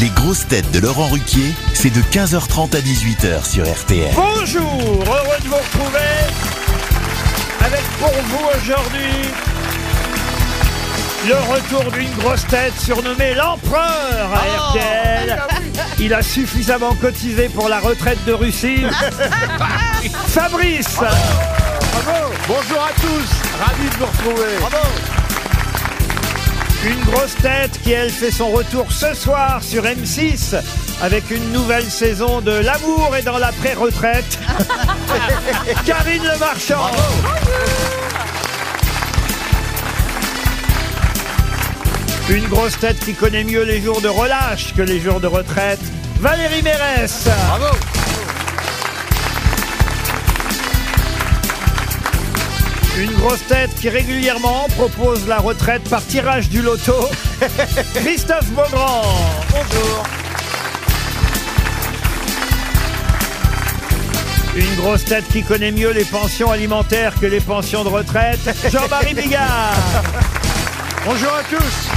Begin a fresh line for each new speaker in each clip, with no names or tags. Les grosses têtes de Laurent Ruquier, c'est de 15h30 à 18h sur RTL.
Bonjour, heureux de vous retrouver avec pour vous aujourd'hui le retour d'une grosse tête surnommée l'empereur à RTL. Il a suffisamment cotisé pour la retraite de Russie. Fabrice
Bonjour à tous, ravi de vous retrouver.
Une grosse tête qui, elle, fait son retour ce soir sur M6 avec une nouvelle saison de L'amour et dans la pré-retraite. Karine Le Marchand. Une grosse tête qui connaît mieux les jours de relâche que les jours de retraite. Valérie Mérès.
Bravo.
Une grosse tête qui régulièrement propose la retraite par tirage du loto. Christophe Beaugrand. Bonjour. Une grosse tête qui connaît mieux les pensions alimentaires que les pensions de retraite. Jean-Marie Bigard.
Bonjour à tous.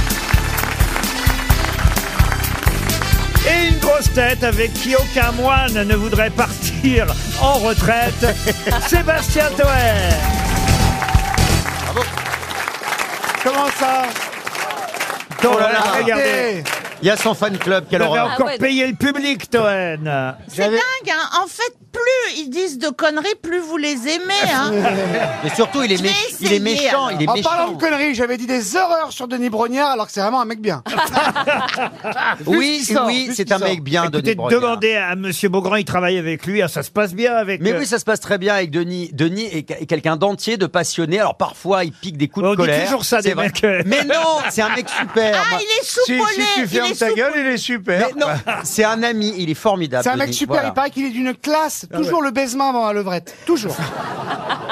Et une grosse tête avec qui aucun moine ne voudrait partir en retraite. Sébastien Toer.
Comment ça
Toen,
là là,
regardez.
arrêtez.
Il y a son fan club, quelle
Il avait
horreur.
encore
Ah ouais.
payé le public, Toen.
C'est dingue, hein. En fait, plus ils disent de conneries, plus vous les aimez, hein.
Mais surtout, il est,
Je vais
mé- il est
essayer,
méchant,
alors.
il est
En parlant
méchant.
de conneries, j'avais dit des horreurs sur Denis Brognard alors que c'est vraiment un mec bien.
Ah,
Oui,
qu'il sort,
oui,
juste
c'est
qu'il
un mec
sort.
bien,
Écoutez,
Denis Brognard.
demandez à Monsieur Beaugrand, il travaille avec lui, ah, ça se passe bien avec
Mais
euh,
oui, ça se passe très bien avec Denis. Denis est ca- est quelqu'un d'entier, de passionné. Alors parfois, il pique des coups
On
de
dit
colère.
toujours ça des
C'est vrai.
mecs, euh.
Mais non, c'est un mec super.
Ah,
Moi-
il est soupolé. il est soupolé.
il est super.
Mais non, c'est un ami, il est formidable.
C'est un mec
Denis,
super,
voilà.
il paraît qu'il est d'une classe.
Ah
Toujours le baisement avant la levrette. Toujours.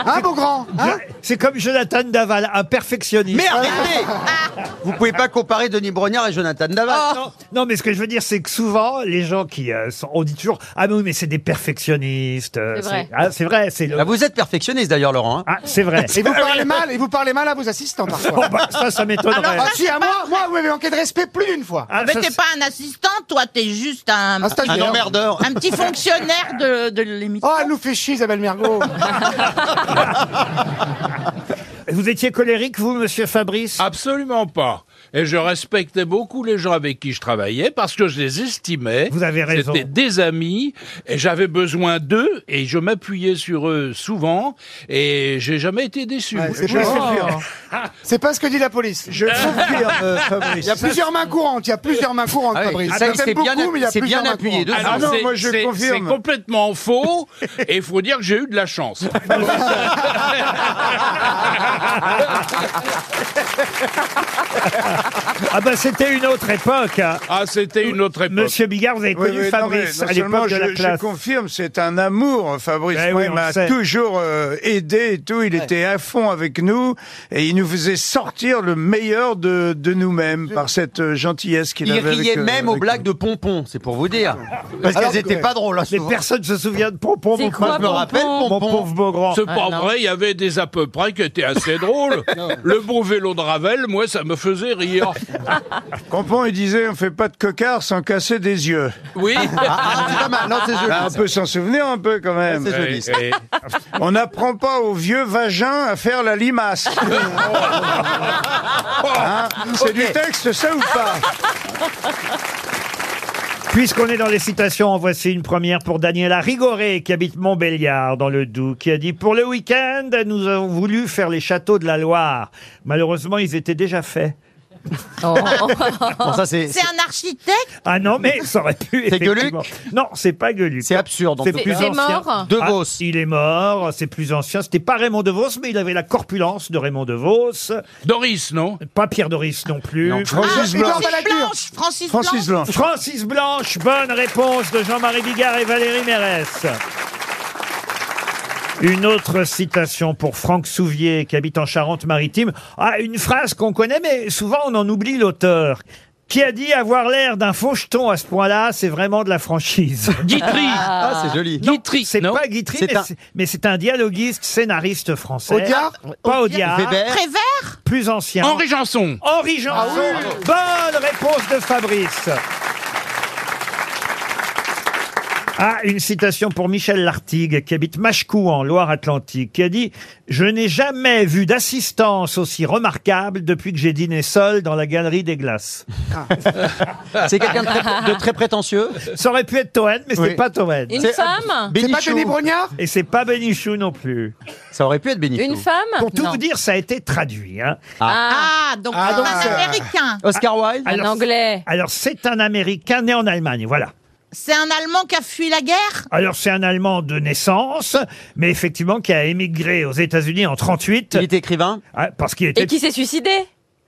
Hein, beau grand hein
C'est comme Jonathan Daval, un perfectionniste.
Mais arrêtez Vous pouvez pas comparer Denis Brognard et Jonathan Daval.
Non, Ah non, mais ce que je veux dire, c'est que souvent, les gens qui euh, sont, on dit toujours, ah mais oui, mais c'est des perfectionnistes. euh,
C'est vrai.
ah, c'est vrai, c'est le-
Bah, vous êtes perfectionniste d'ailleurs, Laurent. hein.
Ah, c'est vrai.
Et vous parlez mal, et vous parlez mal à vos assistants
Bon,
parfois.
bah, ça, ça m'étonnerait.
Ah si, à moi, moi, vous m'avez manqué de respect plus d'une fois.
Ah,
Mais
ça,
t'es
c'est-
pas un assistant, toi, t'es juste un,
Un stagiaire.
Un emmerdeur.
un petit fonctionnaire de, de l'émission.
Oh, elle nous fait chier, Isabelle Mergo.
Vous étiez colérique, vous, Monsieur Fabrice
Absolument pas. Et je respectais beaucoup les gens avec qui je travaillais parce que je les estimais.
Vous avez raison.
C'était des amis et j'avais besoin d'eux et je m'appuyais sur eux souvent et j'ai jamais été déçu.
C'est Oh. pas- hein. C'est pas ce que dit la police.
Je euh,
Il y a plusieurs mains courantes, il y a plusieurs mains courantes,
Ah oui,
Fabrice.
ça,
Je
il s'est
t'aime
bien,
beaucoup, mais il y a
c'est
plusieurs
bien
mains
appuyé.
courantes.
deux
Alors,
Ah
ans.
c'est- c'est- C'est complètement faux et il faut dire que j'ai eu de la chance.
Ah bah c'était une autre époque. hein.
Ah, c'était une autre époque.
Monsieur Bigard, vous avez
Oui,
connu
oui, non, mais
Fabrice
non
à l'époque
seulement
de
je,
la
je
classe.
confirme, c'est un amour, Fabrice.
Eh
Moi,
oui, on
il
le
m'a
sait.
toujours euh, aidé et tout. Il était à fond avec nous et il nous faisait sortir le meilleur de, de nous-mêmes par cette euh, gentillesse qu'il
Il
avait.
riait
avec, euh,
même aux
avec
blagues de Pompon, c'est pour vous dire. Parce
Alors,
qu'elles étaient
ouais.
pas drôles. hein,
Mais
souvent.
personne se souvient de Pompon.
C'est
mon
quoi,
Moi, je me
Pompon
rappelle
Mon
Pompon.
pauvre Beaugrand.
C'est
Ah,
pas vrai, il y avait des à peu près qui étaient assez drôles. Le bon vélo de Ravel, moi, ça me faisait rire.
nous. Compon, il disait, on fait pas de cocard sans casser des yeux.
Oui.
Ah, c'est pas mal. Non, c'est joli.
Là, Bah, on peut s'en souvenir un peu quand même.
c'est joli.
Et- et-
On n'apprend pas aux vieux vagins à faire la limace. Hein c'est du texte, ça ou pas
Puisqu'on est dans les citations, en voici une première pour Daniela Rigoré, qui habite Montbéliard, dans le Doubs, qui a dit « Pour le week-end, nous avons voulu faire les châteaux de la Loire. Malheureusement, ils étaient déjà faits.
Oh.
Bon, ça, c'est
C'est un architecte »
Ah non, mais ça aurait pu,
C'est
effectivement. Non, c'est pas Gueuluc.
c'est absurde. en
C'est
tout
plus
cas.
C'est
ancien.
mort
De
Ah,
Vos.
il est mort, c'est plus ancien. C'était pas Raymond DeVos, mais il avait la corpulence de Raymond DeVos.
Doris, non
Pas Pierre Doris non plus. Ah,
Non.
Francis
Edouard
Blanc.
Balladur.
Ah, Blanche, Francis,
Francis
Blanche.
Blanc.
Francis Blanche, bonne réponse de Jean-Marie Bigard et Valérie Mérès. Une autre citation pour Franck Souvier, qui habite en Charente-Maritime. Ah, une phrase qu'on connaît, mais souvent on en oublie l'auteur. Qui a dit avoir l'air d'un faucheton à ce point-là, c'est vraiment de la franchise.
Guitry.
Ah, c'est joli.
Guitry,
C'est
non
pas Guitry,
C'est
mais
un-
c'est- mais c'est un dialoguiste, scénariste français.
Audiard
Pas Audiard,
Weber.
Prévert
plus ancien.
Henri Janson.
Henri Jean. Bonne réponse de Fabrice. Ah, une citation pour Michel Lartigue, qui habite Machecou, en Loire-Atlantique, qui a dit « Je n'ai jamais vu d'assistance aussi remarquable depuis que j'ai dîné seul dans la Galerie des Glaces.
C'est quelqu'un de, très- de très prétentieux. »
Ça aurait pu être Toen, mais
Oui.
c'est pas Toen.
Une
C'est- euh,
femme
C'est pas Denis Brognard
Et c'est pas Bénichou non plus.
Ça aurait pu être Bénichou.
Une femme
Pour tout
Non.
vous dire, ça a été traduit. hein. Ah.
Ah,
Ah, donc
Ah,
c'est
donc,
un
euh,
Américain.
Oscar Wilde.
un
Alors,
anglais.
Alors, c'est un Américain né en Allemagne, voilà.
C'est un Allemand qui a fui la guerre
Alors, c'est un Allemand de naissance, mais effectivement qui a émigré aux États-Unis en 38,
Il est écrivain.
ah, parce qu'il
Et
était,
qui s'est suicidé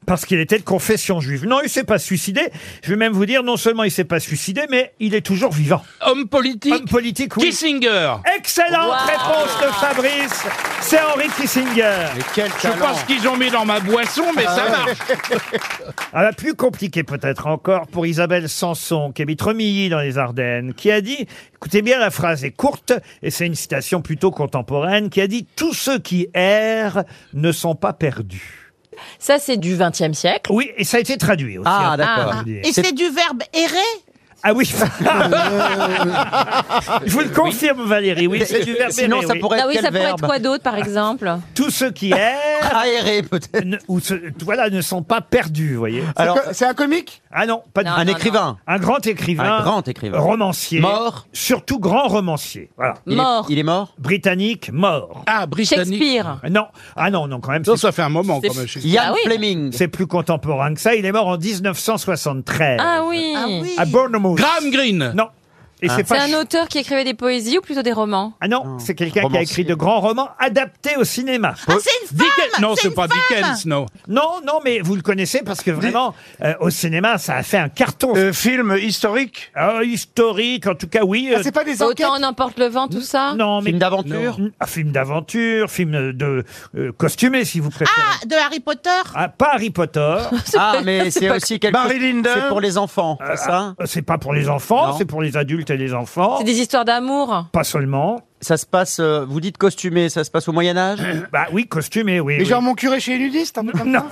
parce qu'il était de confession juive. Non, il s'est pas suicidé. Je vais même vous dire, non seulement il s'est pas suicidé, mais il est toujours vivant.
Homme politique
Homme politique, oui.
Kissinger
Excellente
Wow.
réponse de Fabrice. C'est Henri Kissinger.
Mais quel
Je
talent
pense qu'ils ont mis dans ma boisson, mais ça marche
À Ah, la plus compliquée peut-être encore pour Isabelle Sanson, qui habite Remilly dans les Ardennes, qui a dit, écoutez bien, la phrase est courte, et c'est une citation plutôt contemporaine, qui a dit « Tous ceux qui errent ne sont pas perdus
Ça, c'est du XXe siècle. ».
Oui, et ça a été traduit aussi.
Ah,
hein,
d'accord.
je veux dire.
Et c'est du verbe errer
Ah oui Je vous le confirme, Valérie, Eh oui, c'est du verbe
Sinon,
errer,
ça
oui.
pourrait être
Ah oui,
quel
ça pourrait
verbe
être quoi d'autre, par exemple
Tous ceux qui errent
Aéré, peut-être.
ne, ou se- voilà, ne sont pas perdus, vous voyez.
Alors,
Que- C'est un comique
Ah non, pas du
Non,
un
non,
écrivain.
Un grand écrivain,
Un grand écrivain.
romancier,
Mort.
surtout grand romancier. Voilà.
Il est-
Mort.
Il est mort.
britannique mort.
Ah, britannique
Shakespeare.
Non, ah non, non, quand même,
Ça,
c'est-
ça fait un moment
C'est-
quand même. chez-
Ian
Ah oui.
Fleming.
c'est plus contemporain que ça. Il est mort en 1973
Ah oui.
Ah oui.
à Bournemouth.
Graham Greene
Non,
Hein
et c'est
C'est
pas.
un auteur qui écrivait des poésies ou plutôt des romans
Ah non, c'est quelqu'un qui a
Romancier.
écrit de grands romans adaptés au cinéma.
Ah, c'est une femme
Dickens Non, c'est
une
pas
femme
Dickens, non.
Non, non, mais vous le connaissez parce que vraiment, euh, au cinéma, ça a fait un carton.
Euh, Film historique
Ah, historique, en tout cas, oui.
Ah,
euh,
C'est pas des enquêtes
Autant on emporte le vent, tout ça
non, mais
Film d'aventure.
un film d'aventure, film de euh, costumé, si vous préférez.
Ah, de Harry Potter
Ah, pas Harry Potter.
Ah, mais c'est aussi quelque
Barry Lyndon.
C'est pour les enfants, c'est ça
Ah, c'est pas pour les enfants,
Non.
c'est pour les adultes et les enfants.
C'est des histoires d'amour
Pas seulement.
Ça se passe, euh, vous dites costumé, ça se passe au Moyen-Âge
Bah oui, costumé, oui.
Mais
oui.
genre mon curé chez les nudistes, un peu comme ça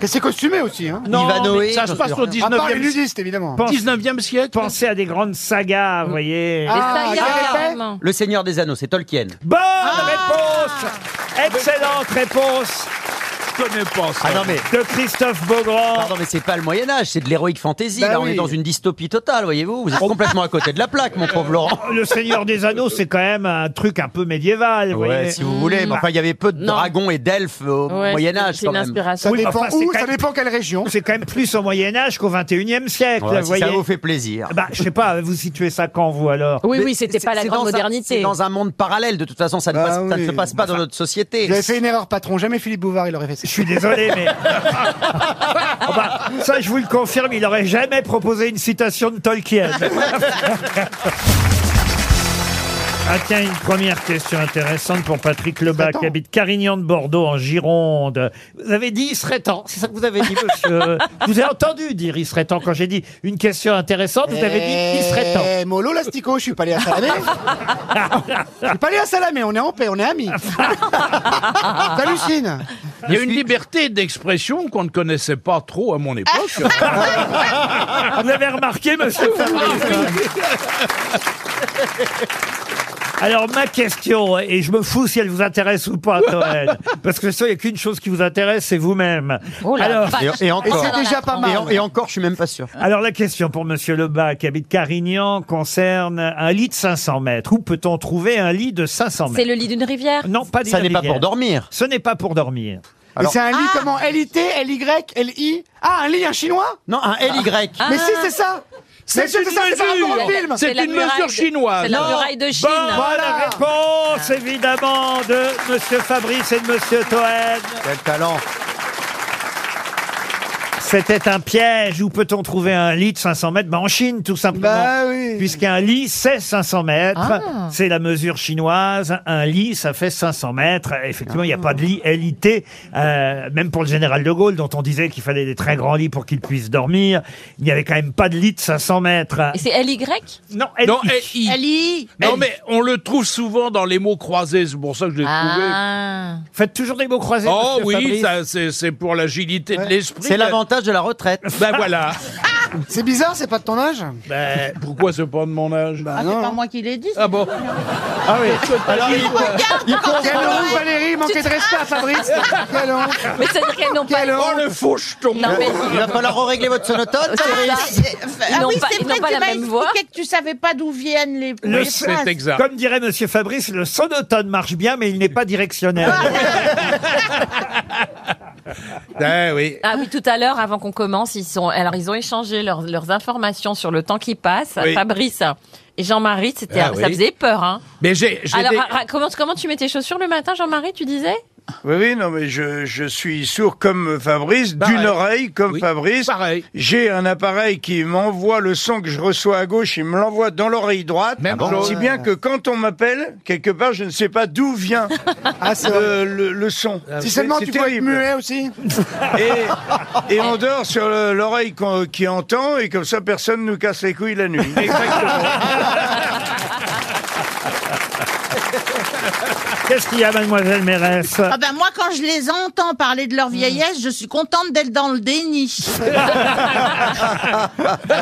Mais c'est costumé aussi, hein
Non,
Ivanoé.
Ça se passe au
À part les
19e, siècle.
nudistes, évidemment.
Pense-
19e siècle
Pensez à des grandes sagas, vous voyez.
Mm. Les
Ah,
sagas, Ah.
ah,
carrément.
Le Seigneur des Anneaux, c'est Tolkien.
Bonne réponse Excellente réponse
Je connais pas ça.
Ah non, mais.
de Christophe Beaugrand.
Pardon, mais c'est pas le Moyen-Âge, c'est de l'héroïque fantasy.
Bah
Là, on
oui.
est dans une dystopie totale, voyez-vous. Vous êtes complètement à côté de la plaque, mon pauvre Laurent.
Oh. Le Seigneur des Anneaux, c'est quand même un truc un peu médiéval, vous
Ouais,
voyez.
si vous voulez. Mais enfin, il y avait peu de
Non.
dragons et d'elfes au
Ouais,
Moyen-Âge,
C'est
quand
une
même.
inspiration.
Ça
Oui,
dépend
enfin, c'est
où,
quand
ça
même-
dépend quelle région.
C'est quand même plus au Moyen-Âge qu'au 21e siècle,
Voilà,
vous
si
voyez.
ça vous fait plaisir.
Bah, je sais pas, vous situez ça quand, vous, alors
Oui,
Mais
oui, c'était
c'est-
pas la
c'est
grande
dans un-
modernité.
C'est dans un monde parallèle, de toute façon, ça ne,
Bah
passe- ça ne
oui.
se passe pas dans notre société.
J'avais fait une erreur, patron. Jamais Philippe Bouvard, il aurait fait ça.
Je suis désolé, mais. Oh bah, ça, je vous le confirme, il aurait jamais proposé une citation de Tolkien. Ah tiens, une première question intéressante pour Patrick Lebas,
Serait temps.
qui habite Carignan de Bordeaux, en Gironde. Vous avez dit « il serait temps », c'est ça que vous avez dit, monsieur Je Vous avez entendu dire « il serait temps » quand j'ai dit une question intéressante, Oh, vous avez dit « il serait temps
Eh, Molo, Lastico, je suis pas allé à Salamé. je suis pas allé à Salamé, on est en paix, on est amis. T'hallucines.
Il y a une liberté d'expression qu'on ne connaissait pas trop à mon époque. ».
Vous avez remarqué, monsieur Fabrice alors ma question, et je me fous si elle vous intéresse ou pas, Toen, parce que ça, il n'y a qu'une chose qui vous intéresse, c'est vous-même.
Oh la
Alors,
vache.
Et, et
Et
encore.
Ah, c'est déjà pas
Et, en-
mal.
et encore, je suis même pas sûr.
alors la question pour Monsieur Lebas, qui habite Carignan, concerne un lit de 500 mètres. Où peut-on trouver un lit de 500
C'est
mètres
le lit d'une rivière
Non, pas d'une
Ça n'est pas
rivière.
pour dormir.
Ce n'est pas pour dormir.
Mais c'est un lit comment L-I-T, L-Y, L-I Ah, un lit, un chinois Ah.
Non, un LY.
Mais si, c'est ça Mais
C'est
si,
une
ça, c'est pas un bon
mesure
film
C'est
la
une
muraille
mesure
de-
chinoise.
C'est la
Non.
muraille de Chine.
Bonne réponse, évidemment, de Monsieur Fabrice et de Monsieur Toen.
Quel talent.
C'était un piège. Où peut-on trouver un lit de 500 mètres ben En Chine, tout simplement.
Bah oui.
Puisqu'un lit, c'est 500 mètres.
Ah.
C'est la mesure chinoise. Un lit, ça fait 500 mètres. Effectivement, il n'y a pas de lit LIT. Euh, même pour le général de Gaulle, dont on disait qu'il fallait des très grands lits pour qu'il puisse dormir, il n'y avait quand même pas de lit de 500 mètres.
Et c'est LY
Non, LI.
Non, eh, il-
Ali
non, mais on le trouve souvent dans les mots croisés, c'est pour ça que je l'ai
Ah.
Faites toujours des mots croisés.
trouvé. Oh
monsieur Fabrice.
oui, ça, c'est c'est pour l'agilité de l'esprit.
C'est l'avantage de la retraite.
Ben voilà.
C'est bizarre, c'est pas de ton âge
Ah,
Bah
Ben,
Pourquoi se prendre mon âge
Bah,
Ah, c'est pas moi qui l'ai dit.
Ah bon Ah oui. Alors, il-
Regarde, quand
Quelle honte, Valérie, manquer de respect à Fabrice Quelle honte
Mais c'est-à-dire qu'elles n'ont pas...
Quelle honte
Oh, le faucheton
Non, mais... Ah,
Il va falloir régler votre sonotone.
Ils
Ah
n'ont
oui,
pas-
c'est
ils
vrai
n'ont pas
que tu
la
m'as
même voix.
expliqué que tu savais pas d'où viennent les
le
les
son-
phrases.
C'est exact.
Comme dirait Monsieur Fabrice, le sonotone marche bien, mais il n'est pas directionnel.
Ah oui.
Ah oui, tout à l'heure, avant qu'on commence, ils sont... Alors, ils ont échangé leurs, leurs informations sur le temps qui passe.
Oui.
Fabrice et Jean-Marie, c'était...
Ah
ça
oui.
faisait peur, hein.
Mais j'ai. j'ai
Alors, ah,
des-
ra- ra- comment, comment tu mets tes chaussures le matin, Jean-Marie, tu disais
Oui, oui, non, mais je, je suis sourd comme Fabrice,
Pareil.
d'une oreille comme
Oui,
Fabrice.
pareil.
J'ai un appareil qui m'envoie le son que je reçois à gauche, il me l'envoie dans l'oreille droite.
Même Ah bon chose.
si bien que quand on m'appelle, quelque part, je ne sais pas d'où vient
Ah, c'est horrible.
le, le- le son.
Si seulement
C'est
tu pouvais être
terrible.
muet aussi
Et, et on dort sur le- l'oreille qu'on- qui entend, et comme ça, personne nous casse les couilles la nuit.
Qu'est-ce qu'il y a, mademoiselle Mérès
Ah ben moi, quand je les entends parler de leur
Hmm.
vieillesse, je suis contente d'être dans le déni. Ben,
Ah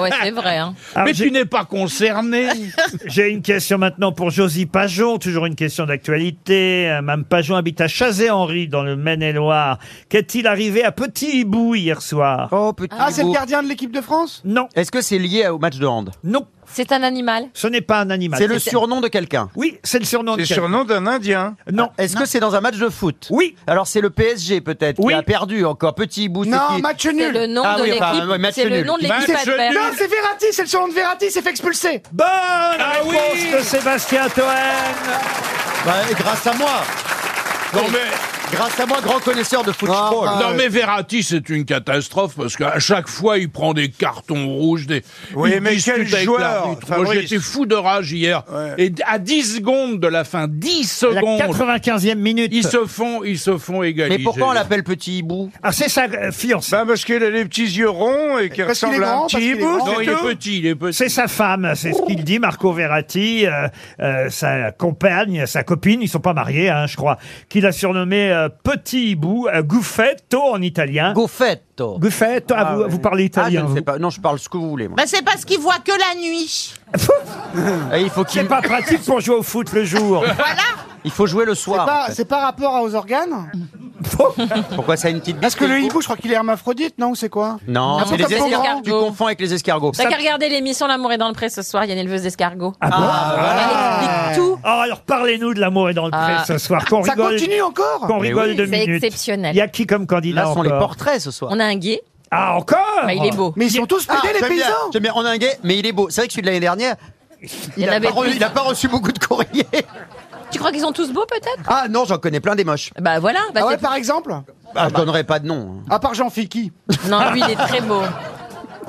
ouais, c'est vrai, hein.
Alors,
Mais
j'ai-
tu n'es pas concerné.
J'ai une question maintenant pour Josie Pajon, toujours une question d'actualité. Euh, Mme Pajon habite à Chazé-Henri, dans le Maine-et-Loire. Qu'est-il arrivé à Petit Hibou hier soir
Oh, petit
Ah, c'est le
bourg.
gardien de l'équipe de France
Non,
Est-ce que c'est lié au match de hand
non,
C'est un animal.
ce n'est pas un animal.
C'est le surnom de quelqu'un. Ah,
Oui, c'est le surnom de
C'est le
quelqu'un.
surnom d'un Indien.
Non,
Est-ce que c'est dans un match de foot
oui,
Alors c'est le PSG peut-être
Oui.
qui a perdu encore petit bout. c'est
Non,
qui
match
C'est
nul
le nom
Ah
de
oui,
l'équipe.
enfin, ouais, match
c'est le
nul.
nom de l'équipe
Match
adverse.
Non, c'est Verratti, c'est le surnom de Verratti, c'est fait expulser
bonne
oui
réponse de Sébastien Toen.
Bah, et grâce à moi.
Non
Oui.
mais,
Grâce à moi, grand connaisseur de football.
Ah,
Euh,
non mais Verratti, c'est une catastrophe parce qu'à chaque fois, il prend des cartons rouges, des.
Oui,
il
mais
discute
quel
avec
joueur,
l'arbitre. Moi,
Fabrice.
J'étais fou de rage hier.
Ouais.
Et à 10 secondes de la fin, 10
La
secondes,
95e minute.
ils se font, ils se font égaliser.
mais pourquoi on l'appelle petit hibou
Ah, c'est sa euh, fiancée.
Bah parce qu'il a les petits yeux ronds et qu'il
Parce qu'il est
ressemble à
grand,
un
parce
petit
qu'il est
hibou,
grand.
Non,
c'est
il est
tout
petit, il est petit.
C'est sa femme, c'est ce qu'il dit, Marco Verratti, euh, euh, sa compagne, sa copine, ils sont pas mariés, hein, je crois, qu'il a surnommé euh, Petit Hibou, euh, Guffetto en italien.
Goffetto.
Guffetto, ah, vous, vous parlez
Ah, je
italien,
ne sais
vous.
pas. Non, je parle ce que vous voulez. Moi.
Ben c'est parce qu'ils voient que la nuit.
Et il faut qu'il
C'est pas pratique pour jouer au foot le jour.
il faut jouer le
C'est
soir. en
pas,
fait.
c'est pas rapport aux organes
Pourquoi ça a une petite bite
Parce que le
hibou
hibou, je crois qu'il est hermaphrodite, non Ou c'est quoi
Non,
Ah,
c'est les
pourquoi
escargots.
pas Bah, les
Tu
escargots
confonds avec les escargots.
T'as qu'à regarder l'émission L'amour est dans le pré ce soir, il y a une éleveuse d'escargots.
Ah bon
Elle explique tout.
Oh, alors parlez-nous de l'amour et dans le pré
Ah.
ce soir, qu'on
Ça
rigole,
continue encore
qu'on
Mais
rigole
oui,
deux
c'est
minutes.
exceptionnel.
Il y a qui comme candidat
Là, ce sont les
encore
portraits ce soir.
On a un gay,
Ah, encore
bah, il est beau.
Mais ils sont tous pédés, les
Ah, j'aime bien,
paysans
J'aime bien. On a un gay, mais il est beau. C'est vrai que celui de l'année dernière,
Il y
il
en
n'a
avait
pas, re-
plus.
il a pas reçu beaucoup de courriers.
Tu crois qu'ils sont tous beaux peut-être
Ah non, j'en connais plein des moches.
Bah voilà, bah,
Ah ouais,
c'est-
par exemple
Ah, je donnerai pas de nom.
À part Jean Fiki.
Non, lui il est très beau.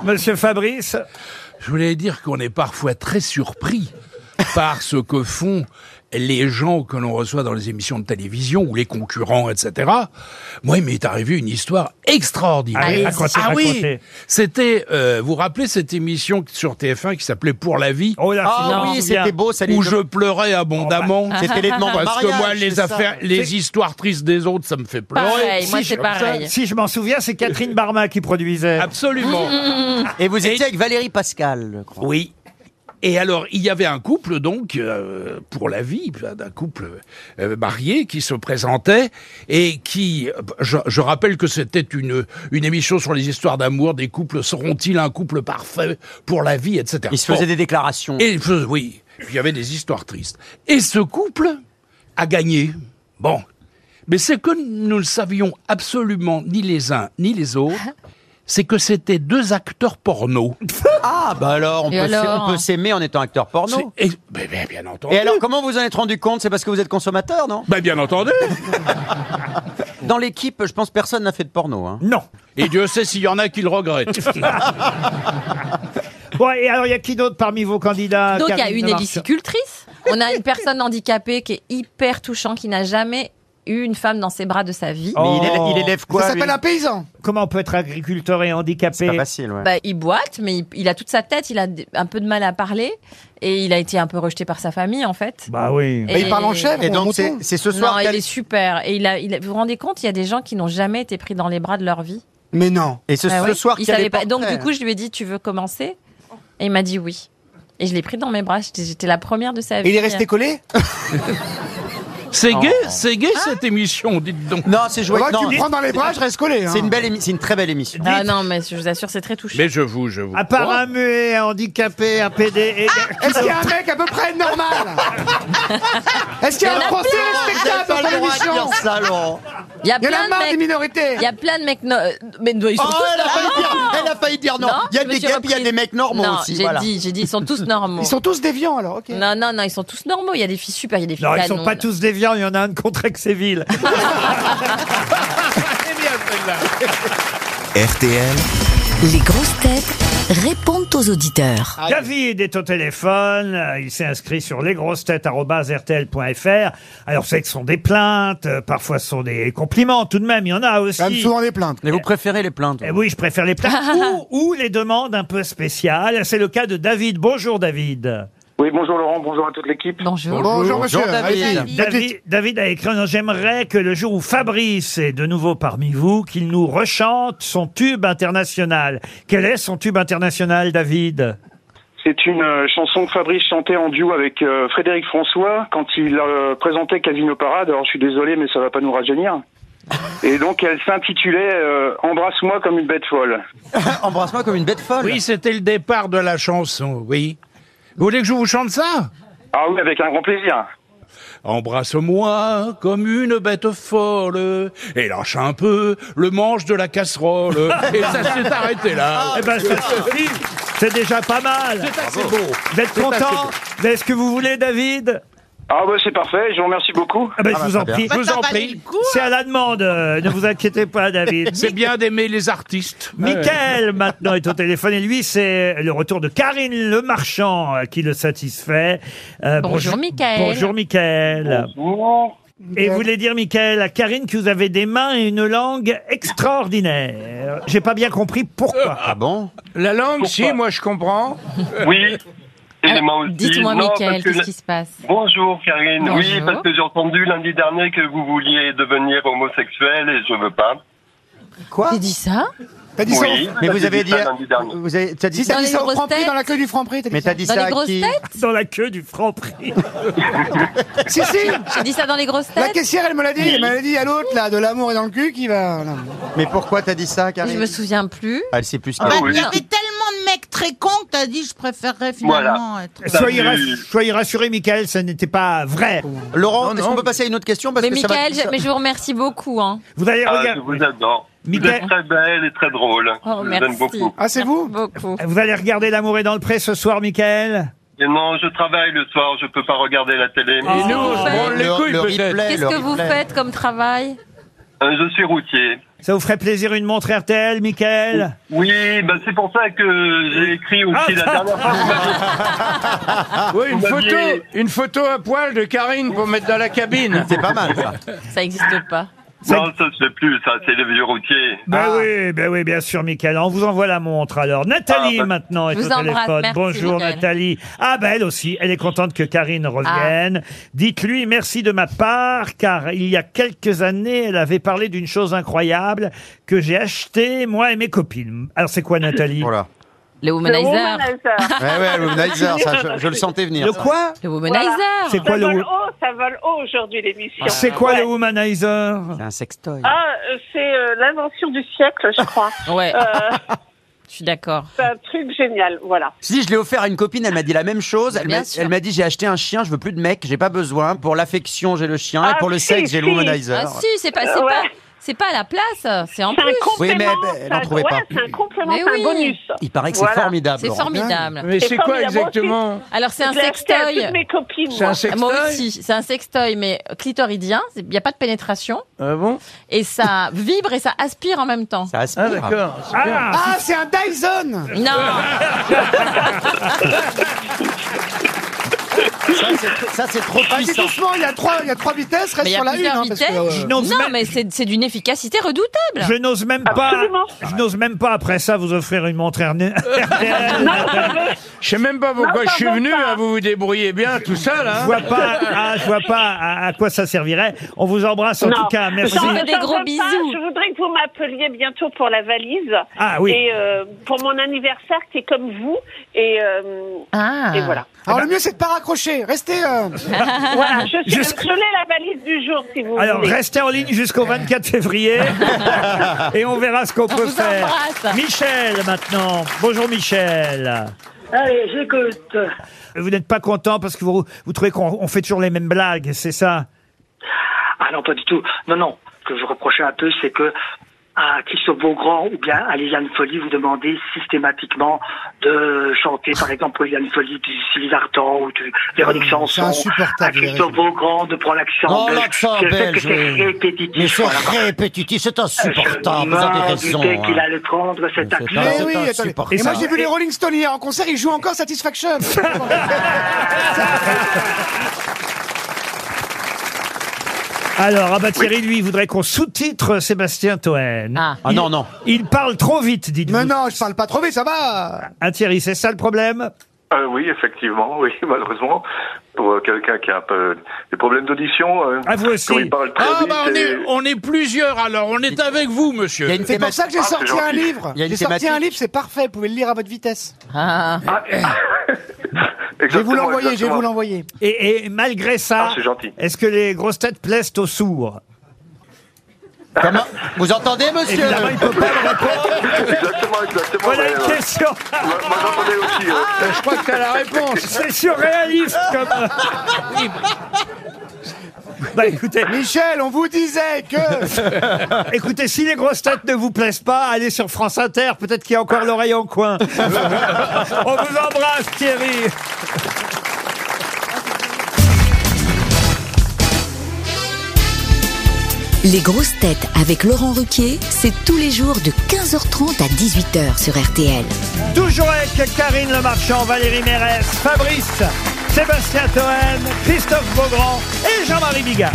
Monsieur Fabrice,
Je voulais dire qu'on est parfois très surpris par ce que font les gens que l'on reçoit dans les émissions de télévision ou les concurrents, etc. Moi, il m'est arrivé une histoire extraordinaire.
Allez, racontez,
ah
racontez.
oui, c'était, euh, vous vous rappelez cette émission sur TF1 qui s'appelait Pour la vie,
oh là,
Ah
finalement,
oui,
c'est bien.
c'était beau, ça les
où
deux-
je pleurais abondamment.
C'était les demandes de
parce que
mariage,
moi, les
c'est ça.
affaires, les histoires tristes des autres, ça me fait pleurer.
Pareil, moi
Si
c'est
je-
pareil.
Si je m'en souviens, c'est Catherine Barma qui produisait.
Absolument.
Mm,
Et vous étiez avec Valérie Pascal, je crois.
Oui. Et alors, il y avait un couple, donc, euh, pour la vie, d'un couple euh, marié qui se présentait et qui, je, je rappelle que c'était une, une émission sur les histoires d'amour, des couples, seront-ils un couple parfait pour la vie, etc.
Il se faisait
Bon.
des déclarations.
Et je- oui, il y avait des histoires tristes. Et ce couple a gagné. Bon. Mais ce que nous ne savions absolument ni les uns ni les autres, c'est que c'était deux acteurs porno.
Ah, bah alors, on
Et
peut s'ai-
alors
on peut s'aimer en étant acteur porno.
C'est- et- ben, ben, bien entendu.
Et alors, comment vous en êtes rendu compte C'est parce que vous êtes consommateur, non
Ben bien entendu.
Dans l'équipe, je pense personne n'a fait de porno. Hein.
Non.
Et Dieu sait s'il y en a qui le regrettent.
Bon, et alors, il y a qui d'autre parmi vos candidats
Donc il y a
Karine
une
Marchand
hélicicultrice, on a une personne handicapée qui est hyper touchante, qui n'a jamais eu une femme dans ses bras de sa vie.
Oh.
Mais il, élè- il élève quoi
Ça
lui
s'appelle un paysan
Comment on peut être agriculteur et handicapé
C'est pas facile, ouais.
Bah, il boite, mais il, il a toute sa tête, il a d- un peu de mal à parler, et il a été un peu rejeté par sa famille en fait.
Bah oui.
Et-
Bah, Il parle en chèvre,
Et
ou en
donc, c'est
mouton.
c'est ce
Non,
soir
il
qu'elle-
est super. Et il a, il a- vous vous rendez compte, il y a des gens qui n'ont jamais été pris dans les bras de leur vie.
Mais non.
Et ce,
Ah
ce
oui,
soir,
il
qui a
savait
les
pas. Donc
portraits,
du coup, je lui ai dit, tu veux commencer Et il m'a dit oui. Et je l'ai pris dans mes bras. J'étais j'étais la première de sa vie.
Et il est resté collé
Oh.
C'est gay, c'est gay cette émission, dites donc.
Non, c'est joué.
Moi,
non,
tu me prends dans les bras, je reste collé. hein.
c'est une belle, émi- c'est une très belle émission.
Ah non, mais je vous assure, c'est très touchant.
Mais je vous, je vous.
À
Oh.
part un muet, un handicapé, un PD et...
Ah.
Est-ce qu'il y a un mec à peu près normal Est-ce qu'il y a un français respectable dans l'émission
ça, Laurent.
Il y a
Il y en
plein
a marre des
de mecs.
minorités.
Il y a plein de mecs. no- euh, Mais no- ils sont
Oh,
tous
elle, a failli
normaux.
dire, elle a failli dire non.
Non,
Il y a
je me
des
suis
gays, puis il y a
reprise.
des mecs normaux
Non,
aussi.
j'ai
voilà.
dit, j'ai dit, ils sont tous normaux.
Ils sont tous déviants alors, ok.
Non, non, non, ils sont tous normaux. Il y a des filles super, il y a des filles
Non, ils
canons.
sont pas tous déviants, il y en a un de contre Séville.
Eh
RTL,
Les grosses têtes répondent aux auditeurs.
David est au téléphone, euh, il s'est inscrit sur lesgrossetêtes.rtl.fr. Alors, c'est que ce sont des plaintes, euh, parfois ce sont des compliments, tout de même, il y en a aussi.
Quand même souvent des plaintes.
Mais vous préférez les plaintes
Eh oui, je préfère les plaintes ou, ou les demandes un peu spéciales. C'est le cas de David. Bonjour, David.
Oui, bonjour Laurent, bonjour à toute l'équipe.
Bonjour.
Bonjour monsieur.
Bonjour, David.
Allez-y.
David, David a écrit non, J'aimerais que le jour où Fabrice est de nouveau parmi vous, qu'il nous rechante son tube international. Quel est son tube international, David
C'est une euh, chanson que Fabrice chantait en duo avec euh, Frédéric François quand il euh, présentait Casino Parade. Alors je suis désolé, mais ça va pas nous rajeunir. Et donc elle s'intitulait euh, Embrasse-moi comme une bête folle.
Embrasse-moi comme une bête folle.
Oui, c'était le départ de la chanson, oui. Vous voulez que je vous chante ça
Ah oui, avec un grand plaisir.
Embrasse-moi comme une bête folle et lâche un peu le manche de la casserole. et ça s'est arrêté là.
Ah,
Eh ben, ça suffit. Ah, C'est déjà pas mal.
C'est assez beau.
Vous êtes content
assez
de ce que vous voulez, David
Ah ouais, c'est parfait, je vous remercie beaucoup.
Ah ben, Je vous en prie.
Je bah, vous
Ça
en
valait
prie.
le coup,
C'est à la demande. euh, Ne vous inquiétez pas, David.
C'est bien d'aimer les artistes.
Ah
Michael, maintenant, est au téléphone. Et lui, c'est le retour de Karine Le Marchand euh, qui le satisfait. Euh,
Bonjour, Michael.
Bonjour, Michael.
Bonjour.
Et vous voulez dire, Michael, à Karine que vous avez des mains et une langue extraordinaires. J'ai pas bien compris pourquoi.
Ah bon
La langue, si, moi je comprends.
Oui.
Alors, Euh, Dites-moi, Michael, qu'est-ce qui se passe
Bonjour Karine.
Oui, Bonjour. parce que
j'ai entendu lundi dernier que vous vouliez devenir homosexuel et je veux pas.
Quoi
J'ai dit ça
T'as dit ça au-
Mais vous avez dit. Vous avez, t'as dit
Si t'as
Dans
dit
les
ça au
grosses
Franprix,
têtes.
dans la queue du Franprix, t'as dit
Mais
ça.
t'as dit
Dans
ça
les
à
grosses
qui
têtes
Dans la queue du franc prix.
Si, si
J'ai dit ça dans les grosses
La
têtes
caissière, elle me l'a dit. Elle me l'a dit à l'autre, là, de l'amour et dans le cul qui va. voilà.
Mais pourquoi t'as dit ça,
Je
Karine
me souviens plus.
Elle sait plus
Ah
qu'elle.
oui.
ben, Il y avait tellement de mecs très cons que t'as dit je préférerais finalement être.
Soyez,
Salut.
rassuré, soyez rassurés, Michael, ça n'était pas vrai.
Laurent, est-ce qu'on peut passer à une autre question parce
Mais
que ça va-
Michael, je- mais je vous remercie beaucoup. Hein.
Vous allez regarder.
Ah, adore.
Michael- êtes
très belle et très drôle.
Oh, merci.
Ah, c'est vous
Beaucoup.
Vous allez regarder L'amour est dans le pré ce soir, Michael
Et non, je travaille le soir, je peux pas regarder la télé. mais-
Et nous, on se branle
le, le replay,
Qu'est-ce
le
que vous
replay.
faites comme travail
Euh, Je suis routier.
Ça vous ferait plaisir une montre RTL, Michael
Oui, bah c'est pour ça que j'ai écrit aussi
Ah,
la dernière fois. vous m'aviez-
Ah, Oui, une
Vous
photo,
m'aviez-
une photo à poil de Karine pour mettre dans la cabine.
C'est pas mal, ça.
Ça n'existe pas.
Ça-
Non, ça se fait plus, ça, c'est les vieux routiers.
Ben oui, ben oui, bien sûr, Michael. On vous envoie la montre alors. Nathalie
Ah, bah-
maintenant est
Je vous
au
embrasse,
téléphone.
merci,
Bonjour
Michael.
Nathalie. Ah ben elle aussi, elle est contente que Karine revienne.
Ah.
Dites-lui merci de ma part car il y a quelques années, elle avait parlé d'une chose incroyable que j'ai acheté moi et mes copines. Alors c'est quoi Nathalie
Voilà.
Le womanizer.
Ouais, ouais, le womanizer, ça, je, je le sentais venir.
Le quoi
Le womanizer.
C'est quoi le wo- Ah,
haut, ça vole haut aujourd'hui l'émission.
C'est quoi le womanizer
C'est un sextoy.
Ah, euh, c'est euh, l'invention du siècle, je crois.
Ouais,
Euh,
je suis d'accord.
c'est un truc génial, voilà.
Si je l'ai offert à une copine, elle m'a dit la même chose. Elle
Bah, Bien
m'a,
sûr.
elle m'a dit j'ai acheté un chien, je veux plus de mec, j'ai pas besoin. Pour l'affection, j'ai le chien et
Ah,
pour le
si,
sexe, j'ai le
si.
Ah
womanizer.
si, c'est pas, c'est
Ouais.
pas, c'est pas à la place, c'est en
C'est un
plus.
complément.
Oui, mais elle- elle en
ça-
trouvait
ouais,
pas.
C'est un complément,
Mais
c'est
oui.
un bonus.
Il paraît que c'est
Voilà.
formidable.
C'est
Laurent.
formidable.
Mais c'est quoi
formidable aussi.
exactement
Alors c'est un
Je l'ai acheté à
sextoy. Ah,
toutes mes copines.
C'est un
moi.
sextoy
Moi aussi, c'est un sextoy, mais clitoridien. Il n'y a pas de pénétration.
Ah bon
Et ça vibre et ça aspire en même temps.
Ça aspire.
Ah d'accord. c'est bien.
Ah,
Ah, c'est un Dyson
Non Ça, Ah, c'est trop
Vas-y, doucement, il y, a trois, il y a trois vitesses, reste
Mais il y
sur
a
la une.
plusieurs
hein, parce que,
vitesses.
euh,
Je n'ose
Non,
même-
mais c'est c'est d'une efficacité redoutable.
Je n'ose même pas, je n'ose même pas après ça vous offrir une montre Erne-
Euh, Je sais même pas pourquoi je suis venu, hein, vous vous débrouillez bien, tout hein. ça, là.
Je vois pas, ah, je vois pas à, à quoi ça servirait. On vous embrasse en
Non.
tout cas. Ah, Merci.
J'en veux pas. je voudrais que vous m'appeliez bientôt pour la valise.
Ah oui.
Et euh, pour mon anniversaire qui est comme vous. Et, euh, et voilà.
Alors, le mieux, c'est de pas raccrocher. Restez. euh,
voilà, je, suis-
Jusqu'-
je l'ai la valise du jour si vous
Alors
voulez.
restez en ligne jusqu'au 24 février et on verra ce qu'on peut
vous
faire.
embrasse.
Michel maintenant. Bonjour Michel.
Allez, j'écoute.
Vous n'êtes pas content parce que vous, vous trouvez qu'on on fait toujours les mêmes blagues, c'est ça
Ah non, pas du tout. Non, non. Ce que je reprochais un peu, c'est que à Christophe Beaugrand ou bien à Liliane Folly, vous demandez systématiquement de chanter, par exemple, pour Liliane Folly, du Sylvie Artan ou du
Mmh,
Véronique Sanson. À Christophe Beaugrand de prendre l'accent
Oh,
Non,
belge.
l'accent
C'est le fait
belge,
que c'est
oui.
répétitif.
Mais c'est
voilà.
répétitif, c'est
Je
insupportable, vous avez raison.
m'en doutais qu'il
hein.
allait prendre cet accent.
Mais
oui, attendez.
insupportable.
Et moi, j'ai vu les Rolling Stones hier en concert, ils jouent encore Satisfaction.
Alors, ah bah Thierry, lui, voudrait qu'on sous-titre Sébastien Toen. Ah,
Ah, non, non.
Il parle trop vite, dites-vous. Mais
non, je parle pas trop vite, ça va.
Ah Thierry, c'est ça le problème
Euh, oui, effectivement, oui, malheureusement, pour euh, quelqu'un qui a un peu des problèmes d'audition. euh,
Ah, vous aussi.
Quand il parle très
Ah,
vite.
bah, on
et-
est, on est plusieurs, alors, on est avec vous, monsieur.
C'est pour
Ah,
ça que j'ai
Ah,
sorti un livre.
Il y a une
J'ai sorti un
thématique.
livre, c'est parfait, vous pouvez le lire à votre vitesse.
Ah.
Je vais vous
Exactement,
l'envoyer, je vais
exactement.
vous l'envoyer.
Et, et malgré ça,
Ah, c'est gentil.
est-ce que les grosses têtes plaisent aux sourds
Vous entendez, monsieur
Évidemment, il peut pas le
exactement, exactement.
Voilà
mais,
une
euh,
question.
Moi, moi, j'entendais aussi.
hein.
euh.
Je crois que t'as la réponse. C'est surréaliste comme. euh, Bah écoutez.
Michel, on vous disait que.
Écoutez, si les grosses têtes ne vous plaisent pas, allez sur France Inter, peut-être qu'il y a encore l'oreille en coin. On vous embrasse, Thierry.
Les grosses têtes avec Laurent Ruquier, c'est tous les jours de 15h30 à 18h sur RTL.
Toujours avec Karine Le Marchand, Valérie Mérès, Fabrice, Sébastien Toen, Christophe Beaugrand et Jean-Marie Bigard.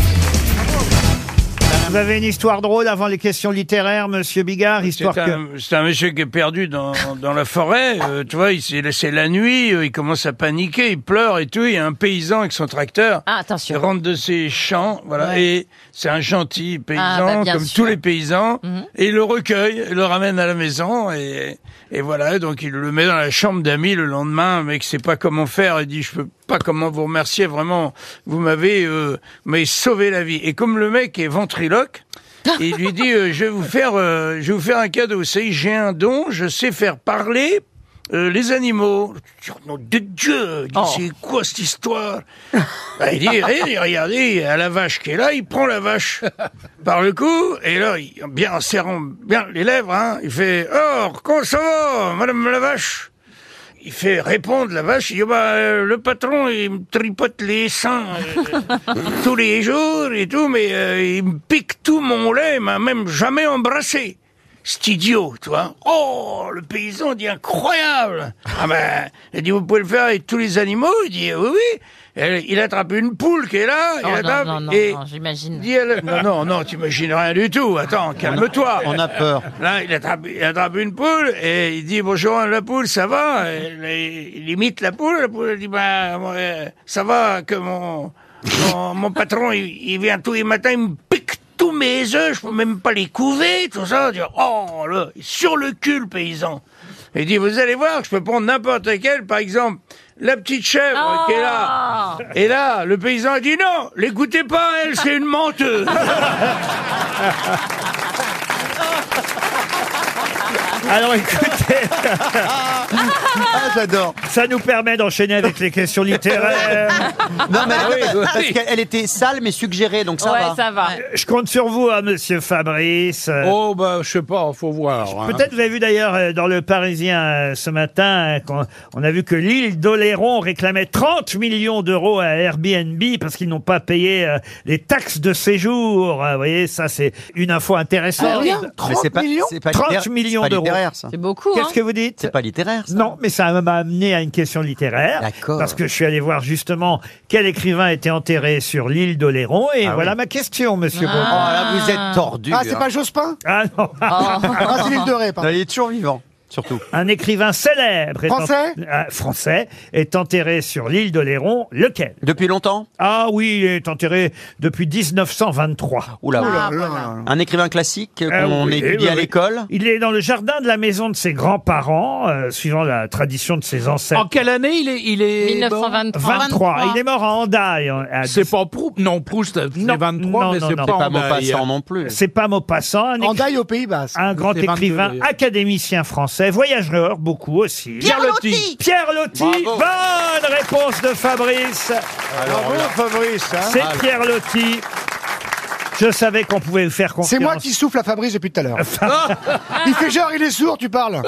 Vous avez une histoire drôle avant les questions littéraires, monsieur Bigard, histoire
C'est
que.
un, c'est un monsieur qui est perdu dans, dans la forêt, euh, tu vois, il s'est laissé la nuit, euh, il commence à paniquer, il pleure et tout, il y a un paysan avec son tracteur, il rentre de ses champs, voilà,
Ah, Ouais.
et c'est un gentil paysan,
Ah, bah, bien
comme
sûr.
tous les paysans,
Mhm.
et il le recueille, il le ramène à la maison, et, et voilà, donc il le met dans la chambre d'amis le lendemain, mais que sait pas comment faire, il dit, je peux pas comment vous remercier, vraiment, vous m'avez euh, m'avez sauvé la vie. Et comme le mec est ventriloque, il lui dit euh, je vais vous faire euh, je vais vous faire un cadeau. C'est j'ai un don, je sais faire parler euh, les animaux. Je dis, Oh, nom de Dieu, il dit,
Oh.
c'est quoi cette histoire Bah, Il dit Eh, regardez, il y a la vache qui est là, il prend la vache par le cou et là, il, bien en serrant bien les lèvres, hein, il fait or comment ça va, Madame la vache il fait répondre la vache, il dit bah, euh, le patron il me tripote les seins euh, tous les jours et tout, mais euh, il me pique tout mon lait, il m'a même jamais embrassé. C'est idiot, tu vois. Oh, le paysan dit incroyable. Ah ben, il dit vous pouvez le faire avec tous les animaux. Il dit oui oui. Et il attrape une poule qui est là. il
Non,
Eh
non,
ben,
attrape
non, non,
et
non, j'imagine.
il dit à la- non non non, t'imagines rien du tout. Attends, calme-toi.
on a peur.
Là, il attrape, il attrape une poule et il dit bonjour à la poule, ça va Et là, Il imite la poule, la poule elle dit bah, moi, euh, ça va que mon, mon, mon patron il, il vient tous les matins, il me pique tous mes œufs, je peux même pas les couver, tout ça. Il dit, oh, le, sur le cul le paysan. Il dit vous allez voir, je peux prendre n'importe quel, par exemple la petite chèvre qui est là. Et là, le paysan a dit non, l'écoutez pas, elle c'est une menteuse.
Alors écoutez.
Ah,
j'adore. Ça nous permet d'enchaîner avec les questions littéraires.
Euh, Non, mais elle- parce qu'elle était sale, mais suggérée, donc ça va.
Je compte sur vous, hein, monsieur Fabrice.
Oh, bah, je sais pas, faut voir.
Ah.
hein.
Peut-être vous avez vu d'ailleurs euh, dans le Parisien euh, ce matin euh, qu'on on a vu que l'île d'Oléron réclamait 30 millions d'euros à Airbnb parce qu'ils n'ont pas payé euh, les taxes de séjour. Euh, Vous voyez, ça c'est une info intéressante.
Mais c'est pas- c'est pas libér-
30
c'est
millions
pas
d'euros.
libéré, littéraire, ça.
C'est beaucoup.
Qu'est-ce que vous dites C'est
pas littéraire.
Non, mais ça m'a amené à une question littéraire. Parce que je suis allé voir justement quel écrivain était enterré sur l'île d'Oléron. Et
Ah oui.
voilà ma question, monsieur
Ah.
Beaumont.
Oh, là, vous êtes tordu,
Ah, c'est hein. pas Jospin
Ah non.
Ah, c'est l'île de Ré, pardon.
il est toujours vivant. Surtout. Un écrivain célèbre est en-
Français
Ah, français est enterré sur l'île d'Oléron. Lequel Depuis longtemps Ah oui, il est enterré depuis 1923.
Oula, Ah, oula. voilà. Un écrivain classique euh, qu'on
Ah oui,
étudie
oui,
à
oui.
l'école
Il est dans le jardin de la maison de ses grands-parents, euh, suivant la tradition de ses ancêtres.
En quelle année il est, il est
1923.
23. Il est mort à Hendaye.
C'est pas Proust. Non, Proust, c'est 23, mais c'est pas, Hendaye.
C'est pas Maupassant. Un écri-
Hendaye au Pays Basque.
un grand
C'est 22,
écrivain,
d'ailleurs.
académicien français, voyageur beaucoup aussi.
Pierre Loti.
Pierre Loti.
Bravo.
Bonne réponse de Fabrice.
Bravo, là. Fabrice, hein.
C'est
Ah, là.
Pierre Loti. Je savais qu'on pouvait vous faire confiance.
C'est moi qui souffle à Fabrice depuis tout à l'heure. il fait genre, il est sourd, tu parles.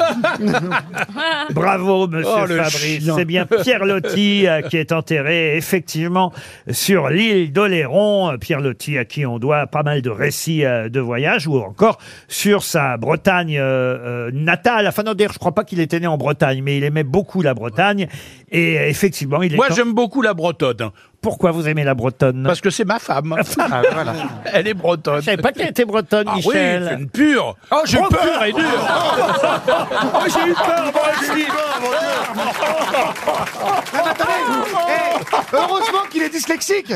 Bravo, monsieur
Oh, le
Fabrice.
chien.
C'est bien Pierre Loti euh, qui est enterré, effectivement, sur l'île d'Oléron. Euh, Pierre Loti, à qui on doit pas mal de récits euh, de voyage, ou encore sur sa Bretagne euh, euh, natale. Enfin, non, d'ailleurs, je crois pas qu'il était né en Bretagne, mais il aimait beaucoup la Bretagne. Et euh, effectivement, il est.
Moi,
en-
j'aime beaucoup la bretonne.
Pourquoi vous aimez la bretonne
Parce que c'est ma femme.
Ah,
Elle est bretonne. Je
savais pas qu'elle était bretonne,
ah,
Michel.
Oui, c'est une pure. Oh, j'ai
Trop
peur
pure.
et dure.
Oh, j'ai eu peur, Oh, moi aussi.
Ah, mais attendez, eh, heureusement qu'il est dyslexique.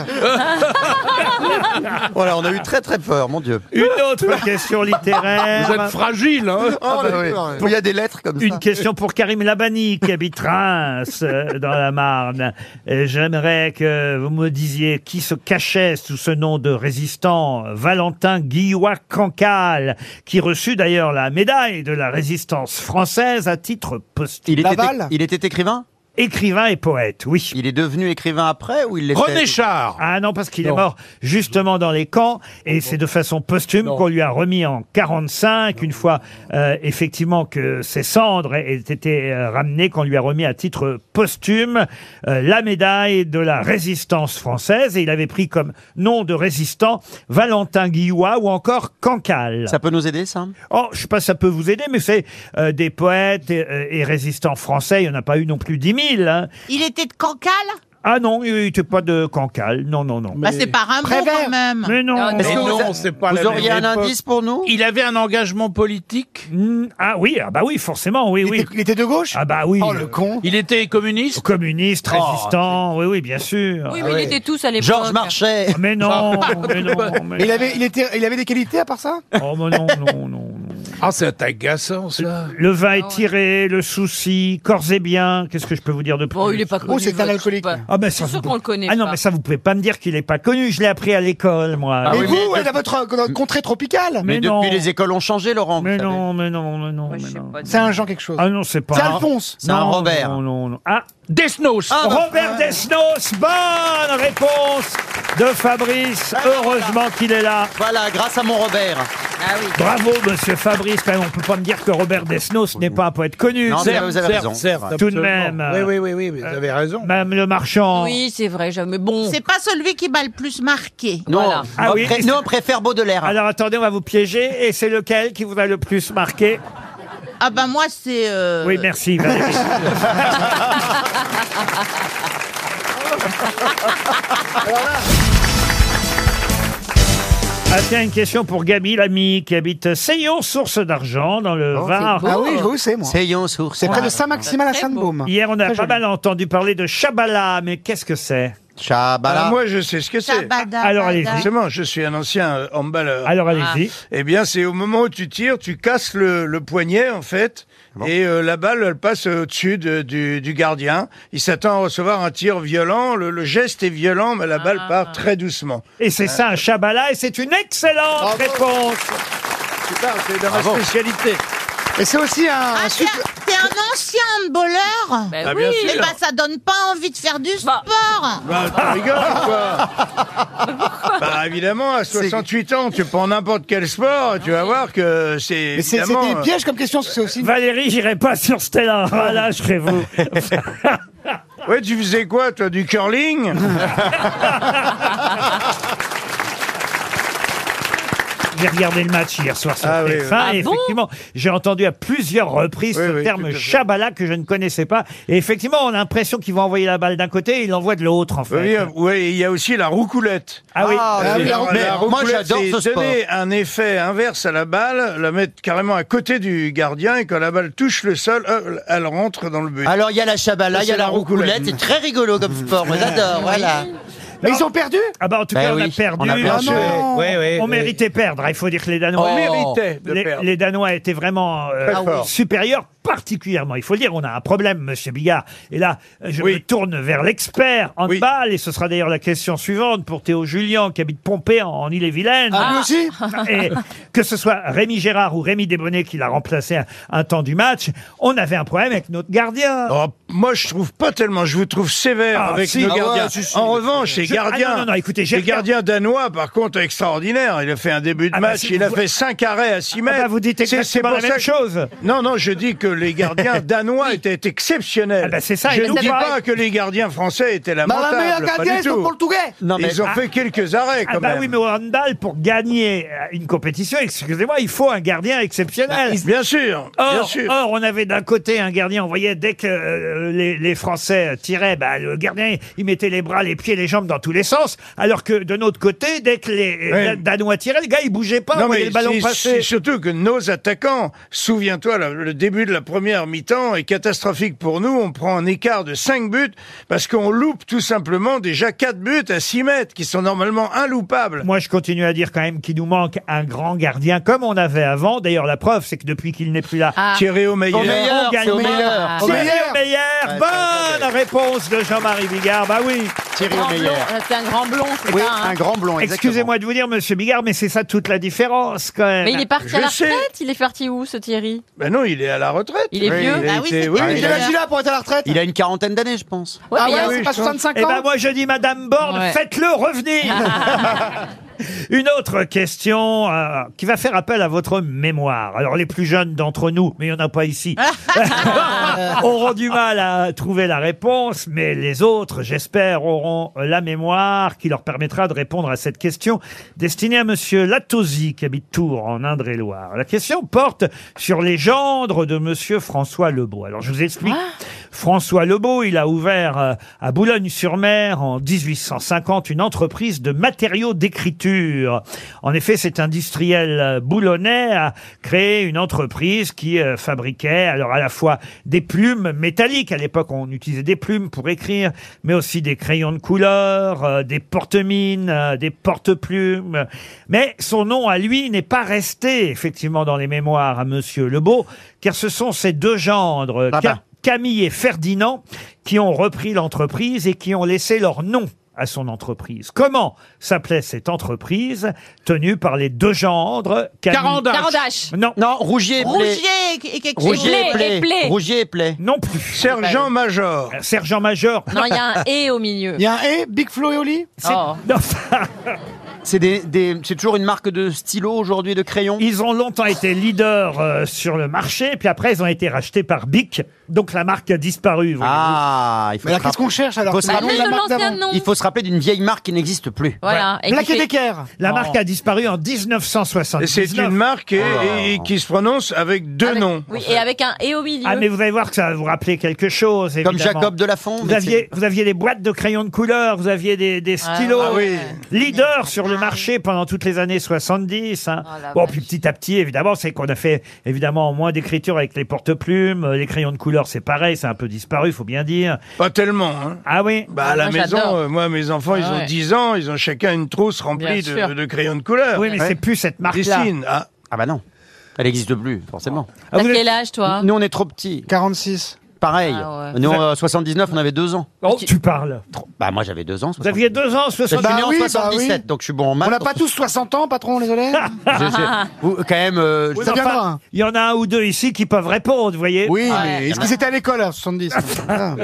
Voilà, on a eu très très peur, mon Dieu.
Une autre question littéraire.
Vous êtes
fragile, hein
Ah, bah oui. Pour- Il y a des lettres comme ça.
Une question pour Karim Labani, qui habite Reims, euh, dans la Marne. Euh, J'aimerais que vous me disiez qui se cachait sous ce nom de résistant, Valentin Guillois Cancale, qui reçut d'ailleurs la médaille de la résistance française à titre posthume.
Il était, il était écrivain
Écrivain et poète, oui.
Il est devenu écrivain après ou il l'était
René Char Ah non, parce qu'il est
Non.
mort justement dans les camps, et c'est de façon posthume qu'on lui a remis en 45, une fois euh, effectivement que ses cendres aient été euh, ramenées, qu'on lui a remis à titre posthume euh, la médaille de la résistance française, et il avait pris comme nom de résistant Valentin Guillois ou encore Cancale.
Ça peut nous aider, ça
Oh, je sais pas si ça peut vous aider, mais c'est euh, des poètes et, et résistants français, il n'y en a pas eu non plus 10 000. hein.
Il était de Cancale
Ah non, il n'était pas de Cancale. Non, non, non.
Bah, C'est par un mot quand même.
Mais non.
Ah,
Est-ce
Mais
que vous
non,
a-
c'est pas
vous
la
auriez
même
un
époque.
indice
pour nous
Il avait un engagement politique
Ah oui, ah bah oui, forcément, oui, oui.
Il était de gauche
Ah bah oui.
Oh, le
con.
Il était communiste
Communiste,
Oh,
résistant, Ah oui, oui, bien sûr.
Oui, mais il était tous à l'époque.
Georges Marchais. Mais non, mais non. Mais...
Il avait, il, était, il avait des qualités à part ça
Oh, mais non, non, non.
Ah, c'est agaçant, ça.
Le vin est tiré, le souci, corps et bien. Qu'est-ce que je peux vous dire de plus Oh,
Bon, il est pas connu. votre-
Ah, ben,
C'est
ça,
sûr
vous-
qu'on le connaît
Ah non,
pas. Ah
mais ça, vous pouvez pas me dire qu'il est pas connu. Je l'ai appris à l'école, moi.
Mais vous, ouais, dans votre dans votre contrée tropicale.
Ah Mais Mais depuis, non. les
écoles ont changé, Laurent.
Mais non, mais non, mais non. mais non.
C'est un Jean quelque chose.
Ah non, c'est pas.
C'est Alphonse.
Non, Non, non, non. Ah,
Desnos.
Ah, bah,
Robert
ouais.
Desnos. Bonne réponse de Fabrice. Heureusement qu'il est là.
Voilà, grâce à mon Robert.
Ah Bravo, monsieur Fabrice. Quand même, on peut pas me dire que Robert Desnos n'est pas un poète connu.
Non, mais Certes, vous avez certes, raison.
certes,
Tout de
absolument.
même.
Oui, oui, oui, oui, vous avez raison.
Même le marchand.
Oui, c'est vrai, je- mais bon.
C'est pas celui qui m'a le plus marqué.
Non,
Ah
on
oui,
pré-
et-
nous, on préfère Baudelaire.
Alors attendez, on va vous piéger. Et c'est lequel qui vous a le plus marqué
Ah bah moi c'est... euh,
Oui, merci. Valérie. Ah tiens, une question pour Gabi, l'ami qui habite Seyon, source d'argent, dans le
Oh, c'est
Var.
beau. Ah oui, je vois où c'est, moi.
Seyon, source.
C'est près de Saint-Maximin à Sainte-Baume.
Hier, on a pas
Très joli.
mal entendu parler de Shabala, mais qu'est-ce que c'est
Chabala.
Ah, moi, je sais ce que c'est.
Shabada, Alors, allez-y. bada.
Forcément, je suis un ancien euh, handballeur.
Alors, allez-y.
Eh bien, c'est au moment où tu tires, tu casses le, le poignet, en fait, et euh, la balle, elle passe au-dessus de- du, du gardien. Il s'attend à recevoir un tir violent. Le, le geste est violent, mais la balle
Ah.
part très doucement. Euh.
Et c'est ça, un Shabala, et c'est une excellente réponse.
Putain, c'est dans ma spécialité.
Et c'est aussi un.
Ah, t'es un- t'es un ancien handballeur
Ben
Bah Ah, bien oui. sûr.
Mais bah ça donne pas envie de faire du sport
Bah, tu rigoles
Ah.
ou quoi Bah, évidemment, à 68 ans, tu prends n'importe quel sport,
Ah
tu vas voir que c'est.
Mais c'est c'est
évidemment,
des
euh,
pièges comme question, parce que c'est aussi.
Valérie, j'irai pas sur Stella. Voilà, je serai vous.
Ouais, tu faisais quoi, toi, du curling
J'ai regardé le match hier soir sur
Ah oui,
TF1
oui.
et
Ah bon
effectivement, j'ai entendu à plusieurs reprises
Oui,
ce
oui, tout
terme
à fait.
Chabala que je ne connaissais pas. Et effectivement, on a l'impression qu'il va envoyer la balle d'un côté et il l'envoie de l'autre, en fait.
Oui, euh, ouais, et il y a aussi la roucoulette.
Ah oui. Ah oui, la
Alors,
roucoulette.
la
Mais moi,
roucoulette,
j'adore
c'est
ce sport.
donner un effet inverse à la balle, la mettre carrément à côté du gardien et quand la balle touche le sol, hop, elle rentre dans le but.
Alors, il y a la Chabala, il y a la roucoulette, c'est très rigolo comme sport, moi j'adore, voilà.
Mais ils ont perdu Ah bah en tout
Ben
cas, on a
oui,
perdu.
on a perdu.
Ah
Bien sûr.
non,
Oui, oui,
on
oui.
méritait perdre. Il faut dire que les Danois...
On méritait de
les,
perdre.
les Danois étaient vraiment euh,
Très fort.
supérieurs, particulièrement. Il faut le dire, on a un problème, Monsieur Bigard. Et là, je me tourne vers l'expert en balle, et ce sera d'ailleurs la question suivante pour Théo Julien, qui habite Pompée, en, en Ille-et-Vilaine.
Ah, lui aussi
Et que ce soit Rémi Gérard ou Rémi Desbonnets qui l'a remplacé un, un temps du match, on avait un problème avec notre gardien.
Oh, moi, je trouve pas tellement. Je vous trouve sévère
Ah,
avec
si.
nos
Ah ouais,
gardiens.
si, si.
en revanche, les
Je- ah,
gardiens,
non, non, non, écoutez, j'ai
les
regardé-
gardiens danois, par contre, extraordinaire. Il a fait un début de
Ah, bah,
match.
si
il a
vous-
fait 5 arrêts à 6 mètres.
bah, vous dites
C'est- c'est
exactement
pour
la même
ça que-
chose.
Non, non, je dis que les gardiens danois étaient exceptionnels.
Ah, bah, c'est ça,
Je
et nous,
ne dis
bah,
pas que les gardiens français étaient
Bah,
lamentables.
la meilleure gardienne,
pas du
c'est
tout.
le Portugais. Non, mais-
Ils ont
Ah.
fait quelques arrêts, quand
Ah bah
même.
oui, mais au handball, pour gagner euh, une compétition, excusez-moi, il faut un gardien exceptionnel.
Bah, Bien sûr,
Or,
bien sûr.
or, on avait d'un côté un gardien, on voyait dès que euh, les, les Français tiraient, bah, le gardien, il mettait les bras, les pieds, les jambes dans tous les sens, alors que de notre côté, dès que les
Ouais.
Dan- Danois tiraient, le gars, il bougeait pas, on
Non,
voyait
mais
le ballon
c'est-
passer.
c'est surtout que nos attaquants, souviens-toi, le, le début de la première mi-temps est catastrophique pour nous. On prend un écart de 5 buts parce qu'on loupe tout simplement déjà 4 buts à 6 mètres qui sont normalement inloupables.
Moi, je continue à dire quand même qu'il nous manque un grand gardien comme on avait avant. D'ailleurs, la preuve, c'est que depuis qu'il n'est plus là,
Ah.
Thierry Omeyer. Omeyer,
on gagne
c'est Omeyer.
pas.
Omeyer.
Thierry Omeyer. Bonne réponse de Jean-Marie Bigard. Bah oui.
Thierry Grand Omeyer. blond,
euh, C'est un grand blond, c'est
Oui,
ça, hein.
Excusez-moi de vous dire, Monsieur Bigard, mais c'est ça toute la différence quand même.
Mais il est parti à la
sais.
retraite Il est parti où, ce Thierry
Ben non, il est à la retraite.
Il est
Oui,
vieux
il a Ah oui, été- c'est- oui, il
il
a
a-
l'âge qu'il a
pour être à la retraite
Il a une quarantaine d'années, je pense.
Ouais,
Ah
mais il a-
ouais, c'est pas 65 ans
Eh ben moi je dis Madame Borne,
Ouais.
faites-le revenir. Une autre question euh, qui va faire appel à votre mémoire. Alors les plus jeunes d'entre nous, mais il n'y en a pas ici,
Oh.
auront du mal à trouver la réponse, mais les autres, j'espère, auront la mémoire qui leur permettra de répondre à cette question destinée à Monsieur Latosi qui habite Tours en Indre-et-Loire. La question porte sur les gendres de Monsieur François Lebeau. Alors je vous explique.
Ah.
François Lebeau, il a ouvert euh, à Boulogne-sur-Mer en 1850 une entreprise de matériaux d'écriture. En effet, cet industriel euh, boulonnais a créé une entreprise qui euh, fabriquait alors à la fois des plumes métalliques, à l'époque on utilisait des plumes pour écrire, mais aussi des crayons de couleur, euh, des porte-mines, euh, des porte-plumes. Mais son nom à lui n'est pas resté effectivement dans les mémoires à monsieur Lebeau, car ce sont ces deux gendres euh, Ca- Camille et Ferdinand qui ont repris l'entreprise et qui ont laissé leur nom à son entreprise. Comment s'appelait cette entreprise tenue par les deux gendres Camille...
Carandache. Carandache.
Non. Non, Rougier
Rougier et- et quelque chose.
Rougier et Play. Non plus.
Sergent Major.
Sergent Major.
Non, il y a un et au milieu.
et E, Big Flo et Oli
Oh.
C'est des, des- c'est toujours une marque de stylo aujourd'hui, de crayon.
Ils ont longtemps été leaders euh, sur le marché, puis après ils ont été rachetés par Bic, donc la marque a disparu.
Ah, il faut
Mais
se
alors, qu'est-ce
rappeler-
qu'on cherche, alors
faut se
Bah,
rappeler
nous,
la
de
marque
l'ancien
d'avant.
nom.
Il faut se rappeler d'une vieille marque qui n'existe plus. Oh.
Voilà.
Ouais. Black et Decker. La marque a disparu en 1979.
Et c'est une marque et-
Oh.
et- et qui se prononce avec deux noms.
Oui, et avec un et au milieu.
Ah mais vous allez voir que ça va vous rappeler quelque chose.
Comme
évidemment.
Jacob Delafond,
Vous
mais
aviez, vous aviez des boîtes de crayons de couleur, vous aviez des, des
Ah,
stylos.
ah oui. Ah,
Leader sur le marché pendant toutes les années 70. hein.
Oh, la
bon, puis petit à petit, évidemment, c'est qu'on a fait évidemment moins d'écriture avec les porte-plumes. euh, Les crayons de couleur, c'est pareil, c'est un peu disparu, faut bien dire.
Pas tellement. hein.
Ah oui
Bah, à la maison, euh, moi, mes enfants, ils
Ah
ont
ouais.
10 ans, ils ont chacun une trousse
Bien
remplie
sûr.
de, de crayons de couleur.
Oui, mais
Ouais.
c'est plus cette marque-là.
Dessine. Ah.
Ah bah non, elle n'existe plus, forcément.
T'as quel âge, toi
Ah, Nous, on est trop petits. 46. Pareil.
Ah
ouais.
Nous,
Vous avez-
euh, 79, on avait deux ans.
Oh, tu parles.
Bah moi, j'avais deux ans. Bah
Vous aviez deux ans,
77.
70
Je suis né en 77, donc je suis bon en maths.
On n'a pas tous 60 ans, patron, désolé
Je sais. Vous, quand même, euh,
Oui,
je-
mais enfin-
Enfin,
Il y en a un ou deux ici qui peuvent répondre, vous voyez
Oui,
Ah,
mais est-ce qu'ils étaient à l'école à 70 Ah.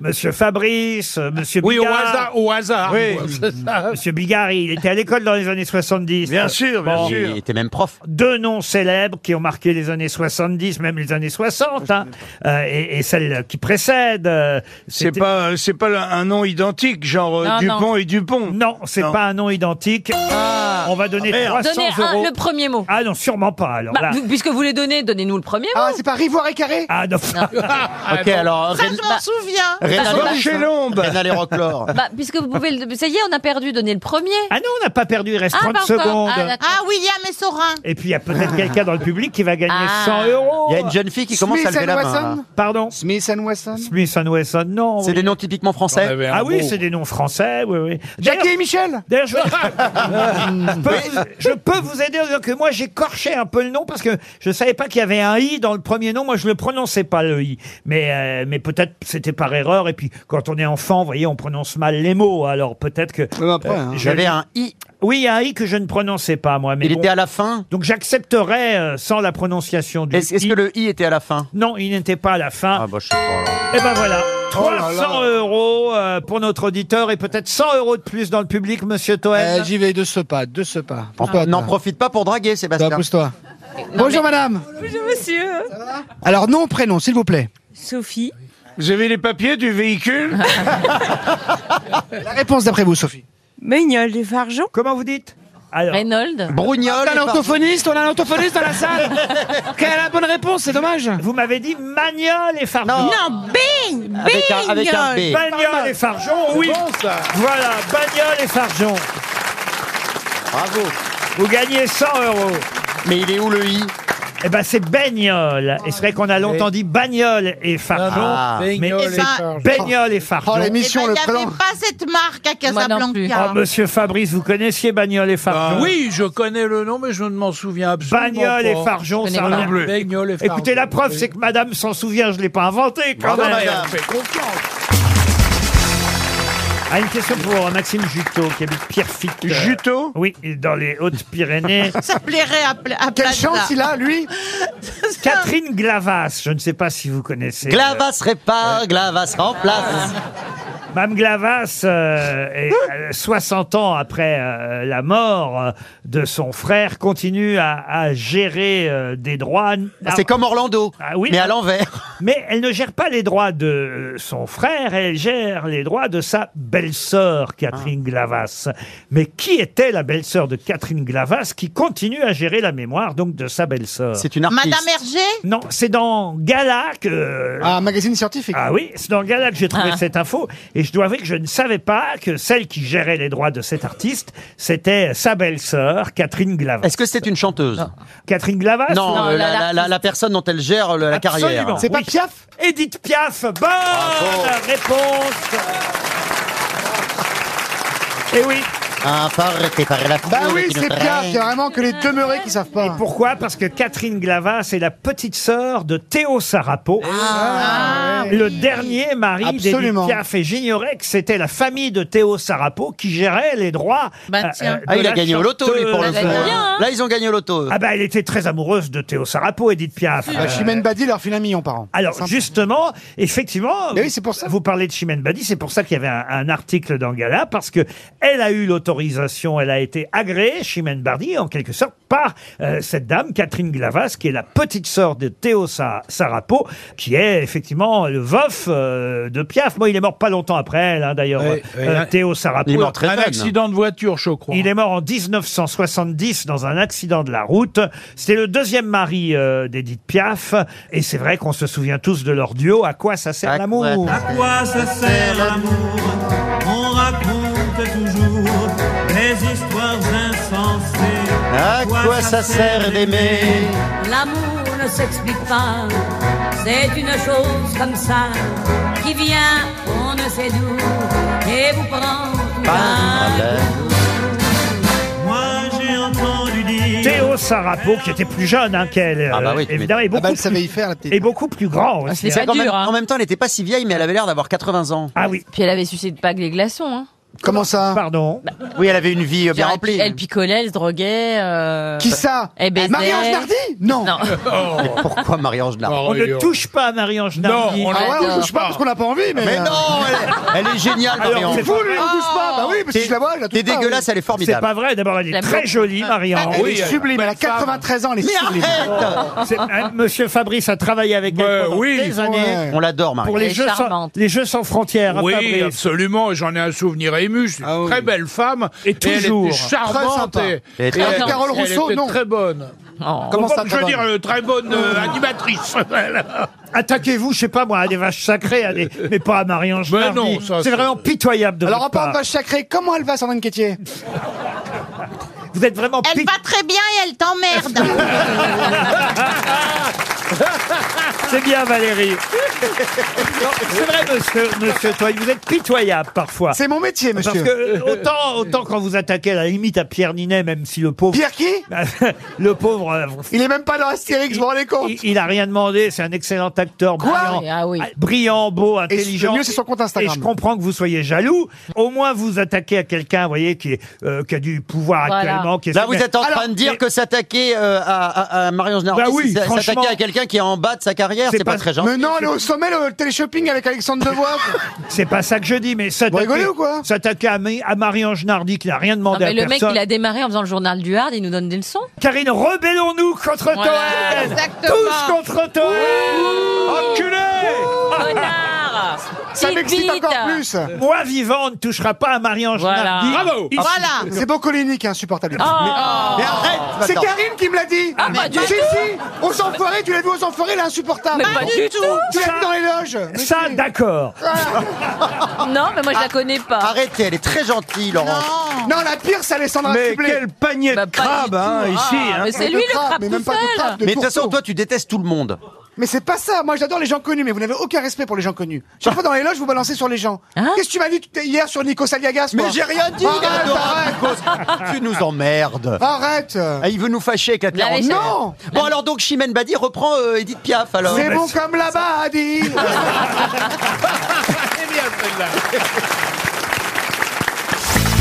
Monsieur Fabrice, euh, Monsieur
Oui, au
Bigard.
hasard, au hasard.
Oui.
C'est ça.
Monsieur Bigard, il était à l'école dans les années 70.
Bien sûr, bien
Bon.
sûr. Il était même prof.
Deux noms célèbres qui ont marqué les années 70, même les années 60, hein, euh, et, et celle qui précède. euh,
C'est
c'était-
pas, euh, c'est pas un nom identique, genre euh,
Non,
Dupont
non.
et Dupont.
Non, c'est pas un nom identique. un. On va donner
Ah, merde.
300
Donnez un-
euros.
le premier mot.
Ah non, sûrement pas. Alors
Bah,
là.
vous- puisque vous les donnez, donnez-nous le premier mot. Ah,
c'est pas Rivoire et Carré
Ah non. Ah,
Ok,
Oh,
alors.
Ça,
Rén-
je
bah,
m'en souviens.
Rénal
Bah,
Rénal et Roclore.
Bah, puisque vous pouvez le... Ça y est, on a perdu, donnez le premier.
Ah non, on n'a pas perdu, il reste 30
pardon.
secondes.
Ah, d'accord. Ah.
Ah, William et Sorin.
Et puis il y a peut-être quelqu'un dans le public qui va gagner
Ah.
100 euros.
Il y a une jeune fille qui commence à lever la main, là.
Pardon
Smith Wesson
Smith Wesson, non.
C'est des noms typiquement français.
Ah oui, c'est des noms français, oui, oui. Jackie et
Michel
D'ailleurs, je, je peux vous, je peux vous aider en disant que moi, j'ai corché un peu le nom parce que je savais pas qu'il y avait un i dans le premier nom. Moi, je le prononçais pas, le i. Mais, euh, mais peut-être c'était par erreur. Et puis, quand on est enfant, vous voyez, on prononce mal les mots. Alors, peut-être que... euh,
hein. J'avais un i.
Oui, un i que je ne prononçais pas, moi. Mais
Il
bon.
était à la fin.
Donc, j'accepterais euh, sans la prononciation du
Est-ce est-ce
i.
que le i était à la fin
Non, il n'était pas à la fin.
Ah bah je sais pas. alors.
Et ben voilà, 300
Oh là là.
euros euh, pour notre auditeur et peut-être 100 euros de plus dans le public, monsieur Toen.
Eh, J'y vais de ce pas, de ce pas.
Ah, N'en profite pas pour draguer, Sébastien.
Bah, pousse-toi. Bonjour madame.
Bonjour monsieur.
Alors nom, prénom, s'il vous plaît.
Sophie.
Vous avez les papiers du véhicule
La réponse d'après vous, Sophie.
Meignol des Fargeons.
Comment vous dites
Reynold.
On a l'autophoniste, on a l'autophoniste dans la salle. Quelle est la bonne réponse, c'est dommage.
Vous m'avez dit Magnol et Fargeon.
Non, Bing
Avec un- avec un B.
Bagnole et Fargeon, oui. Voilà, Bagnole et Fargeon.
Bravo.
Vous gagnez 100 euros.
Mais il est où le i
Eh ben c'est Bagnole. Et c'est vrai qu'on a longtemps dit Bagnole et Fargeon.
Ah.
mais
Bagnole
et Fargeon.
Bagnole
Oh,
et Fargeon.
Eh ben, Il n'y avait pas cette marque à Casablanca.
Ah, monsieur Fabrice, vous connaissiez Bagnole et Fargeon
Bah, Oui, je connais le nom, mais je ne m'en souviens absolument pas.
Ah. Bagnole et Fargeon, ça revient.
Bagnole et Fargeon.
Écoutez, la preuve, c'est que madame s'en souvient, je ne l'ai pas inventé quand
Bravo,
même.
madame.
Ah, une question pour Maxime Juteau, qui habite Pierrefitte. Juteau Oui, dans les Hautes-Pyrénées.
Ça plairait à, pla- à
Quelle
Plaza.
chance il a, lui
Catherine Glavas, je ne sais pas si vous connaissez. euh,
Glavas répare, Glavas remplace.
Mme Glavas, euh, est, euh, 60 ans après euh, la mort euh, de son frère, continue à, à gérer euh, des droits.
Ah, C'est comme Orlando,
Ah oui.
mais à l'envers.
Mais elle ne gère pas les droits de euh, son frère, elle gère les droits de sa belle-sœur, Catherine
Ah.
Glavas. Mais qui était la belle-sœur de Catherine Glavas qui continue à gérer la mémoire donc de sa belle-sœur
C'est une artiste.
Madame Hergé
Non, c'est dans Gala que... euh,
Ah, un magazine scientifique.
Ah oui, c'est dans Gala que j'ai trouvé
Ah.
cette info. Et je dois avouer que je ne savais pas que celle qui gérait les droits de cet artiste, c'était sa belle-sœur, Catherine Glavas.
Est-ce que c'est une chanteuse Non,
Catherine Glavas
euh, la, la- la- la personne dont elle gère le- la carrière.
C'est pas
Piaf
Edith Piaf, bonne réponse Et oui
Emporté par Ah, la
Bah
foule
oui,
qui nous
c'est Piaf,
traîne.
il y a vraiment que les demeurés qui savent pas.
Pourquoi Parce que Catherine Glavas est la petite sœur de Théo Sarapo,
Ah.
le dernier mari d'Edith
Ah, Absolument.
Piaf. Et j'ignorais que c'était la famille de Théo Sarapo qui gérait les droits.
Bah,
euh,
tiens.
euh, de
Ah, il
la
a gagné au loto, lui, pour le
chanteuse.
coup. hein.
hein.
Là, ils ont gagné au loto. eux.
Ah bah elle était très amoureuse de Théo Sarapo, Edith Piaf.
Ah,
Euh,
Chimène Badi, leur fille un million par an.
alors justement, effectivement,
Mais oui, c'est pour ça.
vous parlez de Chimène Badi, c'est pour ça qu'il y avait un, un article dans Gala parce que elle a eu l'autorisation, elle a été agréée Chimène Badi en quelque sorte par euh, cette dame Catherine Glavas qui est la petite sœur de Théo Sa- Sarapo qui est effectivement le veuf euh, de Piaf. Moi, il est mort pas longtemps après elle hein, d'ailleurs
Ouais,
euh,
ouais, ouais.
Théo Sarapo.
Il est mort très
Un
jeune.
accident de voiture, je crois.
Il est mort en 1970 dans un accident de la route. C'était le deuxième mari euh, d'Edith Piaf. Et c'est vrai qu'on se souvient tous de leur duo. À quoi ça sert l'amour
quoi ça sert l'amour On raconte toujours des histoires insensées.
Ah,
Ah,
À quoi ça sert d'aimer
L'amour ne s'explique pas, c'est une chose comme ça qui vient, on ne sait d'où, et vous prend tout à
Moi j'ai entendu dire.
Théo Sarapo, qui était plus jeune hein, qu'elle,
Ah bah oui,
euh,
tu
évidemment, et beaucoup,
m'étonnes.
Ah bah, elle
plus,
savait y faire, la petite.
et beaucoup plus grand aussi. hein.
C'est quand même- En même temps, elle n'était pas si vieille, mais elle avait l'air d'avoir 80 ans.
Ah oui.
hein. Puis elle avait sucé de pas que les glaçons. Hein.
Comment ça
Pardon
Oui, elle avait une vie euh, bien
Genre, elle,
remplie.
elle picolait, elle se droguait. euh,
Qui ça
Elle baisait.
Marie-Ange Nardi Non.
Mais pourquoi Marie-Ange Lard
On ne touche pas à Marie-Ange Nardi.
Ah ouais, on touche pas parce qu'on n'a pas envie, mais.
Mais non, elle, elle est géniale,
Alors,
Marie-Ange.
c'est
Vous, lui, on
Oh.
touche pas Bah oui, parce que
T'es-
je la vois, je la touche
T'es
pas, oui.
dégueulasse, elle est
C'est
formidable.
pas vrai. D'abord, elle est
La
très
blonde.
jolie, Marie-Ange.
Elle
Oui,
est
elle-
sublime, elle a 93 ans, elle est
Mais
sublime.
arrête
C'est- euh, Monsieur Fabrice a travaillé avec elle pendant
oui.
des années
Ouais.
On l'adore,
pour
Marie.
les
Elle est
jeux, sans,
charmante.
les jeux sans frontières. hein,
Oui,
Fabrice.
absolument, et j'en ai un souvenir ému. C'est une très belle femme. Et,
toujours.
Elle était
Très
charmante.
sympa.
et-
Et très sympa. Carole
elle
Rousseau,
était
non.
très bonne.
Comment ça,
Je
très
veux dire,
bonne
euh, très bonne euh, animatrice.
Attaquez-vous, je sais pas moi, à des vaches sacrées, à des- mais pas à Marie-Ange
Mais
Nardi.
non, ça,
C'est
c'est-
vraiment pitoyable de
Alors, en
votre
parlant de
part.
vache sacrée, comment elle va, Sandrine Quétier
Vous êtes vraiment
Elle va très bien et elle t'emmerde.
C'est bien, Valérie. Non, C'est vrai, monsieur, monsieur Toy, vous êtes pitoyable parfois.
C'est mon métier, monsieur.
Parce que euh, autant, autant quand vous attaquez à la limite à Pierre Ninet, même si le pauvre. Pierre qui Le pauvre. euh,
Il est même pas dans Astérix, vous vous rendez compte
Il, il a rien demandé, c'est un excellent acteur, brillant, Ah, brillant, beau,
Et
intelligent.
le mieux, c'est son compte Instagram.
Et je comprends que vous soyez jaloux. Au moins, vous attaquez à quelqu'un, vous voyez, qui, est, euh, qui a du pouvoir
Voilà.
actuellement. Qui est-
Là, vous êtes en
Alors,
train de dire
mais-
que s'attaquer euh, à, à, à Marion Genardi,
Bah oui,
c'est s'a-
franchement.
s'attaquer à quelqu'un qui est en bas de sa carrière, c'est pas, très gentil.
Mais non, elle est au sommet, le téléshopping avec Alexandre Devoise.
C'est pas ça que je dis, mais s'attaquer
rigolez ou
s'attaquer à, Ma- à Marie-Ange Nardi qui n'a rien
Non,
demandé
mais
à
le mec,
personne.
il a démarré en faisant le journal du Hard, il nous donne des leçons.
Karine, rebellons-nous contre
Voilà,
Toen
exactement.
Tous contre Oh, Toen Enculé
Connard
Ça
Dites
m'excite
vite
encore plus.
Moi vivant, on ne touchera pas à Marie-Ange Nardi. Il-
Ah, C'est Boccolini qui est insupportable.
Ah.
Mais-
Ah.
Oh.
Mais, arrête C'est
Attends.
Karine qui me l'a dit
Ah, pas du
Si,
tout.
si Aux enfoirés, tu l'as vu aux enfoirés, il est insupportable
Mais Pas pas du du tout. tout.
Ah, Tu l'as
Ça-
vu dans les loges Ah. Mais
Ça, d'accord.
Non, mais moi, je la connais pas.
Arrêtez, elle est très gentille, Laurent.
Non, la pire, c'est Alessandra
Mais
Sublet.
quel panier de Bah, pas crabes, du hein, tout. ici, Ah, hein. mais c'est
De
lui, le
crabes,
crabe
mais
tout
même pas de
seul.
crabes, de
Mais de toute façon,
tourteaux.
toi, tu détestes tout le monde.
Mais c'est pas ça. Moi, j'adore les gens connus, mais vous n'avez aucun respect pour les gens connus. Chaque fois dans les loges, vous balancez sur les gens.
Hein
Qu'est-ce que tu m'as dit tout- hier sur Nico Saliagas
Mais
toi
j'ai rien dit,
Arrête,
Gadorakos.
arrête
Tu nous emmerdes.
Arrête
Ah, il veut nous fâcher avec la
La
Terre
vache.
entière.
Non.
Bon, alors donc, Chimène Badi reprend euh, Edith Piaf, alors.
C'est bon comme la badie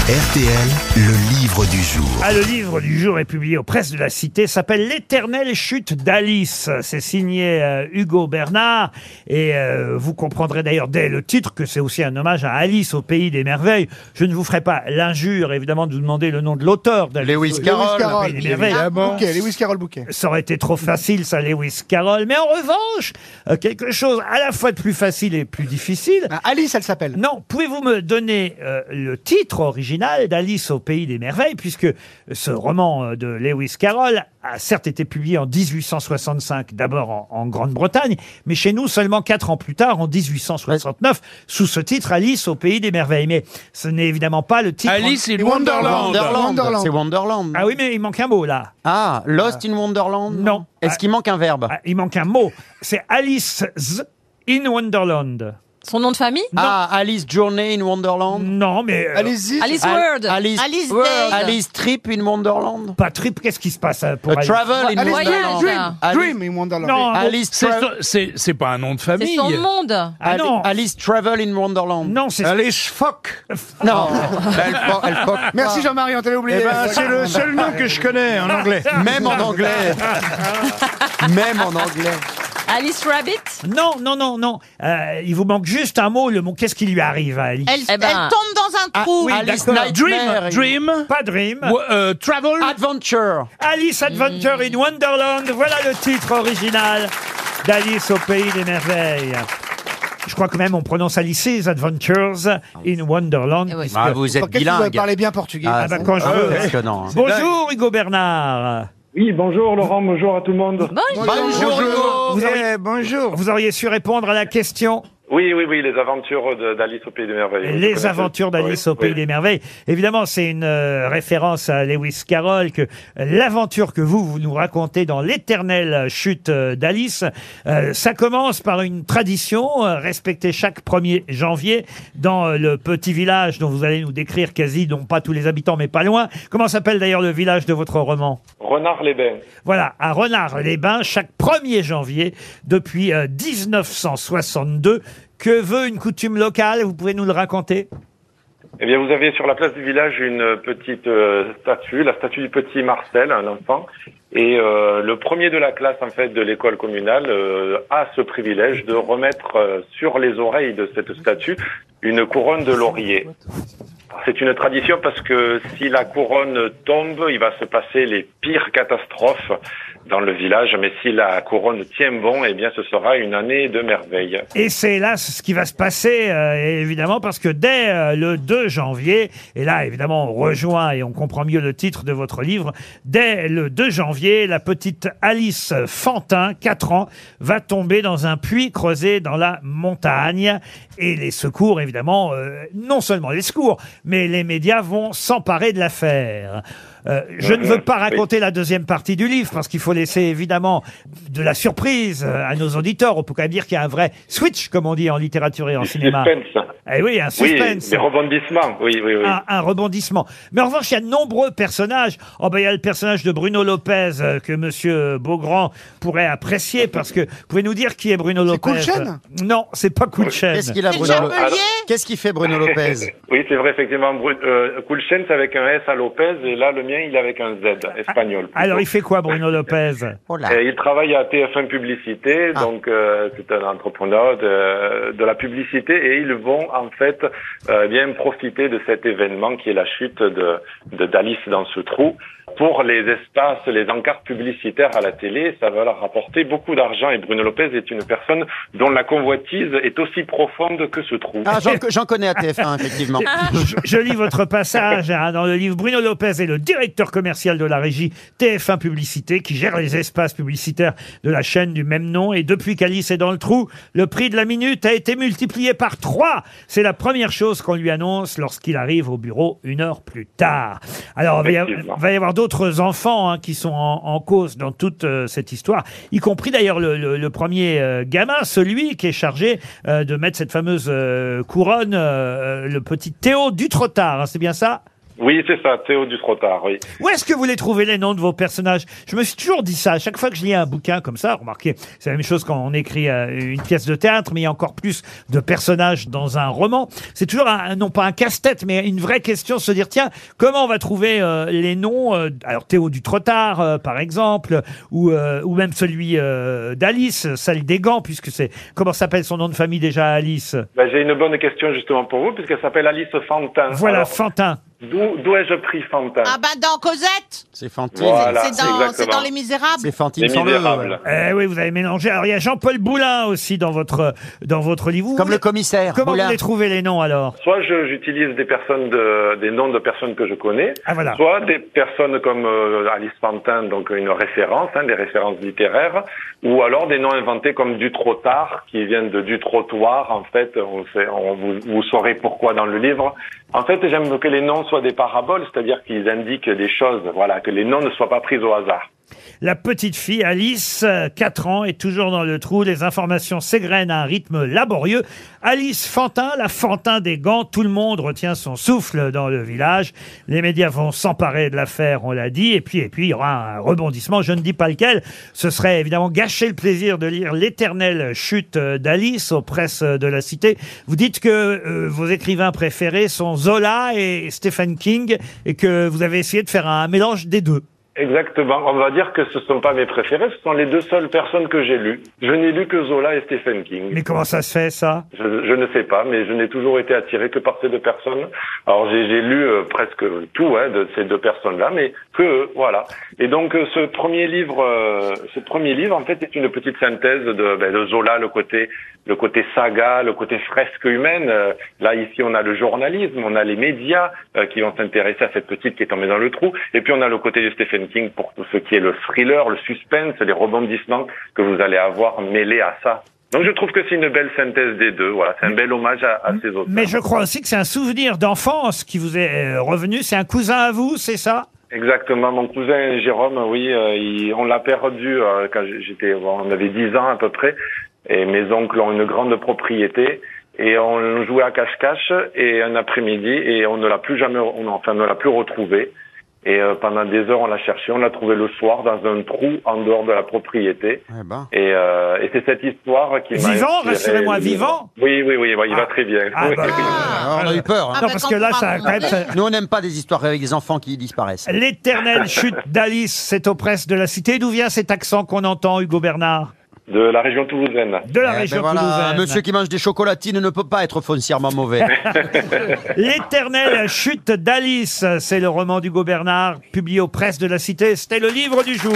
RTL, le livre du jour.
Ah, le livre du jour est publié aux presses de la Cité, s'appelle L'éternelle chute d'Alice. C'est signé euh, Hugo Bernard et euh, vous comprendrez d'ailleurs dès le titre que c'est aussi un hommage à Alice au pays des merveilles. Je ne vous ferai pas l'injure évidemment de vous demander le nom de l'auteur d'Alice.
Lewis
Au
Carroll.
Pays des merveilles.
Bouquet, Lewis Carroll Bouquet.
Ça aurait été trop facile, ça, Lewis Carroll. Mais en revanche, euh, quelque chose à la fois de plus facile et plus difficile.
Ah, Alice, elle s'appelle.
Non, pouvez-vous me donner euh, le titre original d'Alice au Pays des Merveilles, puisque ce roman euh, de Lewis Carroll a certes été publié en 1865, d'abord en, en Grande-Bretagne, mais chez nous seulement quatre ans plus tard, en 1869, sous ce titre Alice au Pays des Merveilles. Mais ce n'est évidemment pas le titre.
Alice in Wonderland. Wonderland.
C'est Wonderland.
Ah oui, mais il manque un mot là. Euh,
Ah, Lost in Wonderland
Non.
Est-ce qu'il manque un verbe
Ah, Il manque un mot. C'est Alice's in Wonderland.
Son nom de famille
Ah, Alice Journey in Wonderland
Non, mais. euh,
Alice,
Alice World.
Alice,
Alice
World.
Day.
Alice Trip in Wonderland
Pas trip, qu'est-ce qui se passe euh, pour
A
Alice
Travel in
Alice
Wonderland.
Dream,
Alice-
Dream in Wonderland.
Non,
Alice
C'est
Tra-
son- C'est c'est pas un nom de
C'est
famille.
son monde.
Ah non.
Alice Travel in Wonderland.
Non, c'est
Alice Fock.
Non. elle fo- elle foque pas.
Merci Jean-Marie, on t'avait oublié.
Eh ben, c'est le seul nom que je connais en anglais.
Même en anglais. Même en anglais.
Alice Rabbit
Non, non, non, non. Euh, il vous manque juste un mot. Le mot, qu'est-ce qui lui arrive à Alice
Elle,
Eh ben.
elle tombe dans un
Ah,
trou.
oui, Alice Nightmare.
Dream, Dream,
Pas Dream.
Wo- euh, Travel.
Adventure.
Alice Adventure in Wonderland. Voilà le titre original d'Alice au pays des merveilles. Je crois que même on prononce Alice's Adventures in Wonderland.
Eh oui.
puisque-
Ah, vous êtes
Par qu'est-ce que vous
bilingue.
parlez bien portugais
Ah,
Ah bah, quand je
ah,
veux.
ouais, passionnant.
Bonjour Hugo Bernard.
Oui, bonjour Laurent, bonjour à tout le monde.
Bonjour.
Bonjour, Hugo.
Vous auriez,
Eh, bonjour.
vous auriez su répondre à la question.
Oui, oui, oui, les aventures de- d'Alice au Pays des Merveilles. Vous
Les
connaissez
aventures d'Alice
Oui,
au Pays
oui.
des Merveilles. Évidemment, c'est une euh, référence à Lewis Carroll que l'aventure que vous, vous nous racontez dans l'éternelle chute euh, d'Alice, euh, ça commence par une tradition euh, respectée chaque 1er janvier dans euh, le petit village dont vous allez nous décrire quasi, non pas tous les habitants, mais pas loin. Comment s'appelle d'ailleurs le village de votre roman
Renard les Bains.
voilà, à Renard-les-Bains, chaque 1er janvier, depuis euh, 1962. Que veut une coutume locale Vous pouvez nous le raconter
Eh bien, vous avez sur la place du village une petite euh, statue, la statue du petit Marcel, un enfant. Et euh, le premier de la classe, en fait, de l'école communale, euh, a ce privilège de remettre euh, sur les oreilles de cette statue une couronne de laurier. C'est une tradition parce que si la couronne tombe, il va se passer les pires catastrophes. dans le village, mais si la couronne tient bon, eh bien ce sera une année de merveille.
Et c'est hélas ce qui va se passer, euh, évidemment, parce que dès euh, le 2 janvier, et là, évidemment, on rejoint et on comprend mieux le titre de votre livre, dès le 2 janvier, la petite Alice Fantin, 4 ans, va tomber dans un puits creusé dans la montagne. Et les secours, évidemment, euh, non seulement les secours, mais les médias vont s'emparer de l'affaire. Euh, je ne veux pas raconter la deuxième partie du livre parce qu'il faut laisser évidemment de la surprise euh, à nos auditeurs. On peut quand même dire qu'il y a un vrai switch, comme on dit en littérature et en cinéma.
Suspense.
Eh oui, un suspense. Ah,
Oui, des rebondissements, oui, oui, oui.
Un, un rebondissement. Mais en revanche, il y a de nombreux personnages. Oh ben, il y a le personnage de Bruno Lopez euh, que Monsieur Beaugrand pourrait apprécier parce que vous pouvez nous dire qui est Bruno Lopez euh,
Coulchen
Non, c'est pas Coulchen.
Qu'est-ce qu'il a, Bruno Lopez Qu'est-ce qu'il fait, Bruno Lopez
oui, c'est vrai, effectivement. Bru- Euh, Kulchen, c'est avec un S à Lopez, et là, le mien, il est avec un Z, espagnol.
Alors, il fait quoi, Bruno Lopez
Oh
Et il travaille à TF1 Publicité,
Ah.
donc euh, c'est un entrepreneur de, de la publicité et ils vont en fait euh, bien profiter de cet événement qui est la chute de de- d'Alice dans ce trou pour les espaces, les encarts publicitaires à la télé. Ça va leur rapporter beaucoup d'argent et Bruno Lopez est une personne dont la convoitise est aussi profonde que ce trou.
Ah, j'en, j'en connais à TF1, effectivement.
Je, je lis votre passage hein, dans le livre. Bruno Lopez est le directeur commercial de la régie TF1 Publicité qui gère les espaces publicitaires de la chaîne du même nom. Et depuis qu'Alice est dans le trou, le prix de la minute a été multiplié par 3. C'est la première chose qu'on lui annonce lorsqu'il arrive au bureau une heure plus tard. Alors, il va y avoir-
Effectivement.
va y avoir d'autres enfants hein, qui sont en, en cause dans toute euh, cette histoire, y compris d'ailleurs le, le- le premier euh, gamin, celui qui est chargé euh, de mettre cette fameuse euh, couronne, euh, euh, le petit Théo Dutrotard, hein, c'est bien ça
Oui, c'est ça, Théo du Trottard, oui.
où est-ce que vous les trouvez les noms de vos personnages Je me suis toujours dit ça. À chaque fois que je lis un bouquin comme ça, remarquez, c'est la même chose quand on écrit euh, une pièce de théâtre, mais il y a encore plus de personnages dans un roman. C'est toujours un, non pas un casse-tête, mais une vraie question se dire tiens, comment on va trouver euh, les noms euh, Alors Théo du Trottard, euh, par exemple, ou euh, ou même celui euh, d'Alice, celle des gants, puisque c'est comment s'appelle son nom de famille déjà Alice
Ben, J'ai une bonne question justement pour vous puisqu'elle s'appelle Alice Fantin.
Voilà
Alors,
Fantin.
D'où d'où ai-je pris Fantin
Ah bah dans Cosette
C'est Fantine.
Voilà,
C'est dans, c'est
exactement.
dans Les Misérables.
Fantine sans le.
Misérables.
Eh oui, vous avez mélangé. Alors il y a Jean-Paul Boulin aussi dans votre dans votre livre. Vous
Comme le
voulez-
commissaire.
Comment
Boulin.
vous les trouvez les noms alors
Soit je- j'utilise des personnes de, des noms de personnes que je connais,
Ah, voilà.
soit des personnes comme euh, Alice Pantin, donc une référence, hein, des références littéraires, ou alors des noms inventés comme du trottard, qui viennent de du trottoir. En fait, on sait, on, vous, vous saurez pourquoi dans le livre. En fait, j'aime que les noms soient des paraboles, c'est-à-dire qu'ils indiquent des choses. Voilà, que les noms ne soient pas pris au hasard.
La petite fille Alice, euh, 4 ans, est toujours dans le trou. Les informations s'égrènent à un rythme laborieux. Alice Fantin, la Fantin des gants, tout le monde retient son souffle dans le village. Les médias vont s'emparer de l'affaire, on l'a dit. Et puis, et puis, il y aura un rebondissement. Je ne dis pas lequel. Ce serait évidemment gâcher le plaisir de lire l'éternelle chute euh, d'Alice aux presses de la cité. Vous dites que euh, vos écrivains préférés sont Zola et Stephen King et que vous avez essayé de faire un mélange des deux.
Exactement. On va dire que ce ne sont pas mes préférés, ce sont les deux seules personnes que j'ai lues. Je n'ai lu que Zola et Stephen King.
Mais comment ça se fait, ça?
Je, je ne sais pas, mais je n'ai toujours été attiré que par ces deux personnes. Alors j'ai j'ai lu euh, presque tout hein, de ces deux personnes-là, mais que eux, voilà. Et donc euh, ce premier livre, euh, ce premier livre en fait est une petite synthèse de, ben, de Zola, le côté, le côté saga, le côté fresque humaine. Euh, là ici on a le journalisme, on a les médias euh, qui vont s'intéresser à cette petite qui est tombée dans le trou, et puis on a le côté de Stephen King pour tout ce qui est le thriller, le suspense, les rebondissements que vous allez avoir mêlés à ça. Donc je trouve que c'est une belle synthèse des deux. Voilà, c'est un bel hommage à, à ces auteurs.
Mais je crois aussi que c'est un souvenir d'enfance qui vous est euh, revenu. C'est un cousin à vous, c'est ça
Exactement, mon cousin Jérôme, oui, euh, il- on l'a perdu euh, quand j'étais, on avait 10 ans à peu près, et mes oncles ont une grande propriété, et on jouait à cache-cache, et un après-midi, et on ne l'a plus jamais, on, enfin, on ne l'a plus retrouvé, et euh, pendant des heures on l'a cherché, on l'a trouvé le soir dans un trou en dehors de la propriété,
Eh ben.
et, euh, et c'est cette histoire qui m'a
Vivant,
inspiré
rassurez-moi,
le livre.
vivant
Oui, oui, oui, oui, il va très bien.
Ah,
Oui,
bah.
oui.
Ah, on a eu peur.
Ah, Non, bah, parce que là, ça a quand même- ça-
Nous, on n'aime pas des histoires avec des enfants qui disparaissent.
L'éternelle chute d'Alice, c'est aux presses de la cité. D'où vient cet accent qu'on entend, Hugo Bernard
De la région toulousaine.
De la
Eh ben
région
voilà, Un
toulousaine.
monsieur qui mange des chocolatines ne peut pas être foncièrement mauvais.
L'éternelle chute d'Alice, c'est le roman d'Hugo Bernard, publié aux presses de la cité. C'était le livre du jour.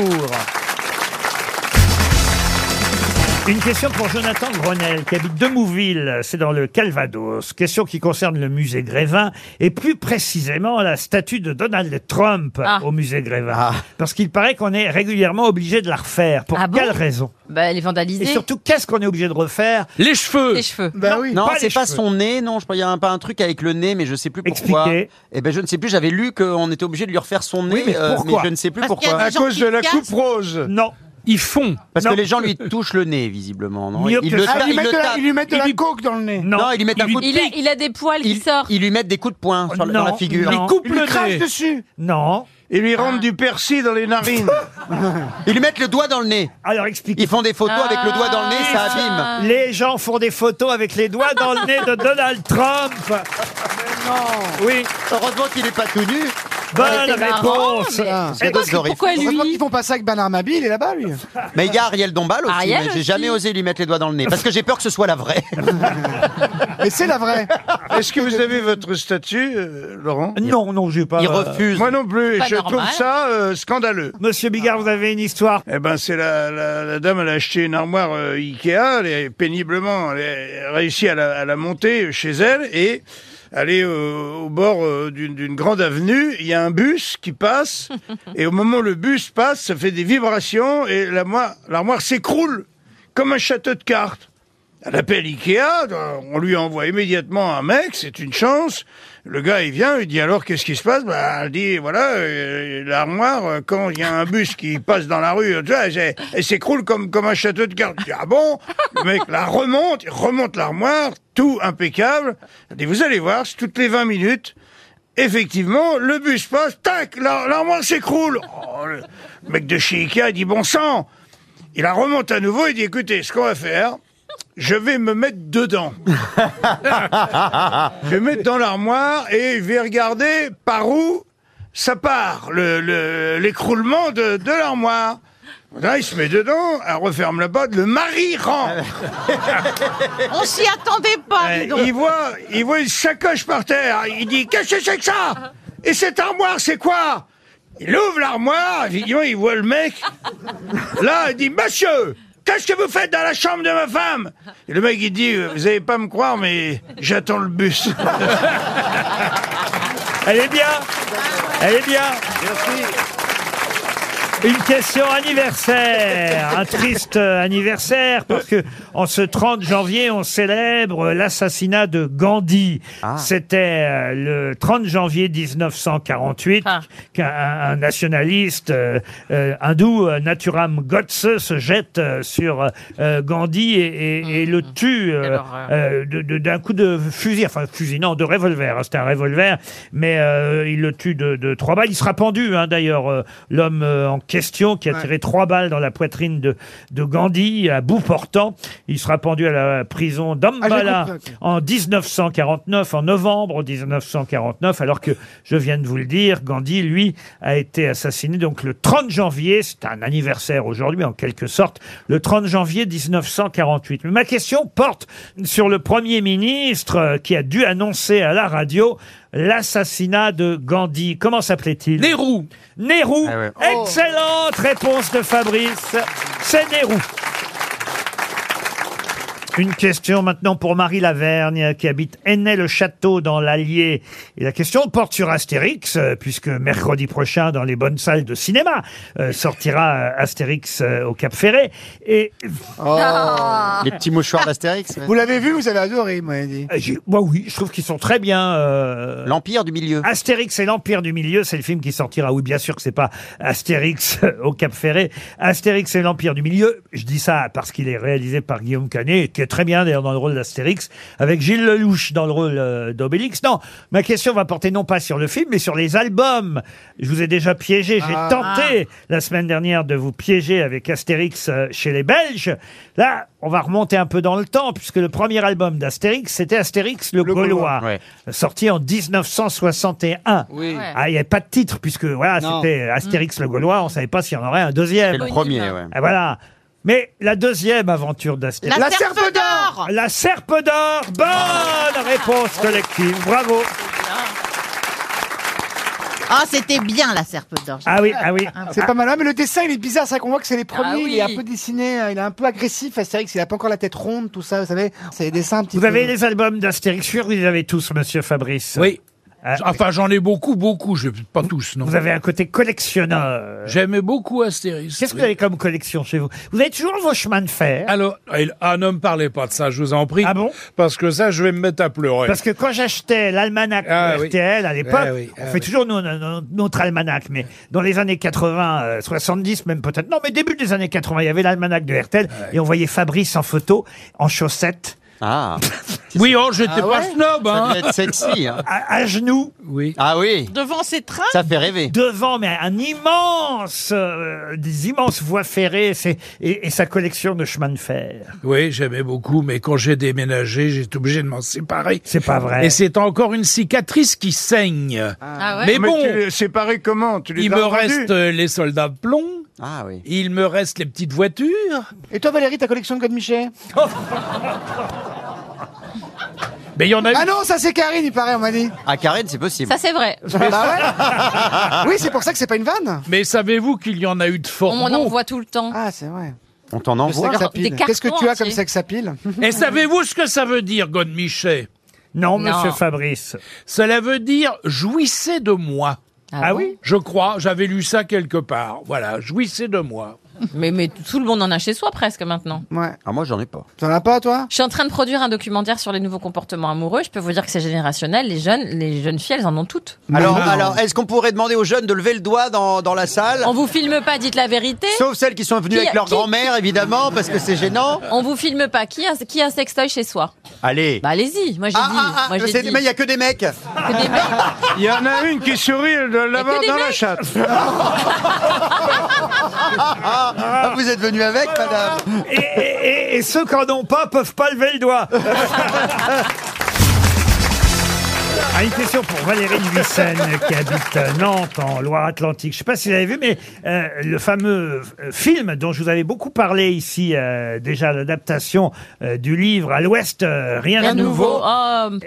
Une question pour Jonathan Grenel, qui habite Demouville, c'est dans le Calvados. Question qui concerne le musée Grévin, et plus précisément la statue de Donald Trump
Ah.
au musée Grévin. Parce qu'il paraît qu'on est régulièrement obligé de la refaire. Pour quelle raison
Bah, elle est vandalisée.
Et surtout, qu'est-ce qu'on est obligé de refaire
Les cheveux
Les cheveux.
Bah oui.
Non,
Pas les
c'est pas
cheveux.
son nez, non, je crois, il y a un, pas un truc avec le nez, mais je sais plus pourquoi.
Expliquez.
Eh ben, je ne sais plus, j'avais lu qu'on était obligé de lui refaire son nez, euh,
mais pourquoi
je ne sais plus
Parce qu'il y a
pourquoi.
des À gens cause qui de la cassent. coupe
rose
Non.
Ils font.
Parce
Non.
que les gens lui touchent le nez, visiblement. Non
Mieux
Ils
que
le
ça.
tapent-
Ah, ils
ils
mettent
le
de la-
tapent.
ils lui mettent de la
coke dans le nez.
Non, ils lui mettent un coup de
il, a,
pique.
il a des poils qui sortent.
Ils lui mettent des coups de poing sur la- dans la figure.
non.
Il lui crache dessus.
Non. Ah.
Ils lui rentrent du persil dans les narines. Ils lui mettent le doigt dans le nez.
Alors expliquez.
Ils font des photos avec le doigt dans le nez, ça abîme.
Les gens font des photos avec les doigts dans le nez de Donald Trump.
Non.
Oui.
Heureusement qu'il n'est pas tout nu.
Bonne réponse.
Ah,
C'est d'autres orifs.
Heureusement qu'ils font pas ça avec Bernard Mabille, il est là-bas, lui.
Mais il y a Ariel Dombal aussi,
Ariel
mais
aussi.
j'ai jamais osé lui mettre les doigts dans le nez parce que j'ai peur que ce soit la vraie.
Mais c'est la vraie.
Est-ce que vous avez votre statut, euh, Laurent
Non, non, j'ai pas. euh,
Il refuse. Moi non plus, et
Pas
je
normal.
trouve ça euh, scandaleux.
Monsieur Bigard, vous avez une histoire
Eh ben, c'est la, la- la dame, elle a acheté une armoire euh, Ikea, elle est péniblement, elle a réussi à la, à la monter chez elle et elle est euh, au bord euh, d'une d'une grande avenue, il y a un bus qui passe et au moment où le bus passe, ça fait des vibrations et l'armoire l'armoire s'écroule comme un château de cartes. Elle appelle Ikea, on lui envoie immédiatement un mec, c'est une chance. Le gars, il vient, il dit alors qu'est-ce qui se passe Bah, elle dit voilà, euh, l'armoire, euh, quand il y a un bus qui passe dans la rue, tu vois, elle, elle s'écroule comme, comme un château de cartes. Je dis, ah bon Le mec la remonte, il remonte l'armoire, tout impeccable. Elle dit vous allez voir, c'est toutes les 20 minutes. Effectivement, le bus passe, tac, l'ar- l'armoire s'écroule. Oh, le mec de chez Ikea il dit bon sang il la remonte à nouveau et dit écoutez, ce qu'on va faire, je vais me mettre dedans. je vais me mettre dans l'armoire et je vais regarder par où ça part, le- le- l'écroulement de, de l'armoire. Là, il se met dedans, elle referme la boîte, le mari rentre.
On s'y attendait pas,
Euh,
dis donc.
il, voit, il voit une sacoche par terre. Il dit Qu'est-ce que c'est que ça Et cette armoire, c'est quoi Il ouvre l'armoire, évidemment, il voit le mec. Là, il dit Monsieur, qu'est-ce que vous faites dans la chambre de ma femme Et le mec, il dit Vous n'allez pas me croire, mais j'attends le bus.
Elle est bien. Elle est bien. Une question anniversaire, un triste euh, anniversaire parce que en ce 30 janvier, on célèbre l'assassinat de Gandhi. C'était euh, le 30 janvier 1948 qu'un un nationaliste euh, euh, hindou, euh, Nathuram Godse, se jette euh, sur euh, Gandhi et, et- et le tue euh, euh, de- de- d'un coup de fusil, enfin fusil, non, de revolver. hein, C'était un revolver, mais euh, il le tue de, de trois balles. Il sera pendu, hein, d'ailleurs, euh, l'homme euh, en question qui a
Ouais.
tiré trois balles dans la poitrine de, de Gandhi à bout portant. Il sera pendu à la prison d'Ambala
Ah, j'ai compris,
en 1949, en novembre 1949, alors que je viens de vous le dire, Gandhi, lui, a été assassiné donc le 30 janvier, c'est un anniversaire aujourd'hui en quelque sorte, le 30 janvier 1948. Mais ma question porte sur le Premier ministre euh, qui a dû annoncer à la radio l'assassinat de Gandhi. Comment s'appelait-il Nehru. Nehru. Excellente réponse de Fabrice. C'est Nehru. Une question maintenant pour Marie Lavergne, qui habite Aînay-le-Château dans l'Allier. Et la question porte sur Astérix, euh, puisque mercredi prochain, dans les bonnes salles de cinéma, euh, sortira euh, Astérix euh, au Cap Ferré. Et... Ah.
Les petits mouchoirs d'Astérix.
Vous l'avez vu, vous avez adoré, il m'a dit.
Euh, j'ai- Moi, oui, je trouve qu'ils sont très bien. euh,
L'Empire du Milieu.
Astérix et l'Empire du Milieu, c'est le film qui sortira. Oui, bien sûr que c'est pas Astérix euh, au Cap Ferré. Astérix et l'Empire du Milieu, je dis ça parce qu'il est réalisé par Guillaume Canet, qui est très bien d'ailleurs dans le rôle d'Astérix, avec Gilles Lelouch dans le rôle euh, d'Obélix. Non, ma question va porter non pas sur le film, mais sur les albums. Je vous ai déjà piégé, j'ai
Ah.
tenté la semaine dernière de vous piéger avec Astérix euh, chez les Belges. Là, on va remonter un peu dans le temps, puisque le premier album d'Astérix, c'était Astérix le, Gaulois, sorti en 1961.
Oui. Ouais.
Ah, il n'y avait pas de titre, puisque voilà,
Non.
c'était Astérix le Gaulois, on ne savait pas s'il y en aurait un deuxième.
C'est le premier, ouais.
Ah, voilà. Mais la deuxième aventure d'Astérix.
La La Serpe Serpe d'Or. d'Or.
La Serpe d'Or Bonne réponse collective, bravo
Ah, c'était bien la serpe Ah, bah. d'orge.
Ah C'est pas mal, hein, mais le dessin il est bizarre, c'est vrai qu'on voit que c'est les premiers,
Ah
il est
oui.
un peu dessiné, euh, il est un peu agressif, Astérix, il a pas encore la tête ronde, tout ça, vous savez, c'est des dessins un petit
Vous
peu-
avez les albums d'Astérix, sûr, vous les avez tous, monsieur Fabrice. Ah.
Oui. Enfin, j'en ai beaucoup, beaucoup, je pas tous, non.
Vous avez un côté collectionneur.
J'aimais beaucoup Astérix.
Qu'est-ce que vous avez comme collection chez vous Vous avez toujours vos chemins de fer.
Alors, il- ah, ne me parlez pas de ça, je vous en prie. Ah
bon
Parce que ça, je vais me mettre à pleurer.
Parce que quand j'achetais l'almanach
Ah
de
oui.
RTL à l'époque,
Ah oui, ah
on fait
oui.
toujours nos- nos- nos- notre almanach, mais dans les années 80, euh, 70 même peut-être, non mais début des années 80, il y avait l'almanach de RTL et on voyait Fabrice en photo, en chaussettes.
Ah
Oui, oh, j'étais
Ah
pas
ouais
snob, hein.
Ça devait être sexy, hein.
À, à genoux.
Oui.
Ah oui
Devant ses trains
Ça fait rêver.
Devant, mais un immense, euh, des immenses voies ferrées c'est- et, et sa collection de chemins de fer.
Oui, j'aimais beaucoup, mais quand j'ai déménagé, j'ai été obligé de m'en séparer.
C'est pas vrai.
Et c'est encore une cicatrice qui saigne.
Ah ouais
Mais bon,
Mais tu les- c'est pareil comment Tu les
il
as
me
revendus
reste euh, les soldats de plomb.
Ah oui.
Il me reste les petites voitures.
Et toi Valérie, ta collection de Godemichet
Mais il y en a eu.
Ah non, ça c'est Karine, il paraît, on m'a dit. Ah
À Karen, c'est possible.
Ça, c'est vrai.
Bah ouais. Oui, c'est pour ça que c'est pas une vanne.
Mais savez-vous qu'il y en a eu de fort
On m'en envoie tout le temps.
Ah, c'est vrai.
On t'en
Le
envoie
sexe à
Genre, des
pile. Qu'est-ce que
cartons
tu as
entiers.
comme sexe à pile
Et savez-vous ce que ça veut dire, Godemichet
Non,
Non.
monsieur Fabrice.
Cela veut dire jouissez de moi.
Ah Ah bon oui
Je crois, j'avais lu ça quelque part. Voilà, jouissez de moi.
Mais, mais tout le monde en a chez soi presque maintenant.
Ah, moi, j'en ai pas.
T'en as pas, toi
Je suis en train de produire un documentaire sur les nouveaux comportements amoureux. Je peux vous dire que c'est générationnel. Les jeunes, les jeunes filles, elles en ont toutes.
Alors, alors est-ce qu'on pourrait demander aux jeunes de lever le doigt dans, dans la salle
On vous filme pas, dites la vérité.
Sauf celles qui sont venues
Qui-
avec leur
qui-
grand-mère, évidemment, parce que c'est gênant.
On vous filme pas. Qui a, qui a un sextoy chez soi
Allez.
Bah allez-y. Moi j'ai
Ah,
dit.
ah, ah,
moi, j'ai
c'est-
dit.
mais il n'y a que des mecs.
Il y en a une qui sourit, elle doit l'avoir
des
dans la
mecs
chatte.
Ah, vous êtes venu avec, madame
Et, et- et- et ceux qui n'en ont pas peuvent pas lever le doigt. Ah, une question pour Valérie Nuissen qui habite Nantes en Loire-Atlantique. Je ne sais pas si vous avez vu, mais euh, le fameux euh, film dont je vous avais beaucoup parlé ici, euh, déjà l'adaptation euh, du livre À l'Ouest, euh, rien, de nouveau.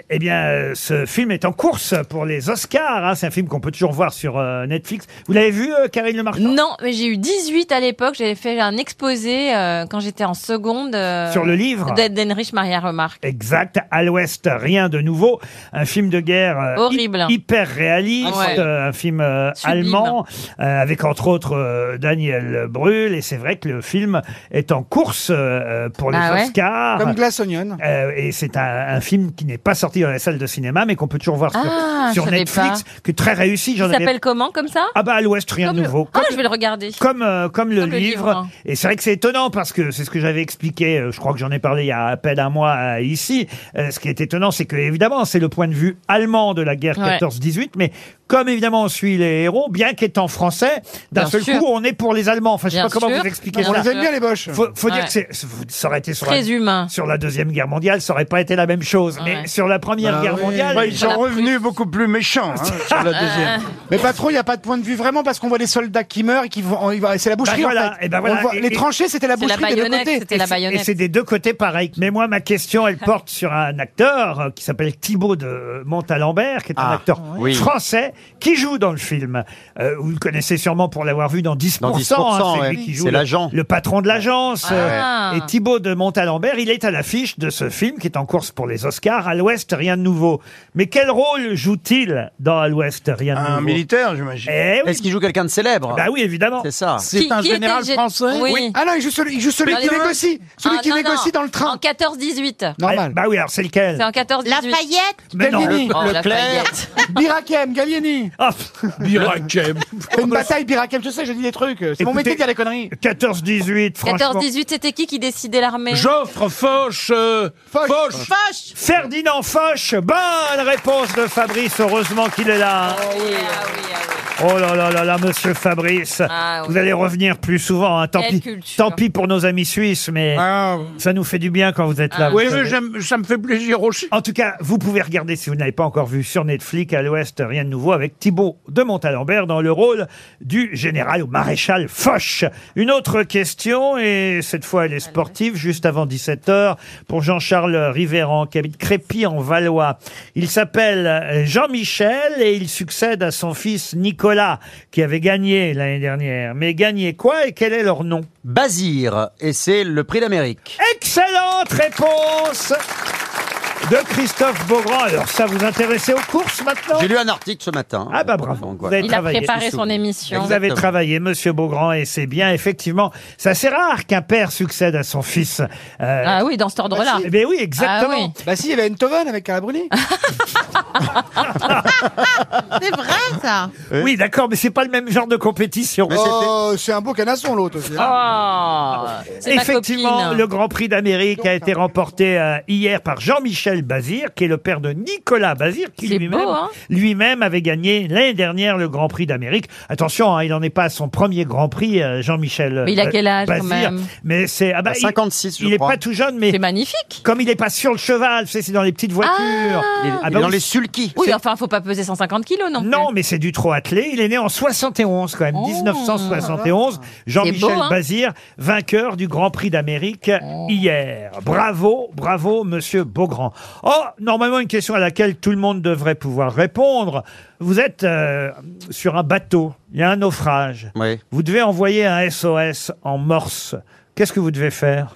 Eh bien, euh, ce film est en course pour les Oscars. hein. C'est un film qu'on peut toujours voir sur euh, Netflix. Vous l'avez vu, euh, Karine Le Marchand
Non, mais j'ai eu 18 à l'époque. J'avais fait un exposé euh, quand j'étais en seconde. euh,
Sur le livre
d'Ed- d'Heinrich Maria Remarque.
Exact. À l'Ouest, rien de nouveau. Un film de guerre euh,
Horrible.
hy- hyper réaliste.
Ouais.
euh, un film euh,
Sublime.
allemand euh, avec entre autres euh, Daniel Brühl. Et c'est vrai que le film est en course euh, pour les
Ah ouais
Oscars.
Comme Glass Onion.
Euh, et c'est un, un film qui n'est pas sorti dans les salles de cinéma, mais qu'on peut toujours voir sur,
Ah,
sur
je savais
Netflix,
pas.
qui est très réussi.
Il
J'en avais-
s'appelle comment comme ça
Ah bah à l'Ouest, rien de nouveau.
Ah,
Comme-
je vais le regarder.
comme, euh, comme le
Comme le
livre.
livre.
Et c'est vrai que c'est étonnant parce que c'est ce que j'avais expliqué, euh, je crois que j'en ai parlé il y a à peine un mois euh, ici. Euh, ce qui est étonnant, c'est que évidemment, c'est le point de vue allemand de la guerre
Ouais.
14-18, mais comme évidemment on suit les héros, bien qu'étant français, d'un
Bien
seul
sûr.
coup, on est pour les Allemands. Enfin, je sais
Bien
pas comment
sûr.
vous expliquer
On
ça.
les aime bien, les Boches.
Faut, faut
Ouais.
dire que c'est- ça aurait été sur
Très
la,
humain.
sur la deuxième guerre mondiale, ça aurait pas été la même chose. Mais sur la première
Bah
guerre
oui.
mondiale,
Bah, ils sont revenus beaucoup plus méchants hein, sur la
Ah.
deuxième.
Mais pas trop, il n'y a pas de point de vue vraiment parce qu'on voit les soldats qui meurent et qui vont. on y va- C'est la boucherie
Bah voilà,
en fait.
et ben voilà,
On voit-
et-
les
et-
tranchées, c'était la boucherie des deux côtés.
Et c'est- Et c'est des deux côtés pareil. Mais moi, ma question, elle porte sur un acteur euh, qui s'appelle Thibaut de Montalembert, qui est un acteur
oui.
français qui joue dans le film. Euh, vous le connaissez sûrement pour l'avoir vu dans 10%.
Dans 10%,
c'est
ouais.
lui qui joue
C'est
le-
l'agent.
Le patron de l'agence.
Ah.
euh, Et Thibaut de Montalembert, il est à l'affiche de ce film qui est en course pour les Oscars. À l'Ouest, rien de nouveau. Mais quel rôle joue-t-il dans À l'Ouest, rien de nouveau
Un militaire, j'imagine.
Est-ce qu'il joue quelqu'un de célèbre Bah oui, évidemment.
C'est ça.
C'est Qui- un qui était général gé- français
Oui.
Ah non, il joue celui, il joue celui
Dans
qui
les-
négocie. Celui
Ah,
qui
non,
négocie
non.
dans le train.
En 14-18.
Normal.
Bah oui, alors c'est lequel
C'est en 14-18. Lafayette
Mais non.
Gallieni.
Le- Oh, Leclerc.
Lafayette.
Birakem, Gallieni.
Ah,
Birakem.
C'est une bataille, Birakem, je sais, je dis des trucs. C'est mon
Écoutez,
métier de dire les conneries.
14-18, franchement.
14-18, c'était qui qui décidait l'armée
J'offre Foch, euh, Foch.
ah
Ferdinand Foch, bonne réponse de Fabrice, heureusement qu'il est là. Oh là là là là, monsieur Fabrice,
Ah
vous
oui.
allez revenir plus souvent. hein. Tant,
Quelle
pis,
culture.
tant pis pour nos amis suisses, mais ça nous fait du bien quand vous êtes là.
Ah.
vous
Oui,
savez.
mais j'aime- ça me fait plaisir aussi.
En tout cas, vous pouvez regarder, si vous n'avez pas encore vu sur Netflix, à l'Ouest, rien de nouveau, avec Thibaut de Montalembert dans le rôle du général ou maréchal Foch. Une autre question, et cette fois elle est sportive, juste avant 17h, pour Jean-Charles Rivéran, qui habite Crépy en Valois. Il s'appelle euh, Jean-Michel et il succède à son fils Nicolas, qui avait gagné l'année dernière. Mais gagné quoi et quel est leur nom
Bazir, et c'est le prix d'Amérique.
Excellente réponse de Christophe Beaugrand. Alors, ça vous intéressez aux courses maintenant
J'ai lu un article ce matin.
Ah bah bravo.
Donc,
Vous avez
Il a
travaillé.
préparé son émission.
Vous avez travaillé, Monsieur Beaugrand, et c'est bien, effectivement. C'est assez rare qu'un père succède à son fils. Euh,
Ah oui, dans cet ordre-là.
Eh ben oui, exactement.
Ah oui.
Bah si, il y avait Eindhoven avec Calabruni.
C'est vrai, ça.
Oui, d'accord, mais c'est pas le même genre de compétition. Ah,
Oh, c'est un beau canasson, l'autre aussi.
hein.
Oh, c'est ma
Effectivement,
copine.
le Grand Prix d'Amérique a été remporté euh, hier par Jean-Michel Bazir, qui est le père de Nicolas Bazir, qui
C'est
lui-même
beau, hein
lui-même avait gagné l'année dernière le Grand Prix d'Amérique. Attention, hein, il n'en est pas à son premier Grand Prix, euh, Jean-Michel.
Mais il a quel âge, quand
Bazir.
même
Mais c'est ah bah,
À
il-
56, je
Il n'est
crois.
pas tout jeune, mais
C'est magnifique.
comme il n'est pas sur le cheval, vous savez, c'est dans les petites voitures.
Il est-
Ah
il
bah
est dans
oui,
les sulky.
Oui, enfin, faut pas peser 150 kilos non plus. Oh.
non, mais c'est du trop attelé. Il est né en 71 quand même, 1971.
C'est
Jean-Michel
beau, hein
Bazir, vainqueur du Grand Prix d'Amérique hier. Bravo, bravo, Monsieur Beaugrand. Oh, normalement une question à laquelle tout le monde devrait pouvoir répondre. Vous êtes euh, sur un bateau, il y a un naufrage.
Oui.
Vous devez envoyer un SOS en Morse. Qu'est-ce que vous devez faire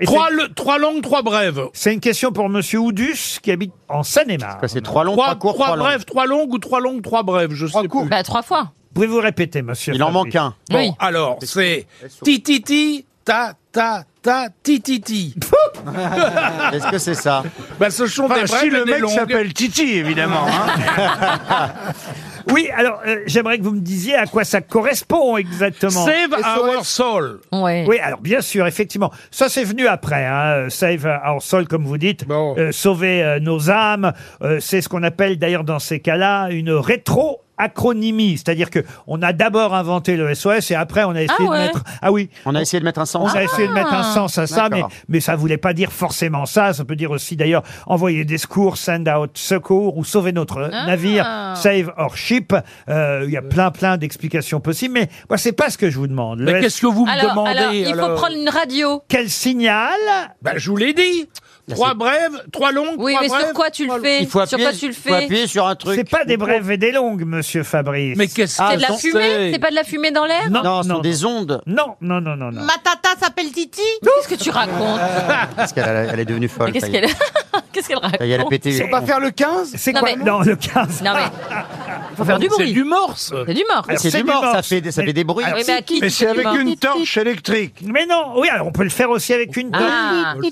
Et
Trois,
c'est-
le- trois longues, trois brèves.
C'est une question pour Monsieur Oudus qui habite en Seine-et-Marne.
C'est trois longs,
Trois,
trois courts,
trois
trois longs.
brèves, trois longues ou trois longues, trois brèves, je sais plus.
Bah, trois fois.
Pouvez-vous répéter, Monsieur
Il en
Fabrice
manque un.
Bon,
Oui.
alors, c'est ti ti ti ta ta ta ti ti ti.
Est-ce que c'est ça
Bah, ce sont des
Enfin,
brèves
si
et
le
des
mec
longues.
s'appelle Titi, évidemment. hein.
Oui, alors euh, j'aimerais que vous me disiez à quoi ça correspond exactement.
Save our soul.
Ouais.
Oui, alors bien sûr, effectivement. Ça, c'est venu après. Hein. euh, Save our soul, comme vous dites.
Bon.
Euh, sauver euh, nos âmes. Euh, c'est ce qu'on appelle d'ailleurs dans ces cas-là une rétro acronymie, c'est-à-dire que on a d'abord inventé le SOS et après on a
ouais.
essayé
Ah.
de mettre ah oui
On a essayé de mettre un
on
sens.
a essayé de mettre un sens à ça, mais,
D'accord.
mais ça voulait pas dire forcément ça. Ça peut dire aussi d'ailleurs envoyer des secours, send out secours, ou sauver notre
Ah.
navire, save or ship. Euh, Il y a plein plein d'explications possibles, mais moi c'est pas ce que je vous demande. Le
Mais
S-
qu'est-ce que vous me
Alors,
demandez
alors, il faut
alors
prendre une radio.
Quel signal
Bah, je vous l'ai dit. Bah, Trois brèves, trois longues,
Oui,
trois
mais
brèves.
sur quoi tu le fais
Bah, Il faut
Sur
appuyer,
quoi tu le
faut
fais
appuyer sur un truc.
C'est pas des brèves et des longues, Monsieur Fabrice.
Mais qu'est-ce
Ah,
C'est de la
j'en
fumée
sais.
C'est pas de la fumée dans l'air
non,
Non,
non,
ce sont
non,
des ondes.
non, non, non, non, non.
Ma tata s'appelle Titi
Qu'est-ce que tu racontes
Euh.
Parce qu'elle elle est devenue folle.
Mais Qu'est-ce
Euh, ça y est.
qu'elle Qu'est-ce qu'elle raconte
Bah,
Ça y est, elle a pété.
On va faire le 15
C'est
Non,
quoi
mais-
Non, le 15.
Non mais faut faire du
C'est
bruit.
du morse.
C'est du
Ah,
mort.
Alors,
C'est du mort, ça fait des, ça
Mais-
fait des bruits.
Oui, mais à qui
Mais
tu
c'est
fais du
avec
mort
une torche électrique.
Mais non, oui, alors on peut le faire aussi avec une torche.
Ah,
Mais-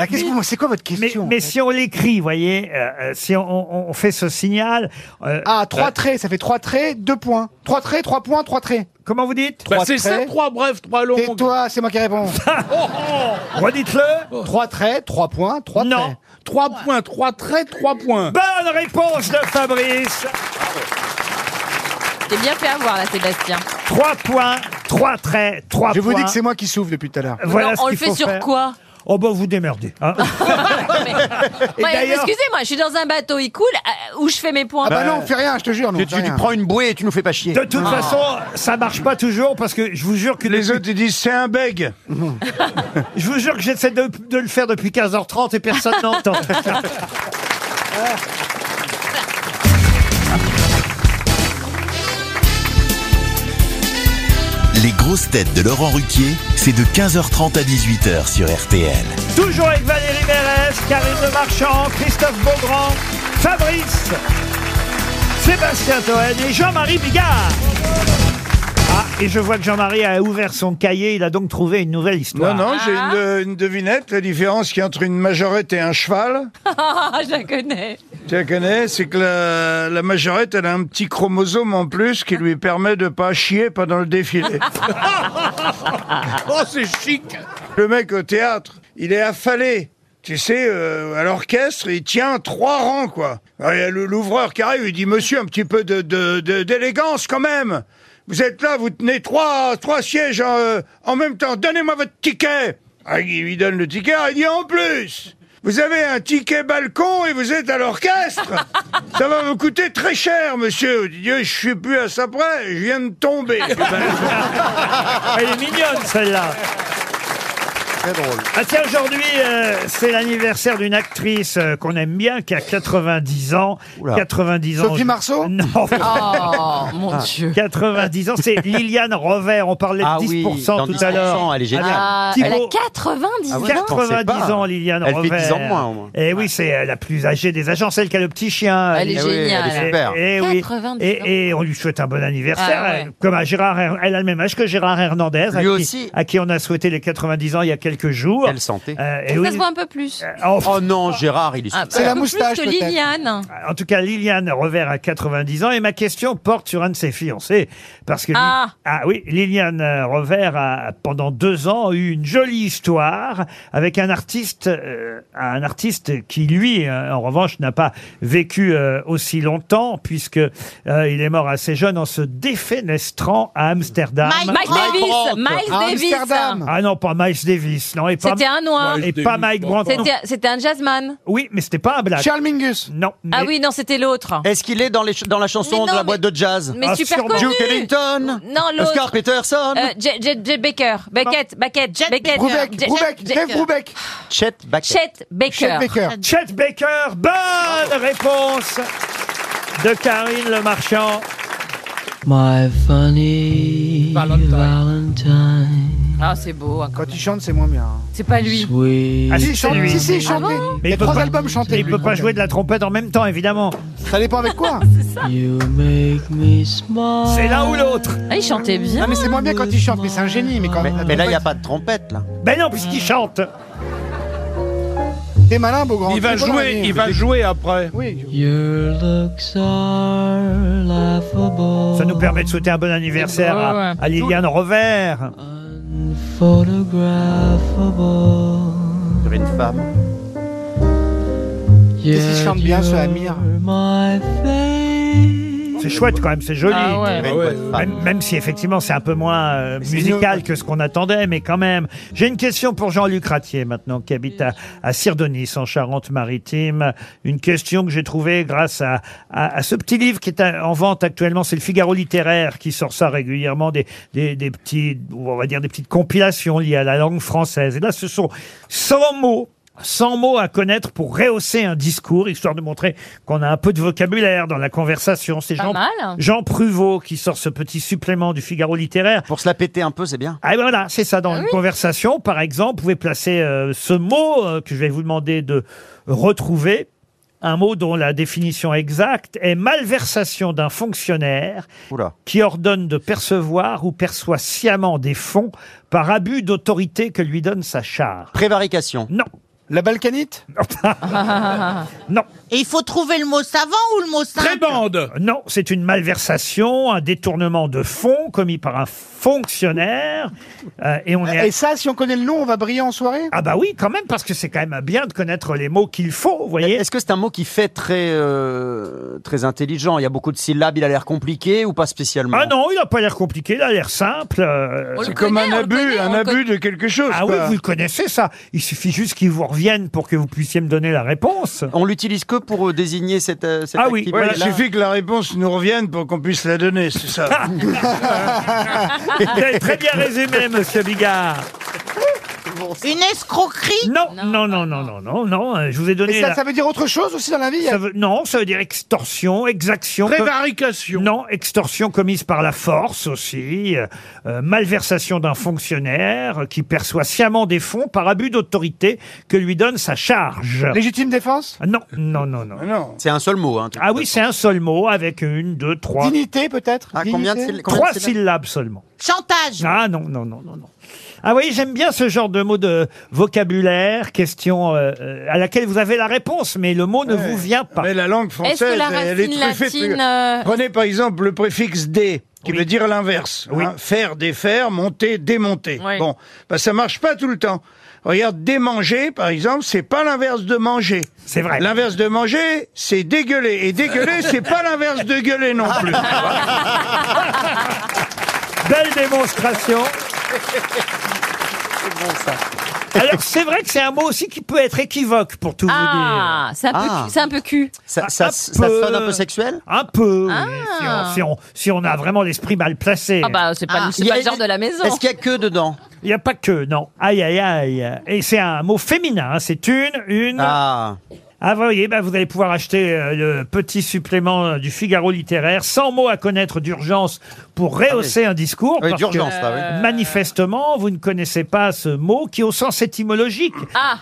Mais qu'est-ce que vous- c'est quoi votre
Mais,
question
mais
en fait
si on l'écrit, vous voyez, euh, euh, si on, on- on fait ce signal, euh,
Ah, trois traits, ça fait trois traits, deux points. Trois traits, trois points, trois traits.
comment vous dites
Bah,
Trois
c'est ça,
traits.
trois brèves, trois Oh, longues.
Et toi, c'est moi qui réponds.
oh.
Redites-le.
Trois traits, trois points, trois
Non.
traits.
Trois points, trois traits, trois points.
Bonne réponse de Fabrice.
t'es bien fait avoir là, Sébastien.
Trois points, trois traits, trois
Je
points.
vous dis que c'est moi qui souffle depuis tout à l'heure.
Voilà
Non,
ce
on
qu'il
le
faut
fait sur
faire.
quoi
Oh ben vous démerdez. hein.
Mais- Moi,
d'ailleurs-
Excusez-moi, je suis dans un bateau, il coule, euh, où je fais mes points.
Ah bah non, on fait rien, je te jure. non,
Tu,
on fait
tu lui
rien.
prends une bouée et tu nous fais pas chier.
De toute
Ah.
façon, ça marche pas toujours parce que je vous jure que
Les
depuis-
autres, ils disent c'est un beg.
je vous jure que j'essaie de, de le faire depuis 15h30 et personne n'entend.
Les grosses têtes de Laurent Ruquier, c'est de 15h30 à 18h sur RTL.
Toujours avec Valérie Mérès, Karine Le Marchand, Christophe Beaugrand, Fabrice, Sébastien Toen et Jean-Marie Bigard. Ah, et je vois que Jean-Marie a ouvert son cahier, il a donc trouvé une nouvelle
Non,
histoire.
non, j'ai une, une devinette. La différence qu'il y a entre une majorette et un cheval,
Ah, je la connais.
tu la connais, c'est que la, la majorette, elle a un petit chromosome en plus qui lui permet de pas chier pendant le défilé.
Oh, c'est chic.
Le mec au théâtre, il est affalé Tu sais, euh, à l'orchestre, il tient trois rangs, quoi. Alors, il y a le- L'ouvreur qui arrive, il dit, monsieur, un petit peu de- de- de- d'élégance quand même. Vous êtes là, vous tenez trois, trois sièges euh, en même temps. Donnez-moi votre ticket. Ah, il lui donne le ticket, il dit, en plus, vous avez un ticket balcon et vous êtes à l'orchestre. ça va vous coûter très cher, monsieur. Il dit, Dieu, je suis plus à ça près, je viens de tomber.
Elle est mignonne, celle-là.
Très drôle.
Ah tiens, aujourd'hui, euh, c'est l'anniversaire d'une actrice euh, qu'on aime bien, qui a 90 ans. 90 ans.
Sophie Marceau
Non.
Oh, mon
Dieu. 90 ans, c'est Liliane Rovert. On parlait de
Ah
10%
oui, dans
tout à l'heure.
10%, elle est géniale.
Ah, elle a
Thibaut-
90
Ah
ans.
90 ans, hein. Liliane
Elle fait
Rovert.
10 ans de moins, au moins.
Et oui, c'est euh, la plus âgée des agences, celle qui a le petit chien.
Elle est
Liliane.
géniale.
Eh oui,
Elle est
eh oui.
90 ans.
Et, et on lui souhaite un bon anniversaire.
Ah ouais.
Elle- Comme à Gérard, Her- elle a le même âge que Gérard Hernandez, à,
Lui
qui,
aussi.
à qui on a souhaité les 90 ans il y a quelques jours. Elle
santé.
et
Ça
oui.
se voit un peu plus.
Oh,
non, Gérard, il est
Ah, bah, Un peu plus que Liliane.
En tout cas, Liliane Revers a 90 ans et ma question porte sur un de ses fiancés. Parce que. Li-
Ah.
oui, Liliane euh, Revers a pendant deux ans eu une jolie histoire avec un artiste, euh, un artiste qui lui, euh, en revanche, n'a pas vécu euh, aussi longtemps puisque euh, il est mort assez jeune en se défenestrant à Amsterdam.
Mike- Mike Mike Davis, Brandt. Miles
À
Davis. Amsterdam.
Ah non, pas Miles Davis, non. et pas-
C'était un noir.
Et pas Mike Brandt. non.
C'était- C'était un jazzman.
Oui, mais c'était pas un blague.
Charles Mingus.
Non.
Ah
mais-
oui, non, c'était l'autre.
Est-ce qu'il est dans, les ch- dans la
Mais
chanson
non,
de la
mais-
boîte de jazz
mais Ah, super sûrement. connu.
Duke Ellington
Non, l'autre.
Oscar Peterson
Euh, Jet, Jet- Jet Baker. Beckett. Beckett. Jet Beckett.
Brubeck,
Jet-
Brubeck,
Jet-
Dave
Brubeck.
Chet Baker.
Chet Baker.
Chet Baker, bonne réponse de Karine Le Marchand.
My funny Valentine.
Ah, c'est beau. Quand il chante, c'est moins bien.
C'est pas
lui.
Ah,
si,
si,
il
c'est
chante.
lui.
Si, si, il chante.
Mais
il y
il
a
peut
trois
pas-
albums chantés.
Il peut pas jouer de la trompette en même temps, évidemment.
Ça dépend avec quoi
You make me smile.
C'est l'un ou l'autre.
Ah, il chantait bien.
Non, mais c'est moins bien quand il chante, mais c'est un génie. Mais, quand
Mais, mais là, il n'y a pas de trompette, là.
Ben non, puisqu'il chante.
T'es malin, beau grand. T'es bon dans la vie.
jouer après.
Oui.
Your looks are laughable.
Ça nous permet de souhaiter un bon anniversaire à-
Ouais, ouais.
à Liliane Revers.
Photographable.
Il y avait une femme.
Qu'est-ce qu'il chante bien, ce Amir
C'est chouette quand même, c'est joli.
Ah ouais. Ah ouais.
Même, même si effectivement c'est un peu moins euh, musical que ce qu'on attendait, mais quand même. J'ai une question pour Jean-Luc Ratier maintenant, qui habite à, à Sirdonis, en Charente-Maritime. Une question que j'ai trouvée grâce à, à- à ce petit livre qui est à- en vente actuellement. C'est le Figaro littéraire qui sort ça régulièrement, des, des, des petits, on va dire des petites compilations liées à la langue française. Et là, ce sont 100 mots 100 mots à connaître pour rehausser un discours, histoire de montrer qu'on a un peu de vocabulaire dans la conversation. C'est
Pas
Jean,
mal.
Jean Pruvot qui sort ce petit supplément du Figaro littéraire.
Pour se la péter un peu, c'est bien.
Ah et voilà, c'est ça. Dans une conversation, par exemple, vous pouvez placer euh, ce mot euh, que je vais vous demander de retrouver. Un mot dont la définition exacte est malversation d'un fonctionnaire
Oula.
qui ordonne de percevoir ou perçoit sciemment des fonds par abus d'autorité que lui donne sa charge.
Prévarication.
Non.
La balkanite
Non.
Et il faut trouver le mot savant ou le mot simple
Prébande
Non, c'est une malversation, un détournement de fonds commis par un fonctionnaire. Euh, et on est.
Et ça, si on connaît le nom, on va briller en soirée
Ah bah oui, quand même, parce que c'est quand même bien de connaître les mots qu'il faut, vous voyez.
E-, Est-ce que c'est un mot qui fait très, euh, très intelligent Il y a beaucoup de syllabes, il a l'air compliqué ou pas spécialement
Ah non, il n'a pas l'air compliqué, il a l'air simple. euh,
C'est comme un abus, un abus de quelque chose.
Ah oui,
quoi.
vous le connaissez ça. Il suffit juste qu'il vous revienne pour que vous puissiez me donner la réponse.
On l'utilise que pour euh, désigner cette, euh, cette
Ah oui,
activité
Ouais, il suffit que la réponse nous revienne pour qu'on puisse la donner, c'est ça.
Vous avez très bien résumé, monsieur Bigard.
Une escroquerie
Non, non, non, non, non, non, non. euh, Je vous ai donné.
Et ça,
la-
ça veut dire autre chose aussi dans la vie
Ça veut- non, ça veut dire extorsion, exaction.
Prévarication.
Non, extorsion commise par la force aussi. euh, euh, malversation d'un fonctionnaire euh, qui perçoit sciemment des fonds par abus d'autorité que lui donne sa charge.
Légitime défense
Ah Non, non, non, non.
C'est un seul mot. Hein,
Ah oui, c'est un seul mot avec une, deux, trois.
Dignité, peut-être
Ah, combien de
Dignité
syllabes
Trois syllabes seulement.
Chantage
Ah non, non, non, non, non. Ah oui, j'aime bien ce genre de mots de vocabulaire, question euh, euh, à laquelle vous avez la réponse, mais le mot ne vous vient pas.
Mais la langue
Est-ce que
française,
la
elle est
racine
truffée. de-
latine, euh,
Prenez par exemple le préfixe des, qui veut dire l'inverse. hein. faire, défaire, monter, démonter. Bon, bah, ça marche pas tout le temps. Regarde, démanger, par exemple, c'est pas l'inverse de manger.
C'est vrai.
L'inverse de manger, c'est dégueuler. Et dégueuler, c'est pas l'inverse de gueuler non plus.
Ah.
Belle démonstration. Alors c'est vrai que c'est un mot aussi qui peut être équivoque pour tout
Ah,
vous dire.
c'est un, peu
Ah.
Ah.
cu- c'est un peu cul.
sexuel Un peu. oui. Si, on, si, on, si on a vraiment l'esprit mal placé.
Ah bah, c'est pas- Ah. c'est pas le genre de la maison. Est-ce qu'il
y a que dedans Il n'y a pas que, non. Aïe, aïe, aïe. Et c'est un mot féminin. hein. C'est une, une. Ah. vous voyez, bah, vous allez pouvoir acheter euh, le petit supplément euh, du Figaro littéraire, 100 mots à connaître d'urgence pour rehausser un discours.
Oui,
parce
d'urgence,
que,
là, oui.
Manifestement, vous ne connaissez pas ce mot qui, au sens étymologique,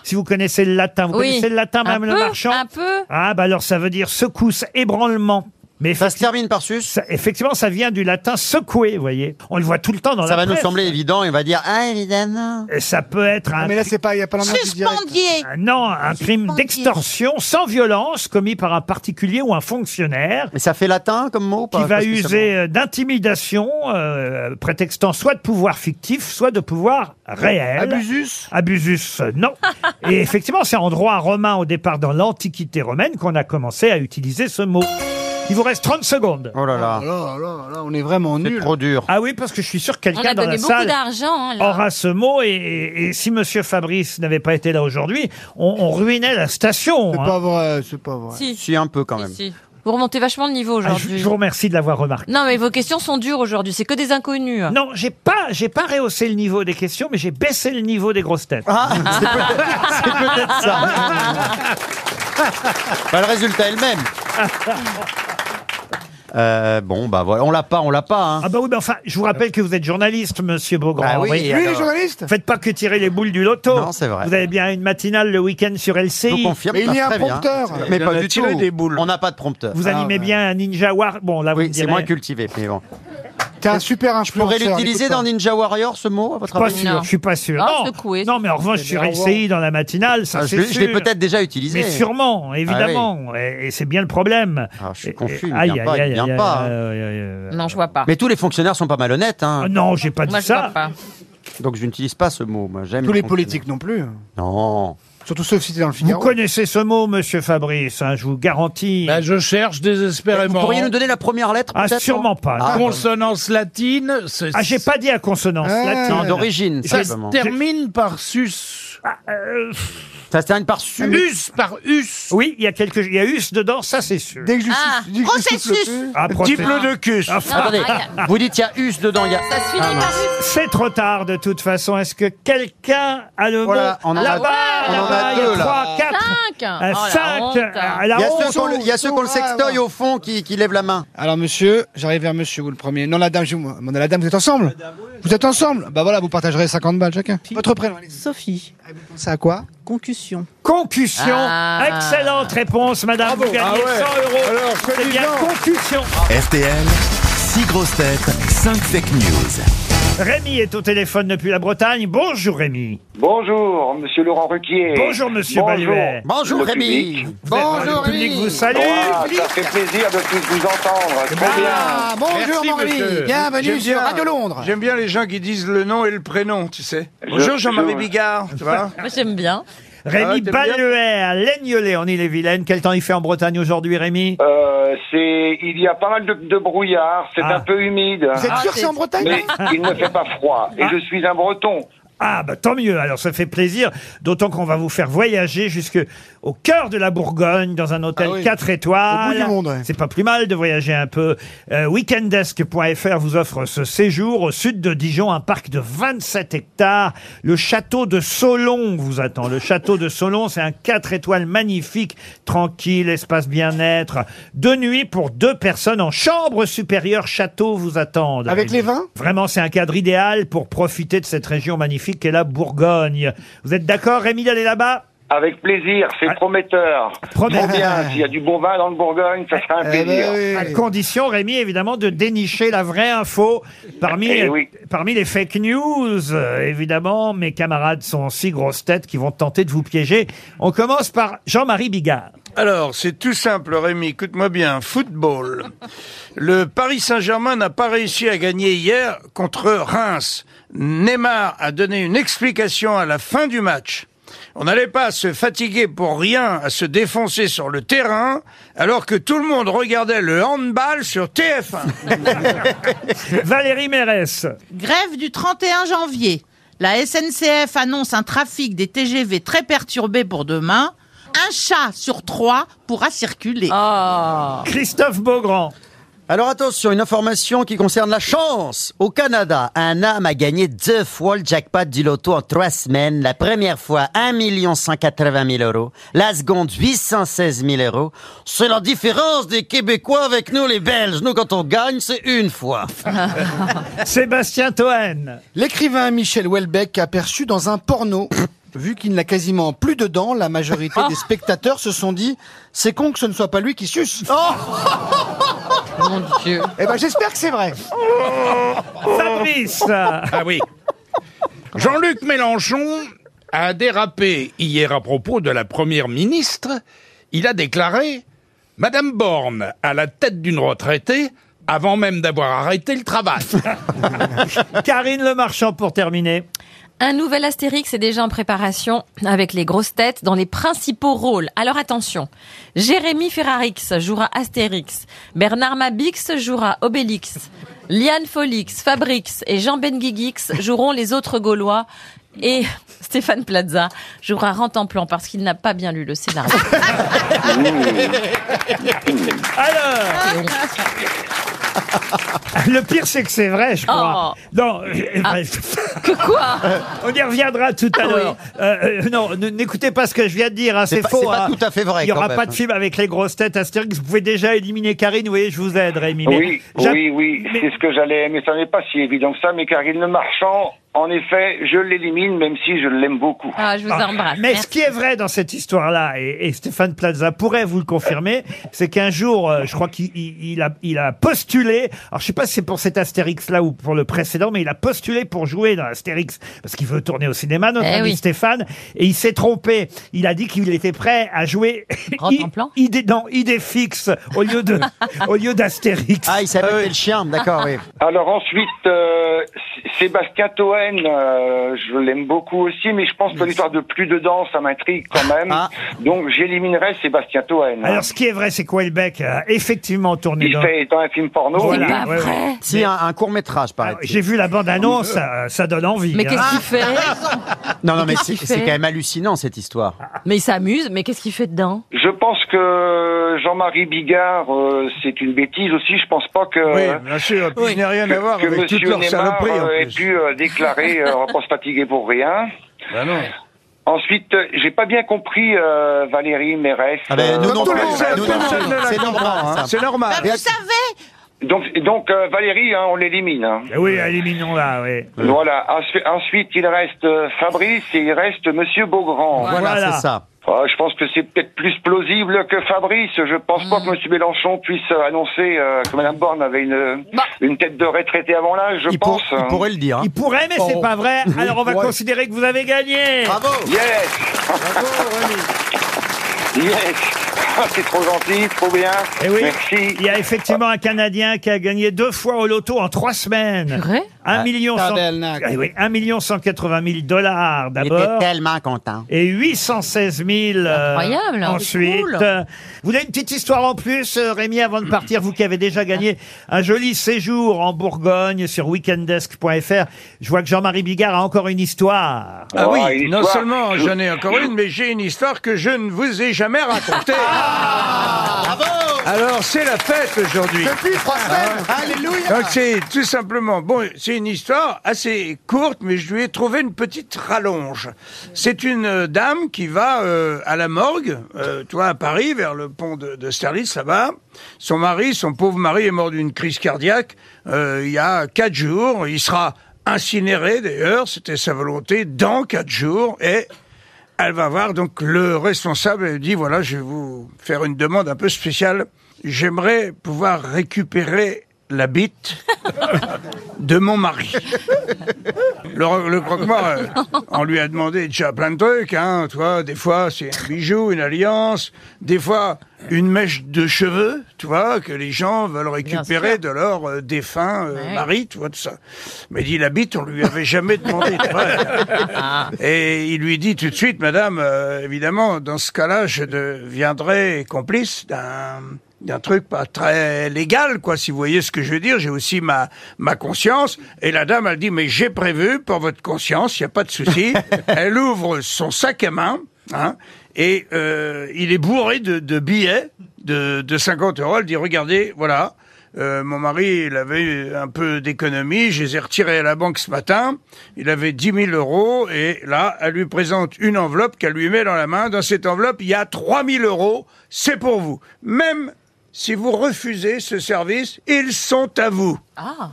si vous connaissez le latin, vous
Ah. oui.
connaissez le latin,
un
même
peu,
le marchand
Un peu.
ah, bah alors ça veut dire secousse, ébranlement. Mais ça se termine par sus Effectivement, ça vient du latin secouer, vous voyez. On le voit tout le temps Ah, dans
Ça
la
va nous
presse.
sembler évident et on va dire Ah, évidemment.
Et ça peut être un.
Ah, Mais là, c'est pas, il y a pas l'ambiance du direct.
Euh, Non, un crime d'extorsion sans violence commis par un particulier ou un fonctionnaire. Mais ça fait latin comme mot
pas
Qui va
Pas spécialement.
user euh, d'intimidation, euh, prétextant soit de pouvoir fictif, soit de pouvoir réel.
Abusus
Abusus, euh, non. Et effectivement, c'est en droit romain au départ dans l'Antiquité romaine qu'on a commencé à utiliser ce mot. Il vous reste 30 secondes. Oh là là.
Là, là, là, on est vraiment nuls.
trop dur. Ah oui, parce que je suis sûr que
On a
quelqu'un dans
donné
la
beaucoup
salle Oh.
d'argent. hein, là.
aura ce mot et, et- et si Monsieur Fabrice n'avait pas été là aujourd'hui, on, on ruinait la station. hein. C'est pas vrai, c'est pas vrai.
Si.
un peu quand même.
Si. Vous remontez vachement le niveau
Ah, je,
aujourd'hui.
je vous remercie de l'avoir remarqué.
Non, mais vos questions sont dures aujourd'hui. C'est que des inconnus.
Non, j'ai pas, j'ai pas rehaussé le niveau des questions, mais j'ai baissé le niveau des grosses têtes.
c'est peut-être- c'est peut-être ça. Ah. Bah, le résultat est le même. Euh, bon, bah voilà, on l'a pas, on l'a pas. hein.
Ah bah oui, mais enfin, je vous rappelle que vous êtes journaliste, monsieur Beaugrand.
Bah oui,
Vous voyez.
Lui, il est alors-
journaliste
Faites pas que tirer les boules du loto.
Non, c'est vrai.
Vous avez bien une matinale le week-end sur LCI.
Je vous confirme, ça, très bien. Mais pas du tout. On n'a pas de prompteur.
Vous animez bien un Ninja War. Bon, là, vous
Ah, Oui,
me
c'est
direz-
moins cultivé, mais bon.
T'es un super
On
influenceur.
pourrait l'utiliser dans Ninja Warrior, ce mot, à votre
Pas
avis
sûr, je suis pas sûr. non, non, mais en revanche, sur LCI dans la matinale, ça
Ah, je
c'est
l'ai- je l'ai
sûr.
peut-être déjà utilisé. Ah
Mais sûrement, évidemment. Et, et c'est bien le problème. je suis
confus, il vient pas, il vient pas, hein.
Non, je vois pas.
Mais tous les fonctionnaires sont pas malhonnêtes. Hein.
Ah non, j'ai pas
Moi, je vois pas.
Donc je n'utilise pas ce mot. Moi, j'aime
Tous les
fonctionnaires.
politiques non plus. hein.
Non.
Surtout ceux si t'es dans le
Vous
Figaro.
connaissez ce mot, monsieur Fabrice, hein, je vous garantis.
Ben, je cherche désespérément.
Vous pourriez nous donner la première lettre
Ah,
peut-être, hein
sûrement
non
pas.
Ah,
non.
consonance latine. c'est-
Ah, j'ai pas dit à consonance
Ah.
latine.
Non, d'origine,
J'ai-
ça se termine par sus.
Ah, euh,
Ça se termine par su.
Us, par us.
Oui, il y a quelques, il y a us dedans, ça c'est sûr.
Dès que je
Ah,
suis- dès que je suis
processus.
souffle-
Ah, procé-
Diplodocus.
Ah,
Attendez,
Ah,
vous dites il y a us dedans, il y a.
Ça se finit
Ah,
par
mince.
C'est trop tard de toute façon. Est-ce que quelqu'un a le
Voilà,
mot
on en a-
Là-bas,
on en a
là-bas, Ah, il y a
deux, là.
trois, quatre.
Cinq.
euh,
Oh, la
cinq,
honte.
euh, la
Il y a
honte.
ceux qu'on le- il y a ceux qu'on le sextoy au fond qui, qui lèvent la main.
Ah, Alors monsieur, j'arrive vers monsieur, vous le premier. Non, la dame, je... vous- la dame, vous êtes ensemble Vous êtes ensemble Bah voilà, vous partagerez 50 balles chacun. Votre prénom, allez
Sophie.
pensez à quoi
Concussion.
Concussion.
Ah.
Excellente réponse, madame. Vous gagnez
Ah ouais.
100 euros.
Alors,
C'est bien concussion.
RTL, 6 grosses têtes, 5 fake news.
Rémi est au téléphone depuis la Bretagne. Bonjour Rémi.
Bonjour, monsieur Laurent Ruquier.
Bonjour, monsieur Baluet.
Bonjour
le
Rémi.
public.
Vous êtes-
Bonjour,
le public
Rémi.
vous salue.
Ah, ça fait plaisir de tous vous entendre. Très bien.
Ah, bonjour
Merci,
mon ami.
monsieur.
Bienvenue
J'aime
sur
bien.
Radio Londres.
J'aime bien les gens qui disent le nom et le prénom, tu sais. Bonjour Jean-Marie
je-
Bigard, tu vois.
Moi, j'aime bien.
Ah ouais,
Rémi
t'aimes
Baluet à Laignolais en Ille-et-Vilaine. Quel temps il fait en Bretagne aujourd'hui, Rémi
Euh, c'est, il y a pas mal de, de brouillard, c'est
Ah.
un peu humide,
Vous êtes sûr que c'est en Bretagne
mais il ne fait pas froid. Et
Ah.
je suis un breton.
Ah bah tant mieux, alors ça fait plaisir, d'autant qu'on va vous faire voyager jusque au cœur de la Bourgogne, dans un hôtel
Ah oui.
4 étoiles.
Au bout du monde, ouais.
C'est pas plus mal de voyager un peu. Euh, Weekendesk.fr vous offre ce séjour au sud de Dijon, un parc de 27 hectares. Le château de Solon vous attend. Le château de Solon, c'est un 4 étoiles magnifique, tranquille, espace bien-être. Deux nuits pour deux personnes en chambre supérieure, château vous attendent.
Avec les vins
Vraiment, c'est un cadre idéal pour profiter de cette région magnifique qu'est la Bourgogne. Vous êtes d'accord, Rémi, d'aller là-bas
Avec plaisir, c'est prometteur. Trop
Prometteur.
bien, s'il y a du bon vin dans le Bourgogne, ça sera un
Eh
plaisir.
ben
À
oui.
condition, Rémi, évidemment, de dénicher la vraie info parmi,
Eh oui.
parmi les fake news. Euh, évidemment, mes camarades sont si grosses têtes qui vont tenter de vous piéger. On commence par Jean-Marie Bigard.
Alors, c'est tout simple, Rémi, écoute-moi bien. Football. Le Paris Saint-Germain n'a pas réussi à gagner hier contre Reims. Neymar a donné une explication à la fin du match. On n'allait pas se fatiguer pour rien à se défoncer sur le terrain, alors que tout le monde regardait le handball sur TF1.
Valérie Mérès.
Grève du 31 janvier. La SNCF annonce un trafic des TGV très perturbé pour demain. Un chat sur trois pourra circuler.
Ah.
Christophe Beaugrand.
Alors attention, une information qui concerne la chance. Au Canada, un homme a gagné deux fois le jackpot du loto en trois semaines. La première fois, 1 180 000 euros. La seconde, 816 000 euros. C'est la différence des Québécois avec nous, les Belges. Nous, quand on gagne, c'est une fois.
Sébastien Toen.
L'écrivain Michel Houellebecq aperçu dans un porno. Vu qu'il n'a quasiment plus dedans, la majorité des spectateurs se sont dit c'est con que ce ne soit pas lui qui suce. Mon Dieu. Eh ben j'espère que c'est vrai.
Fabrice
Ah oui. Jean-Luc Mélenchon a dérapé hier à propos de la première ministre. Il a déclaré Madame Borne à la tête d'une retraitée avant même d'avoir arrêté le travail.
Karine Le Marchand pour terminer.
Un nouvel Astérix est déjà en préparation avec les grosses têtes dans les principaux rôles. Alors attention, Jérémy Ferrarix jouera Astérix, Bernard Mabix jouera Obélix, Liane Folix, Fabrix et Jean Benguigix joueront les autres Gaulois et Stéphane Plaza jouera Rantanplan parce qu'il n'a pas bien lu le scénario.
Alors Le pire, c'est que c'est vrai, je crois. Non, euh,
que quoi
On y reviendra tout à
Ah oui.
l'heure. Euh, euh, non, ne- n'écoutez pas ce que je viens de dire, hein,
C'est
c'est
pas-
faux.
c'est pas
hein.
tout à fait vrai,
Il n'y aura
quand même.
pas de film avec les grosses têtes Astérix. Vous pouvez déjà éliminer Karine, vous voyez, je vous aide, Rémi. mais
Oui,
j'a-
oui, oui, c'est ce que j'allais aimer. Ça n'est pas si évident que ça, mais Karine Le Marchand, en effet, je l'élimine, même si je l'aime beaucoup.
Ah, je vous
Ah,
embrasse.
Mais ce qui est vrai dans cette histoire-là, et, et Stéphane Plaza pourrait vous le confirmer, c'est qu'un jour, euh, je crois qu'il il- il a, il a postulé, alors je sais pas si c'est pour cet Astérix-là ou pour le précédent, mais il a postulé pour jouer dans Astérix, parce qu'il veut tourner au cinéma, notre
Eh
ami
oui.
Stéphane, et il s'est trompé. Il a dit qu'il était prêt à jouer I- idée, non, idée fixe au lieu de, au lieu d'Astérix. Ah,
il s'est le chien, d'accord, oui.
Alors ensuite, euh, S- Sébastien Toen, euh, je l'aime beaucoup aussi, mais je pense que l'histoire de plus dedans, ça m'intrigue quand même. Donc j'éliminerai Sébastien Toen.
Alors, ce qui est vrai, c'est qu'Oelbeck a effectivement tourné
il
dans...
fait dans un film porno.
Voilà, ouais, ouais.
Si, un, court métrage, paraît
J'ai vu la bande-annonce, ça, ça donne envie.
Mais
hein.
qu'est-ce qu'il fait
Non, non, mais
Qu'est-ce
c'est
qu'il
c'est
fait
quand même hallucinant, cette histoire.
Mais il s'amuse, mais qu'est-ce qu'il fait dedans
Je pense que Jean-Marie Bigard, euh, c'est une bêtise aussi. Je pense pas que euh,
Oui, bien sûr, puis il n'a rien
que,
à voir
que
avec toutes
Monsieur
leurs
Neymar
saloperies, en
euh, ait
plus.
pu euh, déclarer euh, on va pas se fatiguer pour rien.
Ben
Ensuite, euh, j'ai pas bien compris euh, Valérie Mérès. euh,
Ah ben, nous non
Comme
plus,
tous les
nous
autres,
non
personne
plus.
ne l'a
C'est
compris.
normal, hein. C'est
Ben,
normal. Bah, vous
Donc, donc euh, Valérie, hein, on l'élimine. hein.
Eh Oui, éliminons-la, oui.
Voilà. Ensu- Ensuite, il reste euh, Fabrice et il reste Monsieur Beaugrand.
Voilà, Voilà. c'est
ça.
Ah, je pense que c'est peut-être plus plausible que Fabrice. Je pense pas que Monsieur Mélenchon puisse euh, annoncer euh, que Madame Borne avait une, une tête de retraité avant l'âge, je pense.
Il pourrait le dire.
Il pourrait, mais c'est
Oh.
pas vrai.
Oui,
Alors on va
ouais.
considérer que vous avez gagné.
Bravo.
Yes Yes C'est trop gentil, trop bien.
Eh
Et Eh oui,
Merci.
il y a effectivement un Canadien qui a gagné deux fois au loto en trois semaines.
Vrai
Ah,
1 million, cent-
Tabernacle.
Eh oui, 1 million 180 000 dollars
Il était
d'abord.
tellement content.
Et 816 000 euh,
Incroyable, hein, c'est
ensuite.
cool.
Euh, Vous avez une petite histoire en plus, euh, Rémi, avant de partir, vous qui avez déjà gagné un joli séjour en Bourgogne sur weekendesk.fr. Je vois que Jean-Marie Bigard a encore une Oh, histoire.
Ah oui, non seulement j'en ai encore une, mais j'ai une histoire que je ne vous ai jamais racontée. Alors c'est la fête aujourd'hui.
Depuis trois semaines. Alléluia.
Donc c'est tout simplement, bon, c'est une histoire assez courte, mais je lui ai trouvé une petite rallonge. C'est une euh, dame qui va euh, à la morgue, euh, toi à Paris, vers le pont de, de Sterlitz, ça va. Son mari, son pauvre mari est mort d'une crise cardiaque euh, il y a quatre jours. Il sera incinéré d'ailleurs, c'était sa volonté, dans quatre jours. Et elle va voir donc le responsable et lui dit voilà, je vais vous faire une demande un peu spéciale. J'aimerais pouvoir récupérer la bite de mon mari. Le, le croque-mort, euh, on lui a demandé déjà plein de trucs, hein, tu vois, des fois c'est un bijou, une alliance, des fois une mèche de cheveux, tu vois, que les gens veulent récupérer de leur euh, défunt euh,
Ouais.
mari, tu vois, tout ça. Mais il dit la bite, on lui avait jamais demandé. tu vois. Et il lui dit tout de suite, madame, euh, évidemment, dans ce cas-là, je deviendrai complice d'un d'un truc pas très légal, quoi, si vous voyez ce que je veux dire. J'ai aussi ma, ma conscience. Et la dame, elle dit, mais j'ai prévu pour votre conscience, il n'y a pas de souci. elle ouvre son sac à main, hein, et euh, il est bourré de, de billets de, de 50 euros. Elle dit, regardez, voilà, euh, mon mari, il avait eu un peu d'économie, je les ai retirés à la banque ce matin, il avait 10 000 euros, et là, elle lui présente une enveloppe qu'elle lui met dans la main. Dans cette enveloppe, il y a 3 000 euros, c'est pour vous. Même si vous refusez ce service, ils sont à vous.
Ah.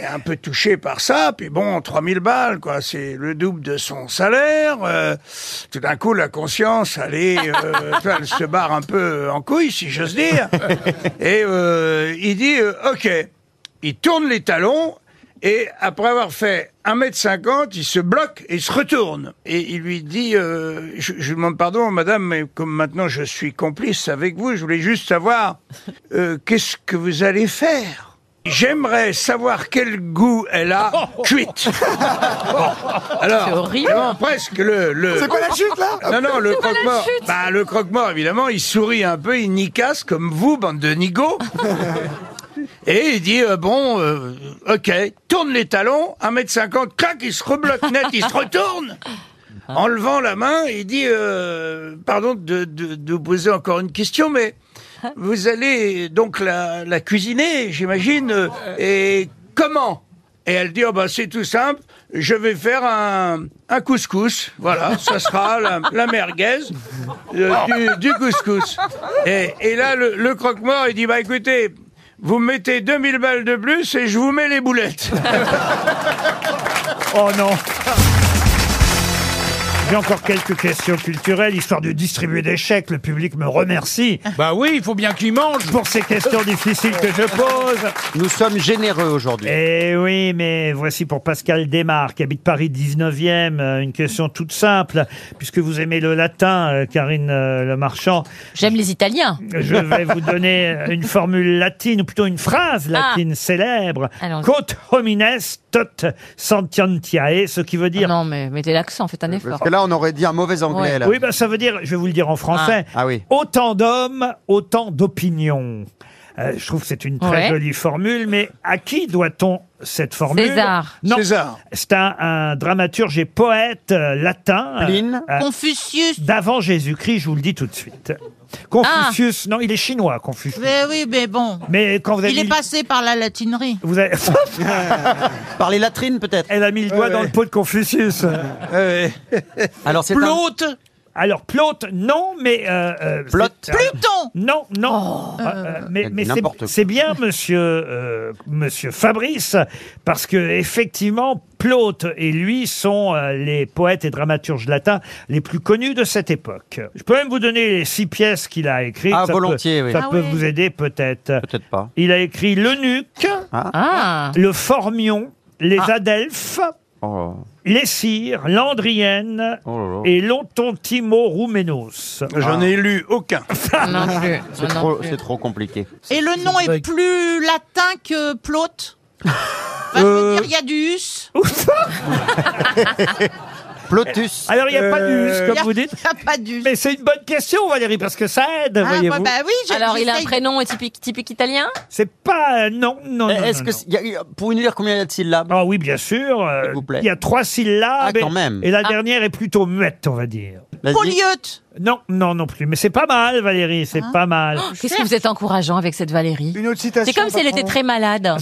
Et un peu touché par ça, puis bon, 3000 balles, quoi, c'est le double de son salaire. euh, tout d'un coup, la conscience, elle, est, euh, tu vois, elle se barre un peu en couille, si j'ose dire. Et euh, il dit, euh, OK, il tourne les talons, et après avoir fait 1m50, il se bloque et il se retourne. Et il lui dit, euh, je, je lui demande pardon, madame, mais comme maintenant je suis complice avec vous, je voulais juste savoir, euh, qu'est-ce que vous allez faire J'aimerais savoir quel goût elle a cuite. Bon, alors,
C'est horrible.
vraiment, presque le. le-
C'est quoi la chute, là
Non, non, le
C'est quoi la
croque-mort.
chute
Bah, le croque-mort, évidemment, il sourit un peu, il nicasse comme vous, bande de nigauds. Et il dit, euh, bon, euh, ok, tourne les talons, 1m50, clac, il se rebloque net, il se retourne. En levant la main, il dit, euh, pardon de, de, de vous poser encore une question, mais vous allez donc la, la cuisiner, j'imagine, euh, et comment Et elle dit, oh bah, c'est tout simple, je vais faire un, un couscous, voilà, ça sera la, la merguez euh, du, du couscous. Et, et là, le, le croque-mort, il dit, bah écoutez, vous me mettez 2000 balles de plus et je vous mets les boulettes.
Oh non J'ai encore quelques questions culturelles, histoire de distribuer des chèques. Le public me remercie. Bah oui, il faut bien qu'il mange. Pour ces questions difficiles que je pose.
Nous sommes généreux aujourd'hui.
Eh oui, mais voici pour Pascal Desmar, qui habite Paris 19e, euh, une question toute simple, puisque vous aimez le latin, euh, Karine euh, Le Marchand.
J'aime les Italiens.
Je vais vous donner une formule latine, ou plutôt une phrase
Ah.
latine célèbre.
Allons-y.
Quod homines tot sentientiae, ce qui veut dire...
Non, mais mettez l'accent, faites un effort.
Parce que là, on aurait dit un mauvais anglais.
Ouais.
Là.
Oui, bah, ça veut dire, je vais vous le dire en français,
Ah. Ah oui.
autant d'hommes, autant d'opinions. Euh, je trouve que c'est une très
Ouais.
jolie formule, mais à qui doit-on cette formule
César.
Non. C'est un, un dramaturge et poète euh, latin.
Pline.
Confucius. D'avant Jésus-Christ, je vous le dis tout de suite. Confucius, non, il est chinois, Confucius.
Mais oui, mais bon.
Mais quand vous avez
Il est
mis-
passé par la latinerie.
Vous avez... Par les latrines, peut-être. Elle a mis le doigt
Ouais,
dans
ouais.
le pot de Confucius. Alors,
c'est un-
Plaute Alors, Plaute, non, mais. Euh, euh,
Plaute.
c'est- Non, non. Euh, euh, mais mais c'est-
n'importe quoi.
c'est bien, monsieur, euh, monsieur Fabrice, parce que, effectivement, Plaute et lui sont euh, les poètes et dramaturges latins les plus connus de cette époque. Je peux même vous donner les six pièces qu'il a écrites.
Ah,
Ça peut-
volontiers, oui.
Ça
Ah
peut
oui.
vous aider, peut-être.
Peut-être pas.
Il a écrit l'Eunuque,
Ah.
le Formion, les Adelphes,
Oh.
les Cires, l'Andrienne
Oh Ah. là là.
et l'Ontontimo Roumenos.
J'en ai lu aucun.
Ah,
Ah
C'est trop, c'est trop compliqué.
Et le nom est plus latin que Plaute Enfin, je veux dire, Il y a du us.
Plotus.
Alors, il n'y a pas d'us, comme vous dites.
Il n'y a pas d'us.
Mais c'est une bonne question, Valérie, parce que ça
Ah,
aide, voyez-vous.
bah Alors, il a un prénom typique, typique italien
C'est pas... euh, non, non, non,
Eh, Est-ce
non,
que
non.
c'est- y a- pour une lire combien y a de syllabes
Ah oui, bien sûr. S'il
vous plaît.
Il y a trois syllabes.
Ah, quand
et-
même.
Et la
Ah.
dernière est plutôt muette, on va dire.
Vas-y.
Polyote.
Non, non, non plus. Mais c'est pas mal, Valérie,
Ah.
c'est pas mal.
Qu'est-ce que vous êtes encourageant avec cette Valérie Une autre
citation,
C'est comme si elle était
patron.
très malade.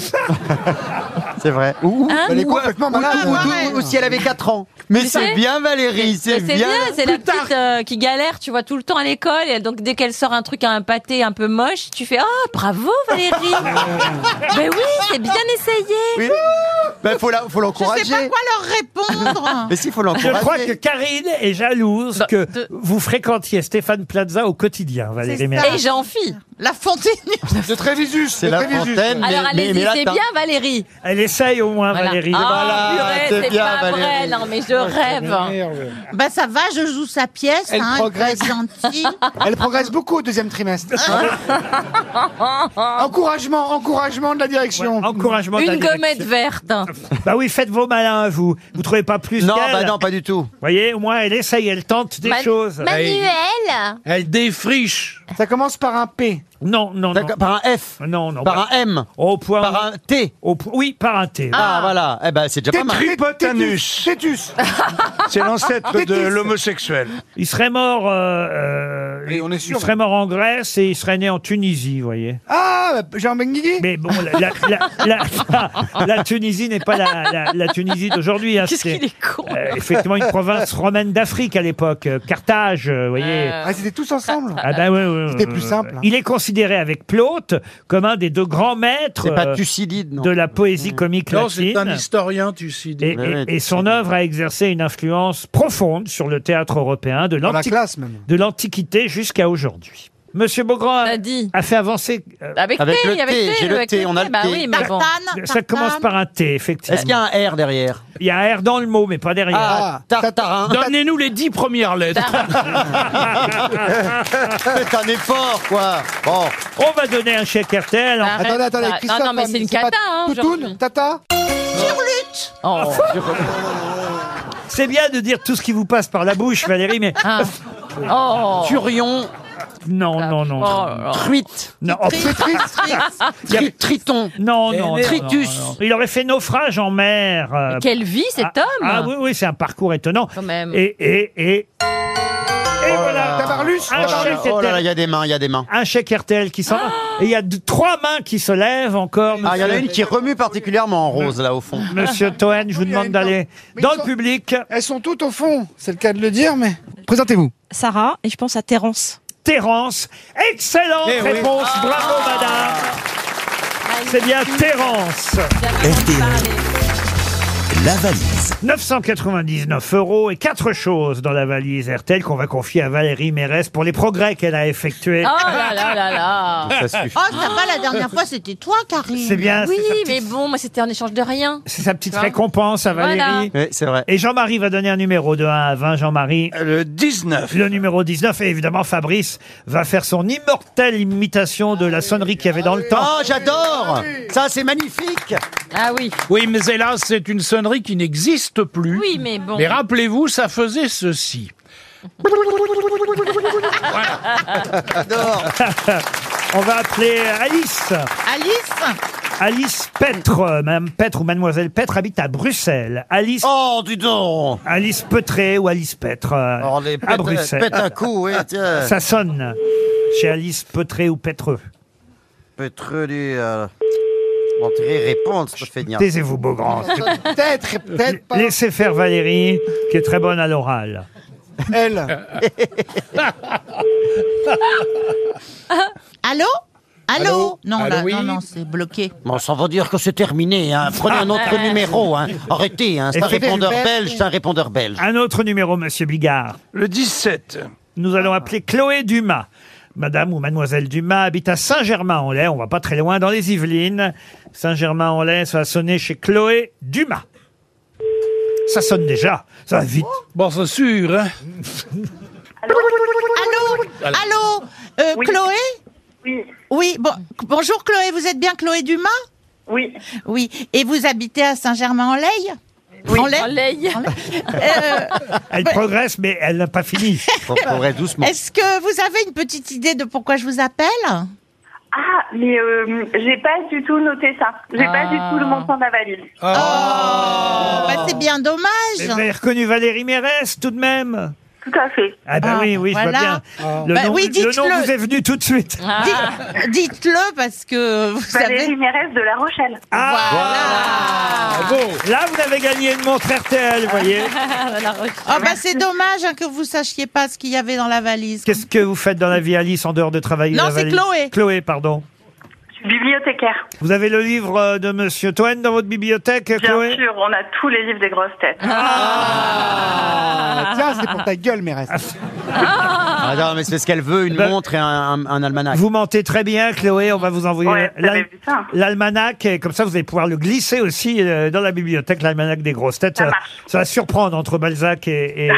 C'est vrai. Ou,
Hein
elle est
Ou-
complètement
ou-
malade.
ou- ou- ou
si elle avait 4 ans. Mais
Tu
c'est
sais
bien Valérie, c'est
Mais
bien.
c'est la petite euh, qui galère, tu vois, tout le temps à l'école. Et donc, dès qu'elle sort un truc à un pâté un peu moche, tu fais Ah, bravo Valérie Ben oui, c'est bien essayé
Oui. Ben, faut la- faut l'encourager.
Je sais pas quoi leur répondre.
Mais si, faut
Je
l'encourager.
crois que Karine
Bah,
est jalouse que vous fréquentiez Stéphane Plaza au quotidien, Valérie Mérès.
Et j'en fie
La Fontaine
De Trévisus.
C'est la fontaine. mais-
Alors
mais-
allez-y,
mais là,
c'est
t'as-
bien Valérie.
Elle essaye au moins, Valérie.
Ah,
Voilà,
purée,
t'es
c'est
bien,
pas vrai.
Valérie.
Non, mais je rêve.
Ben ça va, je joue sa pièce.
Elle
hein,
progresse.
elle est gentille.
Elle progresse beaucoup au deuxième trimestre.
Ah
encouragement, encouragement de la direction.
encouragement
Une gommette verte.
Bah oui, faites vos malins, vous. Vous trouvez pas plus
Non,
qu'elle
bah non, pas du tout.
Vous voyez, au moins, elle essaye, elle tente des
Man-
choses.
Manuel
Elle défriche.
Ça commence par un P.
Non, non, non.
D'accord, Par un F.
Non, non.
Par un M.
Au point.
Par un T.
Au po- Oui, par un T.
Ah, voilà. Eh ben, c'est déjà pas mal.
Tétanus.
Tétus.
C'est l'ancêtre de l'homosexuel.
Il serait mort. euh, euh,
Et on est sûr.
Il serait mort en Grèce et il serait né en Tunisie, vous voyez.
Ah, Jean Benguigui
Mais bon, la, la- la- la- la Tunisie n'est pas la, la- la Tunisie d'aujourd'hui. hein.
Qu'est-ce
C'était,
qu'il est con.
euh, effectivement une province romaine d'Afrique à l'époque, euh, Carthage, euh, vous voyez.
Euh,
Ah, c'était tous ensemble
Ah bah ouais, ouais,
C'était
ouais,
plus
ouais.
simple. hein.
Il est considéré avec Plaute comme un des deux grands maîtres
C'est pas
euh,
Thucydide, non. Mmh.
de la poésie comique
Non, c'est un
latine.
historien, tu sais.
Et,
Ouais, ouais,
et- et son œuvre a exercé une influence profonde sur le théâtre européen de
Dans la
l'Antiqu-
classe, même.
de l'Antiquité jusqu'à aujourd'hui. Monsieur Beaugrand a,
T'as dit.
a fait avancer. euh,
Avec,
Avec
T,
le
avec
T,
T,
j'ai le
avec
T, on a le
Bah
T.
oui, mais
Tartane,
bon.
ça
tartane.
commenment par un T,
Est-ce qu'il y
effectivement.
a un R derrière
Il y a un R dans le mot, mais pas derrière.
Ah, Tartarin.
Donnez-nous les dix premières lettres.
C'est un effort, quoi. Bon.
On va donner un chèque RTL. en-
Arrête.
Attendez, attendez,
Ah,
Christophe.
non, non, mais c'est une
pas
cata, hein,
Toutoune,
aujourd'hui.
Tata
Oh.
C'est bien de dire tout ce qui vous passe par la bouche, Valérie, mais
Ah. Oh.
Turion.
non, non, non.
Oh là là.
Truite.
Non, oh,
Triste, triste, triste.
Y a-
Tri- triton.
non, non, non,
Tritus.
non, non. Il aurait fait naufrage en mer. euh,
Quelle vie cet
ah,
homme
Ah oui, oui, c'est un parcours étonnant.
Quand même.
Et, et, et. Et voilà. Ah,
Tabarlus
Un
Oh là
chèque
là, oh là là, il
RTL.
y a des mains, il y a des mains.
Un chèque RTL qui s'en va.
Ah
Et il y a deux- trois mains qui se lèvent encore.
Ah, il y en a
monsieur-
une qui remue particulièrement en rose, là, au fond.
Monsieur Toen, je vous
Oui, il y a
demande
une
d'aller
mais
dans
ils
le
sont-
public.
Elles sont toutes au fond, c'est le cas de le dire, mais. Présentez-vous.
Sarah, et je pense à Terence.
Terence. Excellente
Eh oui.
réponse.
Ah,
Bravo, madame. C'est bien Terence.
La valise.
999 euros et quatre choses dans la valise RTL qu'on va confier à Valérie Mérès pour les progrès qu'elle a effectués.
Oh là là là là.
Ça suffit.
Oh, ça va, la dernière fois, c'était toi, Karine.
C'est bien,
Oui,
c'est sa petite-
mais bon, moi c'était en échange de rien.
c'est sa petite
Hein
récompense à Valérie.
Voilà.
Oui, c'est vrai.
Et Jean-Marie va donner un numéro de 1 à 20, Jean-Marie.
Le 19.
Le numéro 19, et évidemment, Fabrice va faire son immortelle imitation de la sonnerie qu'il y avait dans le temps.
Oh, j'adore Ça, c'est magnifique
Ah oui.
Oui, mais hélas, c'est une sonnerie qui n'existe plus.
Oui, mais bon.
Mais rappelez-vous, ça faisait ceci.
J'adore
On va appeler Alice.
Alice
Alice Petre, Madame Petre ou Mademoiselle Petre habite à Bruxelles. Alice,
Oh, du don
Alice Petré ou Alice Petre euh,
Oh, les
à
pète,
Bruxelles.
pète un coup, oui, tiens.
Ça sonne chez Alice Petré ou Petreux.
Petreux, lui... Euh... Bon, tu irais répondre, ce feignant.
Taisez-vous, Beaugrand.
Peut-être, et peut-être pas.
Laissez faire Valérie, qui est très bonne à l'oral.
Elle.
Allô Allô,
Allô
Non,
Allô,
là,
oui
non, non, c'est bloqué.
Bon, ça veut dire que c'est terminé, hein. Prenez un
Ah,
autre numéro, hein. Arrêtez, hein. C'est un
Et c'était
répondeur
une belle-
belge, c'est un répondeur belge.
Un autre numéro, Monsieur Bigard.
Le 17.
Nous allons appeler Chloé Dumas. Madame ou Mademoiselle Dumas habite à Saint-Germain-en-Laye. On va pas très loin dans les Yvelines. Saint-Germain-en-Laye, ça va sonner chez Chloé Dumas. Ça sonne déjà. Ça va vite.
Oh. Bon, c'est sûr, hein.
Allô Allô Euh,
Oui.
Chloé
Oui,
Oui, bon, bonjour Chloé, vous êtes bien Chloé Dumas
oui.
Oui, et vous habitez à Saint-Germain-en-Laye
Oui,
En l'air.
en l'air.
Euh,
Elle progresse, mais elle n'a pas fini.
Faut qu'on reste doucement.
Est-ce que vous avez une petite idée de pourquoi je vous appelle
Ah, mais euh, j'ai pas du tout noté ça. J'ai pas
Ah.
du tout le montant de la valise.
Ah.
Bah,
Oh.
C'est bien
Mais
dommage.
Vous avez reconnu Valérie Mérès, tout de même.
Tout à fait.
Ah ben
Ah,
oui, oui, je vois
voilà.
bien. Le,
Bah
nom,
oui,
le
dites-le.
nom vous est venu tout de suite.
Ah.
Dites- Dites-le parce que vous
Valérie
savez.
Mérez de La Rochelle.
Ah, Là, vous avez gagné une montre RTL, vous voyez.
Ah.
La recherche.
Oh bah c'est dommage hein, que vous sachiez pas ce qu'il y avait dans la valise.
Qu'est-ce que vous faites dans la vie, Alice, en dehors de travailler
Non,
la
c'est
valise
Chloé.
Chloé, pardon.
Je suis
Bibliothécaire.
Vous avez le livre euh, de Monsieur Toen dans votre bibliothèque,
Bien
Chloé
sûr, on a tous les livres des grosses têtes.
Ah, tiens, c'est pour ta gueule, Mérès.
Ah non, mais c'est ce qu'elle veut, une montre et un, un- un almanach.
Vous mentez très bien, Chloé. On va vous envoyer
Ouais,
l'al-
j'avais vu ça. hein.
l'almanach. Et comme ça, vous allez pouvoir le glisser aussi euh, dans la bibliothèque, l'almanach des grosses têtes.
Ça
Ça,
marche.
ça va surprendre entre Balzac et, et-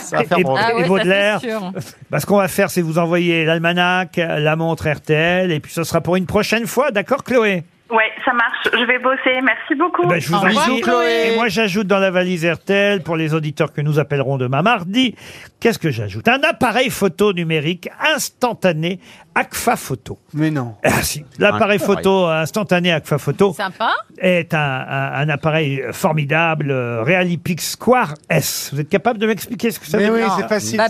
Ça va faire
et-
branler.
et
Ah ouais, ça,
Baudelaire.
c'est sûr.
Bah, ce qu'on va faire, c'est vous envoyer l'almanach, la montre RTL, et puis ce sera pour une prochaine fois. D'accord, Chloé
Ouais, ça marche. Je vais bosser. Merci beaucoup.
ben, je vous en prie. Et moi, j'ajoute dans la valise RTL, pour les auditeurs que nous appellerons demain mardi, qu'est-ce que j'ajoute Un appareil photo numérique instantané ACFA Photo.
Mais non.
Ah, si. L'appareil photo euh, instantané ACFA Photo
Sympa.
est un, un- un appareil formidable, euh, Realipix Square S. Vous êtes capable de m'expliquer ce que ça veut dire
Bah,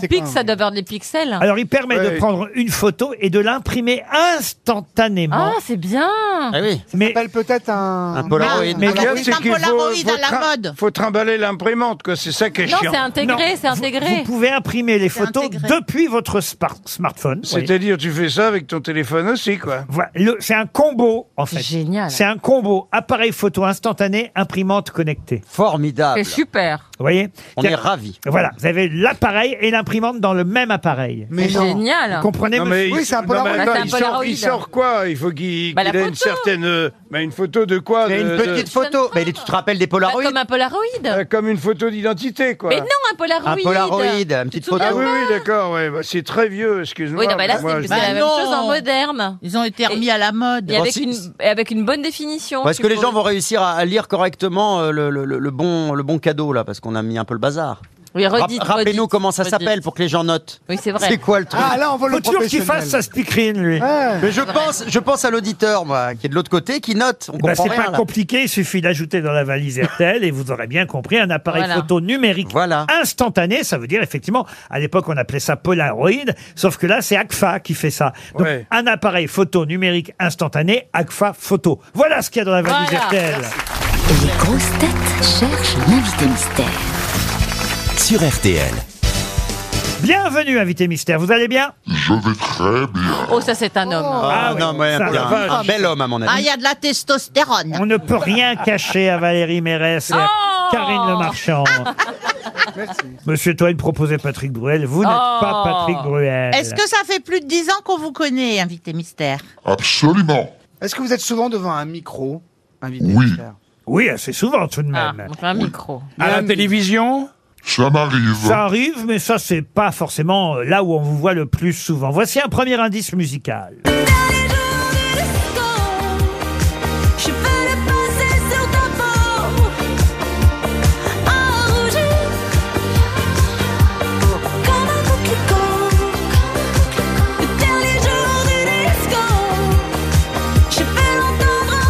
Pix, ça devient des pixels.
Ah. Alors, il permet de prendre une photo et de l'imprimer instantanément.
Ah, c'est bien. Eh
oui. Mais
peut-être un...
Ah,
Un Polaroid.
Mais-
Mais
Le problème,
oui,
c'est
un
qu'il faut-
Polaroid
faut
à la
trim-
mode.
Faut trimballer l'imprimante, quoi. C'est ça qui est
Non,
chiant.
c'est intégré,
Non,
c'est intégré.
Vous pouvez imprimer les photos depuis votre spar- smartphone.
C'est-à-dire, tu fais ça avec ton téléphone aussi, quoi.
Voilà, le- c'est un combo, en fait. Génial. C'est un combo appareil photo instantané, imprimante connectée.
Formidable.
Ah,
C'est super.
Vous voyez
On est ravis.
Voilà, vous avez l'appareil et l'imprimante dans le même appareil.
Mais C'est non. génial.
Ah.
Vous comprenez
Non, mais
monsieur
il- non, mais attends, il, sort, il sort quoi Il faut qu'il
Bah, la
qu'il ait une
photo.
certaine. euh, bah, une photo de quoi
Mais
de-
une
de-
petite photo. Mais tu te rappelles des
Pas
Polaroids
Bah, comme un Polaroid.
Euh, Comme une photo d'identité, quoi.
Mais non, un Polaroid.
Un Polaroid, une petite photo.
Ah oui, oui, d'accord, ouais, bah, c'est très vieux, excuse-moi.
Oui, non, bah là,
moi,
c'est
je-
c'est la même chose en moderne.
Ils ont été remis à la mode.
Et avec,
si-
une, et avec une bonne définition.
Est-ce
tu
que les
peux-
gens vont réussir à à lire correctement euh, le, le- le- le bon, le bon cadeau, là, parce qu'on a mis un peu le bazar
Oui, redites,
Rapp- Rappelez-nous
redites,
comment ça
redites.
s'appelle pour que les gens notent.
Oui, c'est vrai.
C'est quoi le truc
Ah, là, on veut le Faut toujours qu'il professionnel. fasse sa
speakerine, lui.
Mais je pense, je pense à l'auditeur, moi, qui est de l'autre côté, qui note. On
Eh ben,
comprend
c'est
rien,
pas
là.
compliqué, il suffit d'ajouter dans la valise RTL et vous aurez bien compris un appareil
Voilà.
photo numérique instantané. Ça veut dire effectivement, à l'époque on appelait ça Polaroid, sauf que là c'est ACFA qui fait ça. Donc
Ouais.
un appareil photo numérique instantané, ACFA photo. Voilà ce qu'il y a dans la valise
Voilà.
RTL.
Les grosses têtes cherchent l'invité mystère.
Sur RTL.
Bienvenue invité mystère, vous allez bien
Je vais très bien.
Oh, ça, c'est un homme.
Ah, non, mais
ça-
un,
la vache.
un- un bel homme, à mon avis.
Ah, il y a de la testostérone.
On ne peut rien cacher à Valérie Mérès et à Oh. Karine Le Marchand.
Ah.
Monsieur Toine proposait Patrick Bruel, vous n'êtes pas
Oh.
Patrick Bruel.
Est-ce que ça fait plus de 10 ans qu'on vous connaît, invité mystère
Absolument.
Est-ce que vous êtes souvent devant un micro invité
Oui.
mystère
Oui, assez souvent tout de
Ah.
même.
un micro.
À la télévision
Ça m'arrive.
Ça arrive, mais ça, c'est pas forcément euh, là où on vous voit le plus souvent. Voici un premier indice musical.
Je veux le poser sur ta peau En rouge Comme un coquelicot Le dernier jour du disco Je veux l'entendre en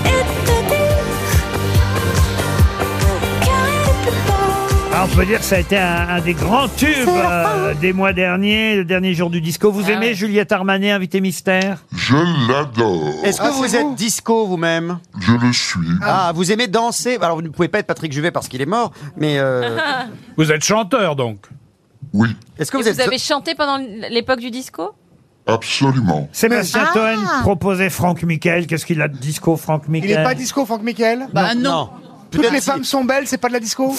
stéréo Et te dire Car il est plus beau
Ah, on peut dire que ça a été un, un des grands tubes euh, des mois derniers, le dernier jour du disco.
Ah
Vous aimez Juliette Armanet, invité mystère
Je l'adore.
Est-ce que
Ah,
vous êtes disco vous-même
Je le suis.
Ah, vous aimez danser Alors, vous ne pouvez pas être Patrick Juvet parce qu'il est mort, mais. euh,
Vous êtes chanteur, donc
Oui,
Est-ce que
Et
vous
vous,
êtes.
avez chanté pendant l'époque du disco
absolument.
Sébastien
Ah.
Toen proposait Franck Michael. Qu'est-ce qu'il a de disco, Franck
Il n'est
Michael
pas disco, Franck Michael
Bah,
Bah, Toutes
Peut-être
les
si-
femmes sont belles, c'est pas de la disco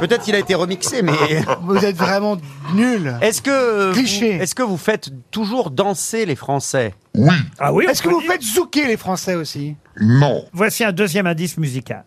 Peut-être qu'il a été remixé, mais.
Vous êtes vraiment nul.
Est-ce que. euh, vous-
Cliché.
Est-ce que vous faites toujours danser les Français
Oui.
Ah oui, on
Est-ce que
peut
vous
dire.
faites zouker les Français aussi
Non.
Voici un deuxième indice musical.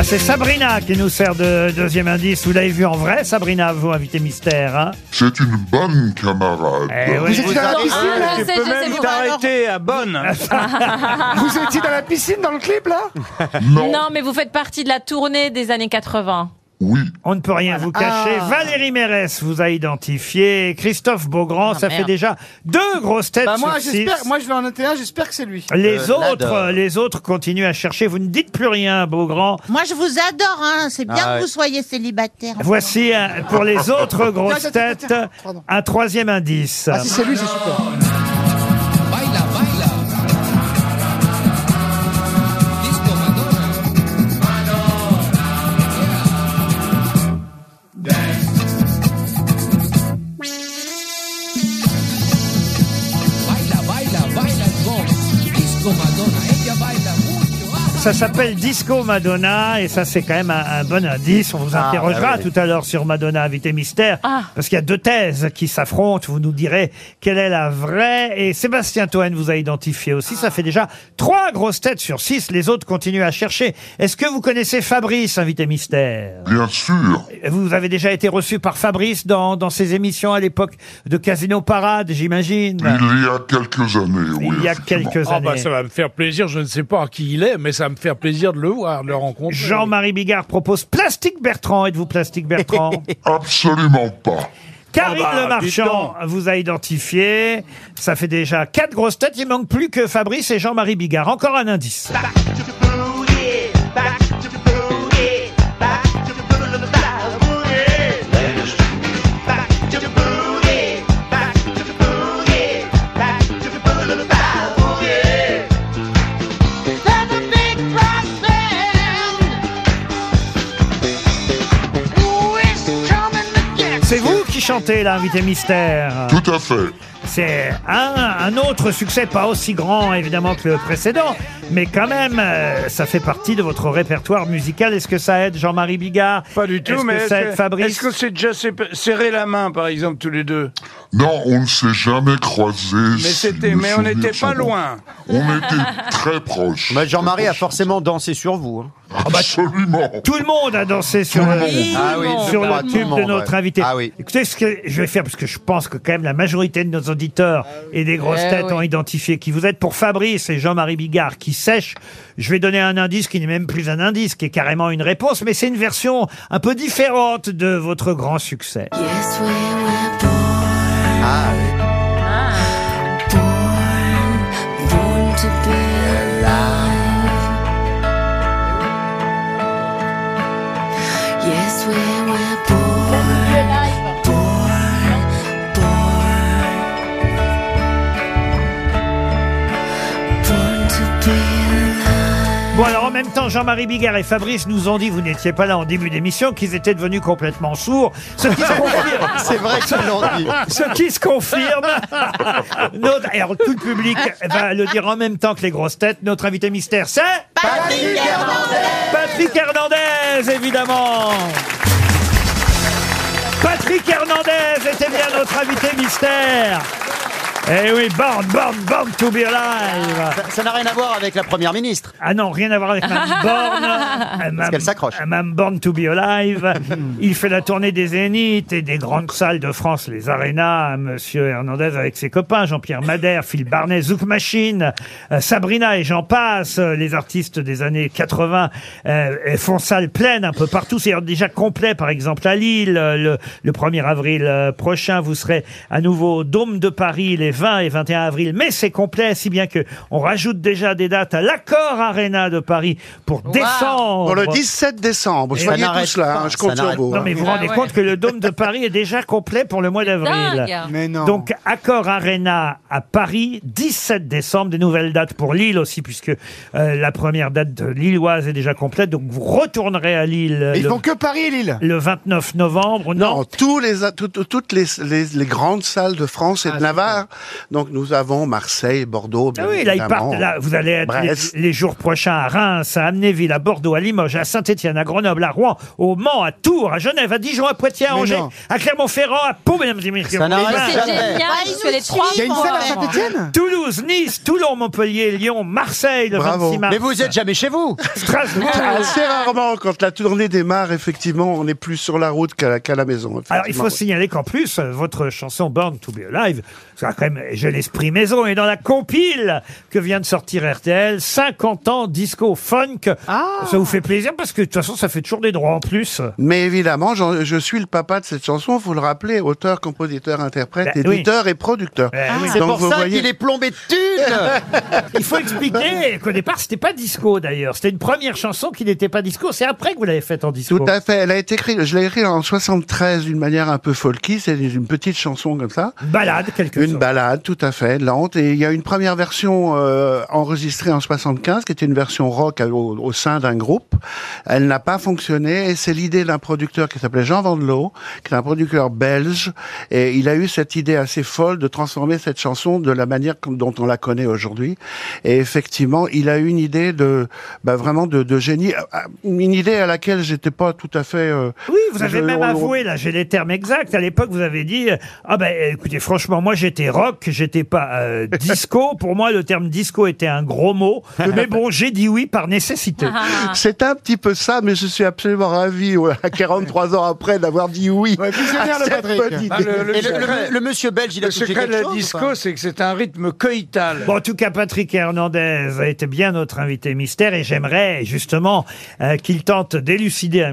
Ah, c'est Sabrina qui nous sert de deuxième indice. Vous l'avez vu en vrai, Sabrina, vous, invité mystère. hein
C'est une bonne camarade.
Eh oui. Vous étiez dans la piscine,
là Ah,
Tu
Je sais,
peux
je sais,
même
vous-
t'arrêter à Bonne.
Vous étiez dans la piscine dans le clip là
Non, mais vous faites partie de la tournée des années 80.
Oui.
On ne peut rien vous cacher.
Ah.
Valérie Mérès vous a identifié. Christophe Beaugrand, ça fait
Ah, merde.
déjà deux grosses têtes
Bah, moi,
sur
j'espère-
six.
moi, je vais en ETA, j'espère que c'est lui.
Euh,
Euh,
Les autres, les autres continuent à chercher. Vous ne dites plus rien, Beaugrand.
Moi, je vous adore, hein. C'est bien
Ah ouais.
que vous soyez célibataire.
Voici un- pour les autres grosses
Tiens, tiens, tiens,
têtes
tiens. Pardon.
un troisième indice.
Ah, si c'est lui, c'est super.
Ça s'appelle Disco Madonna et ça c'est quand même un, un bon indice. On vous
Ah,
interrogera
bah oui.
tout à l'heure sur Madonna invité mystère parce qu'il y a deux thèses qui s'affrontent. Vous nous direz quelle est la vraie et Sébastien Toen vous a identifié aussi. Ça fait déjà trois grosses têtes sur six. Les autres continuent à chercher. Est-ce que vous connaissez Fabrice invité mystère
Bien sûr.
Vous avez déjà été reçu par Fabrice dans, dans ses émissions à l'époque de Casino Parade, j'imagine.
Il y a quelques années, oui.
Il y a
effectivement.
quelques
Ah bah
années.
ça va me faire plaisir, je ne sais pas qui il est, mais ça va me faire plaisir de le voir, de le rencontrer.
Jean-Marie Bigard propose Plastique Bertrand. Êtes-vous Plastique Bertrand
Absolument pas.
Karine
Ah bah,
Le Marchand vous a identifié. Ça fait déjà quatre grosses têtes. Il manque plus que Fabrice et Jean-Marie Bigard. Encore un indice. C'est vous qui chantez l'invité mystère.
Tout à fait.
C'est un, un autre succès, pas aussi grand évidemment que le précédent, mais quand même, euh, ça fait partie de votre répertoire musical. Est-ce que ça aide Jean-Marie Bigard Pas du
Tout,
Est-ce
mais
que ça aide Fabrice
Est-ce que c'est déjà sé- serré la main, par exemple, tous les deux
Non, on ne s'est jamais croisés.
Mais c'était- mais on n'était pas loin.
On était très proches.
Mais Bah, Jean-Marie a forcément dansé sur vous. hein.
Absolument.
Ah bah, Tout le monde a dansé sur,
Tout le
le-
monde. Ah oui,
sur
tout le
le
monde, tout le
tube de
monde,
notre
ouais.
invité.
Ah oui.
Écoutez ce que je vais faire, parce que je pense que quand même la majorité de nos auditeurs et des grosses
Eh
têtes
oui.
ont identifié qui vous êtes. Pour Fabrice et Jean-Marie Bigard qui sèchent, je vais donner un indice qui n'est même plus un indice, qui est carrément une réponse, mais c'est une version un peu différente de votre grand succès.
Ah oui.
Yes, we were born, born, born, born to be alive.
Bon alors en même temps Jean-Marie Bigard et Fabrice nous ont dit vous n'étiez pas là en début d'émission qu'ils étaient devenus complètement sourds ce qui se confirme
C'est vrai qu'ils l'ont dit.
ce qui se confirme notre alors tout le public va le dire en même temps que les grosses têtes notre invité mystère c'est Patrick Hernandez Patrick Hernandez évidemment Patrick Hernandez était bien notre invité mystère eh oui, born, born, born to be alive.
Ça- Ça n'a rien à voir avec la première ministre.
Ah non, rien à voir avec Mme Borne. Parce
qu'elle s'accroche.
Mme Borne to be alive. Il fait la tournée des Zéniths et des grandes salles de France, les arénas, Monsieur Hernandez avec ses copains, Jean-Pierre Madère, Phil Barnet, Zouk Machine, euh, Sabrina et j'en passe. Euh, Les artistes des années 80 euh, font salle pleine un peu partout. C'est déjà complet, par exemple, à Lille. euh, Le, le 1er avril euh, prochain, vous serez à nouveau au Dôme de Paris les 20 et 21 avril. Mais c'est complet, si bien que on rajoute déjà des dates à l'Accord Arena de Paris pour décembre.
Pour le 17 décembre,
Et-
soyez tous là, hein, je compte sur vous.
Non, mais
hein.
vous vous rendez compte que le dôme de Paris est déjà complet pour le mois d'avril.
dingue. Mais non.
Donc, Accor Arena à Paris, 17 décembre, des nouvelles dates pour Lille aussi, puisque euh, la première date de Lilloise est déjà complète. Donc, vous retournerez à Lille. euh,
Mais ils
le-
font que Paris et Lille.
Le 29 novembre,
Non, tous les, tout- tout- toutes les, les, les grandes salles de France et de Navarre. Donc nous avons Marseille, Bordeaux, bien
Ah oui, là, ils
évidemment.
partent. Là, vous allez être
Brest.
les, les jours prochains à Reims, à Amnéville, à Bordeaux, à Limoges, à Saint-Etienne, à Grenoble, à Rouen, au Mans, à Tours, à Genève, à Dijon, à Poitiers, à
Mais
Angers,
non.
à Clermont-Ferrand, à Pau, mesdames et messieurs.
Ça n'arrête
Et ben,
jamais. C'est génial,
Ah, parce ils que nous les trois euh, suivent. vont vraiment.
Toulouse, Nice, Toulon, Montpellier, Lyon, Marseille, le
Bravo.
26 mars.
Mais vous êtes
jamais chez vous
Strasbourg.
Ah
Assez rarement, quand la tournée démarre, effectivement, on n'est plus sur la route qu'à la- qu'à la maison.
Alors, il
effectivement.
faut signaler qu'en plus, euh, votre chanson Born to be Alive, ça a quand même même, j'ai l'esprit maison, et dans la compile que vient de sortir RTL, 50 ans disco funk.
Ah.
Ça vous fait plaisir parce que de toute façon, ça fait toujours des droits en plus.
Mais évidemment, j'en- je suis le papa de cette chanson, faut le rappeler, auteur, compositeur, interprète,
Ben oui. Ben
éditeur et producteur.
Eh oui.
Ah. C'est
Donc,
pour
vous
ça
voyez-
qu'il est plombé de thunes
Il faut expliquer qu'au départ, c'était pas disco d'ailleurs. C'était une première chanson qui n'était pas disco. C'est après que vous l'avez faite en disco.
Tout à fait. Elle a été écrite, je l'ai écrite en 73 d'une manière un peu folky. C'est une petite chanson comme ça.
Balade, quelque
Une balade, tout à fait, lente. Et il y a une première version euh, enregistrée en 75 qui était une version rock euh, au, au sein d'un groupe. Elle n'a pas fonctionné et c'est l'idée d'un producteur qui s'appelait Jean Vandelot, qui est un producteur belge. Et il a eu cette idée assez folle de transformer cette chanson de la manière comme- dont on la connaît aujourd'hui. Et effectivement, il a eu une idée de, bah, vraiment de, de génie, Ah, ah, une idée à laquelle j'étais pas tout à fait. euh,
Oui, Vous avez même avoué, là, j'ai les termes exacts. À l'époque, vous avez dit, euh, ah ben, écoutez, franchement, moi, j'étais rock, j'étais pas euh, disco. Pour moi, le terme disco était un gros mot. Mais bon, j'ai dit oui par nécessité.
Ah. C'est un petit peu ça, mais je suis absolument ravi, ouais, à 43 ans après, d'avoir dit oui. à cette bonne idée.
Ah,
Et le- le- le monsieur belge, il a
le
touché
secret de la
quelque chose ou
disco,
pas
c'est que c'est un rythme coïtal.
Bon, en tout cas, Patrick Hernandez a été bien notre invité mystère et j'aimerais justement euh, qu'il tente d'élucider un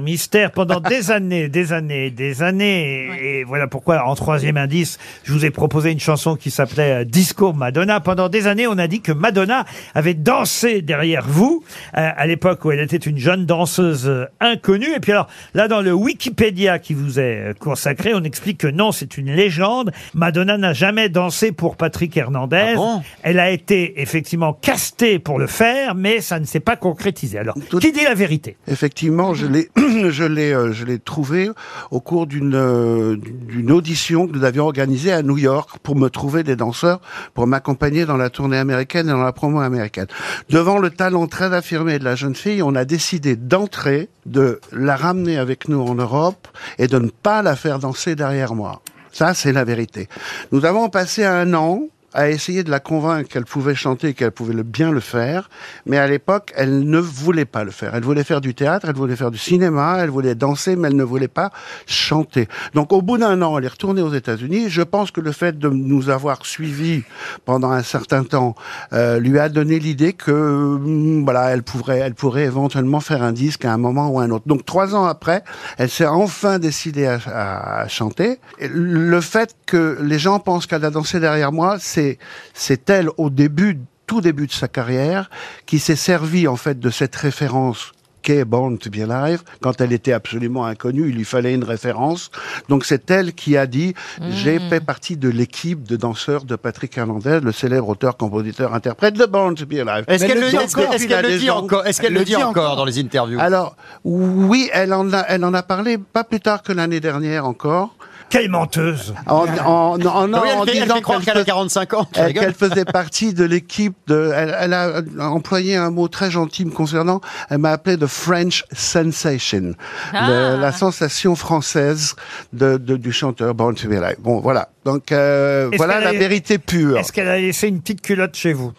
mystère pendant des années, des années, des années. Et, et voilà pourquoi, en troisième indice, je vous ai proposé une chanson qui s'appelait euh, Disco Madonna. Pendant des années, on a dit que Madonna avait dansé derrière vous euh, à l'époque où elle était une jeune danseuse euh, inconnue. Et puis alors, là, dans le Wikipédia qui vous est euh, consacré, on explique que non, c'est une légende. Madonna n'a jamais dansé pour Patrick Hernandez. Elle a été effectivement castée pour le faire, mais ça ne s'est pas concrétisé. Alors, qui dit la vérité
Effectivement, je l'ai, je l'ai, euh, je l'ai trouvé au cours d'une euh, d'une audition que nous avions organisée à New York pour me trouver des danseurs pour m'accompagner dans la tournée américaine et dans la promo américaine. Devant le talent très affirmé de la jeune fille, on a décidé d'entrer, de la ramener avec nous en Europe et de ne pas la faire danser derrière moi. Ça, c'est la vérité. Nous avons passé un an à essayer de la convaincre qu'elle pouvait chanter, qu'elle pouvait le bien le faire, mais à l'époque, elle ne voulait pas le faire. Elle voulait faire du théâtre, elle voulait faire du cinéma, elle voulait danser, mais elle ne voulait pas chanter. Donc au bout d'un an, elle est retournée aux États-Unis. Je pense que le fait de nous avoir suivis pendant un certain temps euh, lui a donné l'idée que hum, voilà, elle pourrait, elle pourrait éventuellement faire un disque à un moment ou à un autre. Donc trois ans après, elle s'est enfin décidée à, à- à chanter. Et le fait que les gens pensent qu'elle a dansé derrière moi, c'est c'est elle au début, tout début de sa carrière, qui s'est servie en fait de cette référence qu'est Born to Be Alive. Quand elle était absolument inconnue, il lui fallait une référence. Donc c'est elle qui a dit J'ai fait partie de l'équipe de danseurs de Patrick Hernandez, le célèbre auteur, compositeur, interprète de Born to Be Alive.
Est-ce
Mais
qu'elle
elle
le,
dit
est-ce qu'elle-
encore,
est-ce
puis
qu'elle
la
le dit
légende-
encore Est-ce qu'elle le dit encore dans les interviews
Alors, oui, elle en a, elle en a parlé pas plus tard que l'année dernière encore.
Quelle menteuse
En, en, en,
Oui, elle
en
fait- elle
disant
fait croire qu'elle a
fais-
45 ans, tu
elle-
rigoles.
Qu'elle faisait partie de l'équipe de. Elle, elle a employé un mot très gentil me concernant. Elle m'a appelé de French Sensation, le- la sensation française de, de- du chanteur Born to Be Alive. Bon, voilà. Donc euh,
Est-ce
voilà
qu'elle
la
a-
vérité pure.
Est-ce qu'elle a laissé une petite culotte chez vous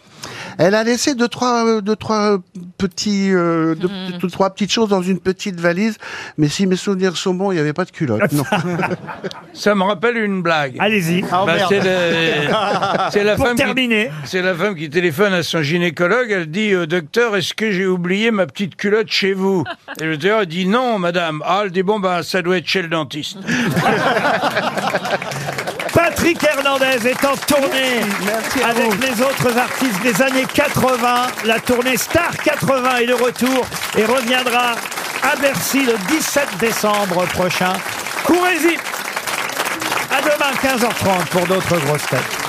Elle a laissé deux trois euh, deux trois euh, petits euh, deux, deux, trois petites choses dans une petite valise, mais si mes souvenirs sont bons, il n'y avait pas de culotte. Non.
Ça me rappelle une blague.
Allez-y. Ah,
Bah, c'est le- c'est la
Pour
femme qui-
terminer.
C'est la femme qui téléphone à son gynécologue. Elle dit euh, Docteur, est-ce que j'ai oublié ma petite culotte chez vous Et le docteur dit Non, madame. Ah, elle dit Bon, bah, ça doit être chez le dentiste.
Patrick Hernandez est en tournée avec les autres artistes des années 80. La tournée Star 80 est de retour et reviendra à Bercy le 17 décembre prochain. Courez-y À demain 15h30 pour d'autres grosses têtes.